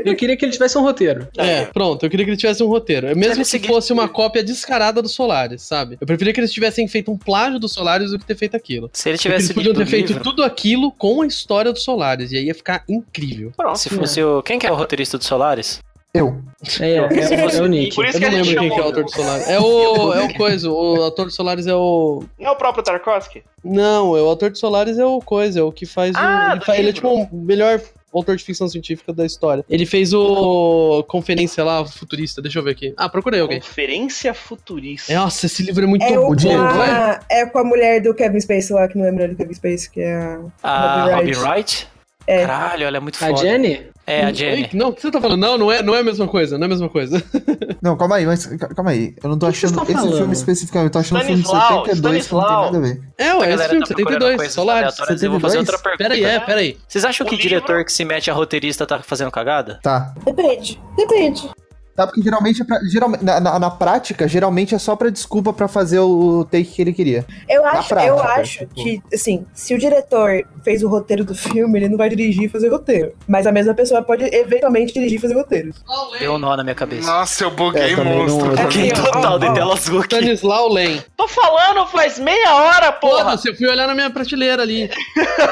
Speaker 3: Eu queria que ele tivesse um roteiro.
Speaker 4: É, pronto. Eu queria que ele tivesse um roteiro. Mesmo
Speaker 2: Sabe
Speaker 4: se
Speaker 2: seguinte-
Speaker 4: fosse uma cópia descarada do Solaris, sabe? Eu preferia que eles tivessem feito um plágio do Solaris do que ter feito aquilo.
Speaker 2: Se ele
Speaker 4: Porque
Speaker 2: tivesse
Speaker 4: eles podiam
Speaker 2: lido
Speaker 4: ter
Speaker 2: o
Speaker 4: feito
Speaker 2: livro,
Speaker 4: tudo aquilo com a história do Solaris. E aí ia ficar incrível.
Speaker 10: Pronto.
Speaker 2: se fosse o. Quem que é o roteirista do Solaris?
Speaker 8: Eu.
Speaker 3: É, é, é, é o Nick.
Speaker 10: Por isso
Speaker 4: Eu
Speaker 10: que
Speaker 4: não
Speaker 10: a gente
Speaker 4: lembro quem que é o
Speaker 10: chamou.
Speaker 4: autor do Solaris. É o. É o coisa. O autor do Solaris é o.
Speaker 10: Não é o próprio Tarkovsky?
Speaker 4: Não, é o autor de Solaris é o Coisa, é o que faz
Speaker 10: Ah,
Speaker 4: o. Ele,
Speaker 10: do
Speaker 4: fa- ele é
Speaker 10: livro.
Speaker 4: tipo o melhor autor de ficção científica da história. Ele fez o. Conferência lá, futurista, deixa eu ver aqui. Ah, procurei alguém.
Speaker 10: Conferência futurista.
Speaker 4: Nossa, esse livro é muito
Speaker 5: É,
Speaker 4: bom,
Speaker 5: o,
Speaker 4: não
Speaker 5: com
Speaker 4: é?
Speaker 5: a, é com a mulher do Kevin Space lá, que não lembra do Kevin Space, que é a.
Speaker 2: A
Speaker 5: Robin
Speaker 2: Robin
Speaker 5: Wright.
Speaker 2: Wright?
Speaker 5: É.
Speaker 2: Caralho, ela é muito
Speaker 3: A
Speaker 2: foda.
Speaker 3: Jenny?
Speaker 2: É, a
Speaker 4: Ei,
Speaker 2: Jenny.
Speaker 4: Não, o que você tá falando? Não, não é, não é a mesma coisa, não é a mesma coisa.
Speaker 8: Não, calma aí, mas ca- calma aí. Eu não tô
Speaker 3: O que vocês
Speaker 8: achando
Speaker 3: estão
Speaker 8: esse
Speaker 3: falando?
Speaker 8: filme especificamente, eu tô achando o filme de 72
Speaker 10: Stanislau,
Speaker 8: que não tem
Speaker 10: Stanislau.
Speaker 8: nada a ver.
Speaker 4: É,
Speaker 2: A
Speaker 4: ué, esse
Speaker 2: galera
Speaker 4: filme,
Speaker 2: tá procurando
Speaker 4: 72,
Speaker 2: coisas
Speaker 4: Solaris.
Speaker 2: aleatórias, Eu vou fazer outra
Speaker 8: 72?
Speaker 2: pergunta.
Speaker 4: Peraí, é, peraí.
Speaker 2: Vocês acham
Speaker 10: O
Speaker 2: que o
Speaker 10: livro-
Speaker 2: diretor que se mete a roteirista tá fazendo cagada?
Speaker 8: Tá.
Speaker 5: Depende. Depende.
Speaker 8: Tá, porque geralmente, é pra, geralmente na, na- na prática, geralmente é só pra desculpa pra fazer o take que ele queria.
Speaker 5: Eu
Speaker 8: Na
Speaker 5: acho,
Speaker 8: prática,
Speaker 5: eu acho
Speaker 8: tipo.
Speaker 5: que, assim, se o diretor fez o roteiro do filme, ele não vai dirigir e fazer roteiro. Mas a mesma pessoa pode eventualmente dirigir e fazer roteiro.
Speaker 2: Deu um nó na minha cabeça.
Speaker 6: Nossa, eu buguei
Speaker 8: É, também não-
Speaker 6: monstro.
Speaker 8: eu
Speaker 2: Buguei
Speaker 5: Aqui, ó,
Speaker 2: total,
Speaker 5: ó,
Speaker 2: dei
Speaker 5: ó.
Speaker 2: tela azul aqui.
Speaker 4: Stanislau Lem.
Speaker 10: Tô falando faz meia hora, porra!
Speaker 4: Foda-se, eu fui olhar na minha prateleira ali.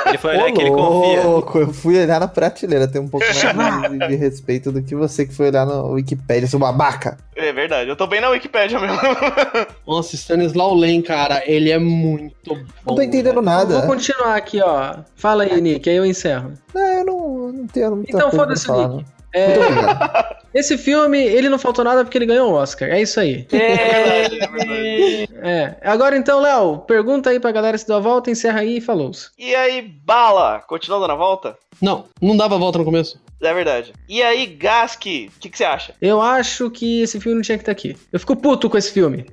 Speaker 2: Ele foi olhar
Speaker 8: Ô,
Speaker 2: que ele confia.
Speaker 8: louco, eu fui olhar na prateleira, tem um pouco mais de, de respeito do que você que foi olhar no Wikipedia, seu babaca.
Speaker 10: É verdade, eu tô bem na Wikipédia mesmo.
Speaker 4: Nossa, Stanislau Lem, cara, ele é muito bom.
Speaker 8: Não tô entendendo
Speaker 3: Eu vou
Speaker 8: nada.
Speaker 3: continuar aqui, ó. Fala aí, Nick, aí eu encerro.
Speaker 8: Não, eu não, não tenho muita
Speaker 3: Então,
Speaker 8: coisa pra
Speaker 3: foda-se,
Speaker 8: falar, né?
Speaker 3: Nick.
Speaker 8: não.
Speaker 3: É,
Speaker 8: Muito obrigado.
Speaker 3: esse filme, ele não faltou nada porque ele ganhou o Oscar. É isso aí.
Speaker 10: É verdade, é verdade.
Speaker 3: É. Agora então, Léo, pergunta aí pra galera se deu a volta, encerra aí e falou.
Speaker 10: E aí, bala, continuando na volta?
Speaker 4: Não, não dava volta no começo.
Speaker 10: É verdade. E aí, Gaski, o que, que você acha?
Speaker 3: Eu acho que esse filme não tinha que estar aqui. Eu fico puto com esse filme.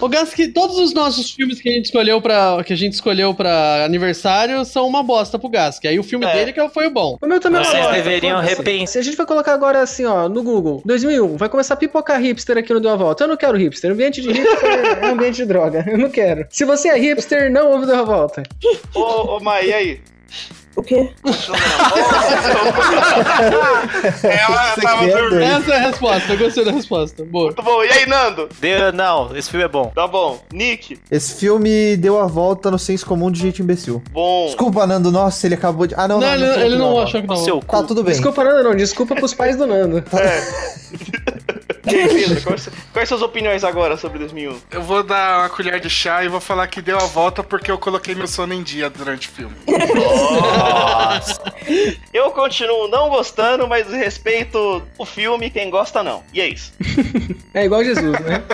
Speaker 4: O Gas, que todos os nossos filmes que a gente escolheu para que a gente escolheu para aniversário são uma bosta pro Gas, que aí o filme
Speaker 10: É.
Speaker 4: dele que foi o bom.
Speaker 3: O meu também é uma
Speaker 2: Vocês
Speaker 3: bosta,
Speaker 2: deveriam
Speaker 3: foda-se.
Speaker 2: repensar.
Speaker 3: Se a gente vai colocar agora assim, ó, no Google, 2001, vai começar a pipocar hipster aqui no Deu a Volta. Eu não quero hipster. Ambiente de hipster é ambiente de droga. Eu não quero. Se você é hipster, não ouve o Deu a Volta.
Speaker 10: Ô, ô Mai, e aí?
Speaker 5: O quê?
Speaker 6: Ela
Speaker 8: Você
Speaker 6: tava
Speaker 8: quer,
Speaker 6: dormindo.
Speaker 1: Essa é a resposta, eu gostei da resposta. Boa.
Speaker 10: Muito bom. E aí, Nando?
Speaker 2: Deu- não, esse filme é bom.
Speaker 10: Tá bom. Nick?
Speaker 8: Esse filme deu a volta no senso comum de gente imbecil.
Speaker 10: Bom.
Speaker 8: Desculpa, Nando, nossa, ele acabou de. Ah, não,
Speaker 1: Não,
Speaker 8: não.
Speaker 1: ele,
Speaker 8: não,
Speaker 1: ele não
Speaker 8: não.
Speaker 1: achou que não.
Speaker 2: Seu
Speaker 8: Tá,
Speaker 2: cu.
Speaker 8: tudo bem.
Speaker 3: Desculpa, Nando, não. Desculpa pros pais do Nando.
Speaker 10: E aí, Pedro? Quais, quais suas opiniões agora sobre 2001?
Speaker 6: Eu vou dar uma colher de chá e vou falar que deu a volta porque eu coloquei meu sono em dia durante o filme.
Speaker 10: Eu continuo não gostando, mas respeito o filme, quem gosta não. E é isso.
Speaker 3: É igual Jesus, né?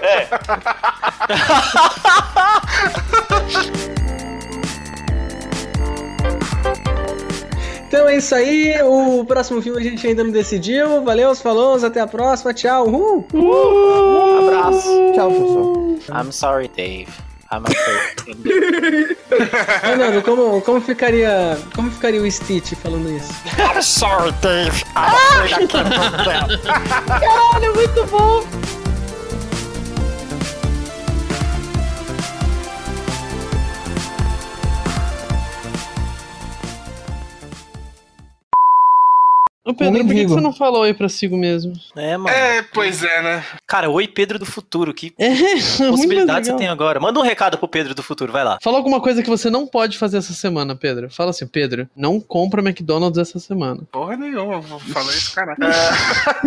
Speaker 3: Então é isso aí, o próximo filme a gente ainda não decidiu. Valeu, falou, até a próxima, tchau. Uhul.
Speaker 2: Abraço.
Speaker 8: Tchau, pessoal.
Speaker 2: I'm sorry, Dave. I'm afraid.
Speaker 3: Ai, Nando, como, como, ficaria, como ficaria o Stitch falando isso?
Speaker 2: I'm sorry, Dave. I'm afraid I can't do that.
Speaker 1: Ô, Pedro,
Speaker 8: Homem
Speaker 1: por que que
Speaker 8: vivo.
Speaker 1: você não falou aí pra Sigo mesmo?
Speaker 2: É, mano.
Speaker 6: É, pois é, né?
Speaker 2: Cara, oi, Pedro do futuro. Que
Speaker 1: É,
Speaker 2: possibilidades você tem agora? Manda um recado pro Pedro do futuro, vai lá.
Speaker 1: Fala alguma coisa que você não pode fazer essa semana, Pedro. Fala assim, Pedro, não compra McDonald's essa semana.
Speaker 6: Porra nenhuma, eu vou falar isso, cara.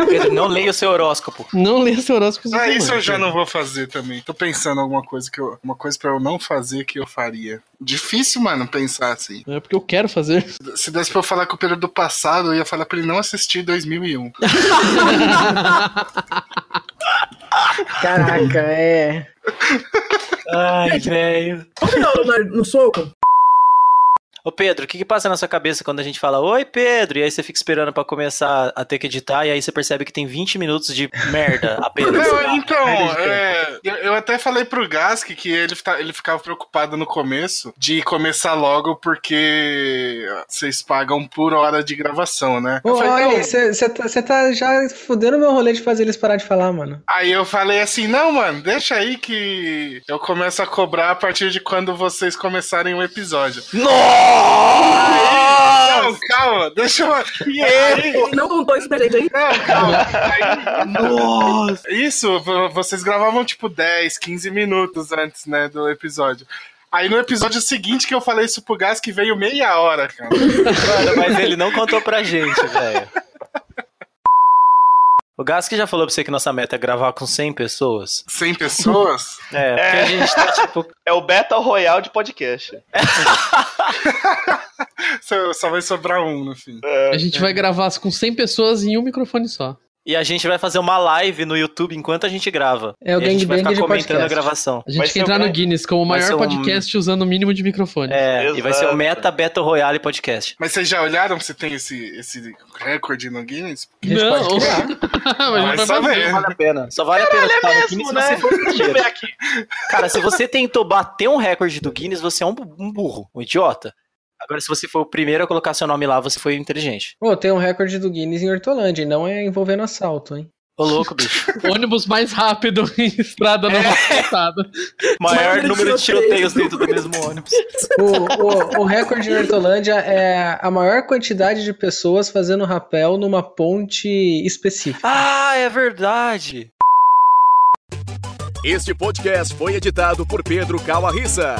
Speaker 2: Pedro, não leia o seu horóscopo.
Speaker 1: Não lê seu horóscopo essa
Speaker 6: Ah,
Speaker 1: semana.
Speaker 6: isso eu
Speaker 4: né?
Speaker 6: já
Speaker 1: Pedro.
Speaker 6: não vou fazer também. Tô pensando em alguma coisa que eu, uma coisa para eu não fazer que eu faria. Difícil, mano, pensar assim.
Speaker 1: É porque eu quero fazer.
Speaker 6: Se desse pra eu falar com o Pedro do passado, eu ia falar pra ele não assistir 2001.
Speaker 3: Caraca, é.
Speaker 2: Ai, velho.
Speaker 9: Não, na- no soco?
Speaker 2: Ô, Pedro, o que, que passa na sua cabeça quando a gente fala oi, Pedro? E aí você fica esperando pra começar a ter que editar, e aí você percebe que tem 20 minutos de merda apenas.
Speaker 6: Não, então,
Speaker 2: Perda de tempo.
Speaker 6: é, eu, eu até falei pro Gask que ele, tá- ele ficava preocupado no começo de começar logo porque vocês pagam por hora de gravação, né? Eu
Speaker 3: Ô,
Speaker 6: falei,
Speaker 3: olha,
Speaker 6: não.
Speaker 3: você tá, cê tá já fudendo meu rolê de fazer eles parar de falar, mano.
Speaker 6: Aí eu falei assim, não, mano, deixa aí que eu começo a cobrar a partir de quando vocês começarem o episódio. Nossa! Não, calma, deixa eu... E aí,
Speaker 9: Ele não contou isso pra gente ainda.
Speaker 6: Não, calma. Nossa. Isso, v- vocês gravavam tipo 10, 15 minutos antes, né, do episódio. Aí no episódio seguinte que eu falei isso pro Gás, que veio meia hora, cara.
Speaker 2: Mano, mas ele não contou pra gente, velho. O Gas que já falou pra você que nossa meta é gravar com 100 pessoas.
Speaker 6: 100 pessoas?
Speaker 2: É, porque a gente tá tipo.
Speaker 10: É o Battle Royale de podcast.
Speaker 6: Só só vai sobrar um no fim.
Speaker 1: A gente vai gravar com 100 pessoas em um microfone só.
Speaker 2: E a gente vai fazer uma live no YouTube enquanto a gente grava.
Speaker 3: É o
Speaker 2: e a gente vai
Speaker 3: gangbang
Speaker 2: ficar
Speaker 3: de
Speaker 2: comentando a
Speaker 3: podcast.
Speaker 2: gravação.
Speaker 1: A
Speaker 10: Vai
Speaker 1: gente
Speaker 10: ser
Speaker 1: quer entrar
Speaker 10: um
Speaker 1: no
Speaker 10: gran-
Speaker 1: Guinness como o
Speaker 2: vai ser
Speaker 1: maior
Speaker 2: um-
Speaker 1: podcast usando o mínimo de microfone.
Speaker 2: É, e vai ser o
Speaker 10: Exato.
Speaker 2: Meta Battle Royale Podcast.
Speaker 6: Mas vocês já olharam se tem esse, esse recorde no Guinness?
Speaker 3: A gente
Speaker 1: Não.
Speaker 3: pode criar.
Speaker 1: Mas não vai
Speaker 6: Vai
Speaker 1: fazer.
Speaker 6: saber.
Speaker 2: Vale a pena. Só vale a pena ficar no Guinness se você for o
Speaker 10: Deixa eu
Speaker 2: primeiro.
Speaker 10: ver aqui.
Speaker 2: Cara, se você tentou bater um recorde do Guinness, você é um bu- um burro, um idiota. Agora, se você foi o primeiro a colocar seu nome lá, você foi inteligente.
Speaker 3: Pô, tem um recorde do Guinness em Hortolândia, e não é envolvendo assalto, hein?
Speaker 2: Ô, louco, bicho.
Speaker 1: Ônibus mais rápido em estrada não asfaltada.
Speaker 2: Maior
Speaker 9: Mas
Speaker 2: número de
Speaker 9: tiroteios.
Speaker 2: tiroteios dentro do mesmo ônibus.
Speaker 3: O, o- o recorde em Hortolândia é a maior quantidade de pessoas fazendo rapel numa ponte específica.
Speaker 2: Ah, é verdade.
Speaker 12: Este podcast foi editado por Pedro Calarissa.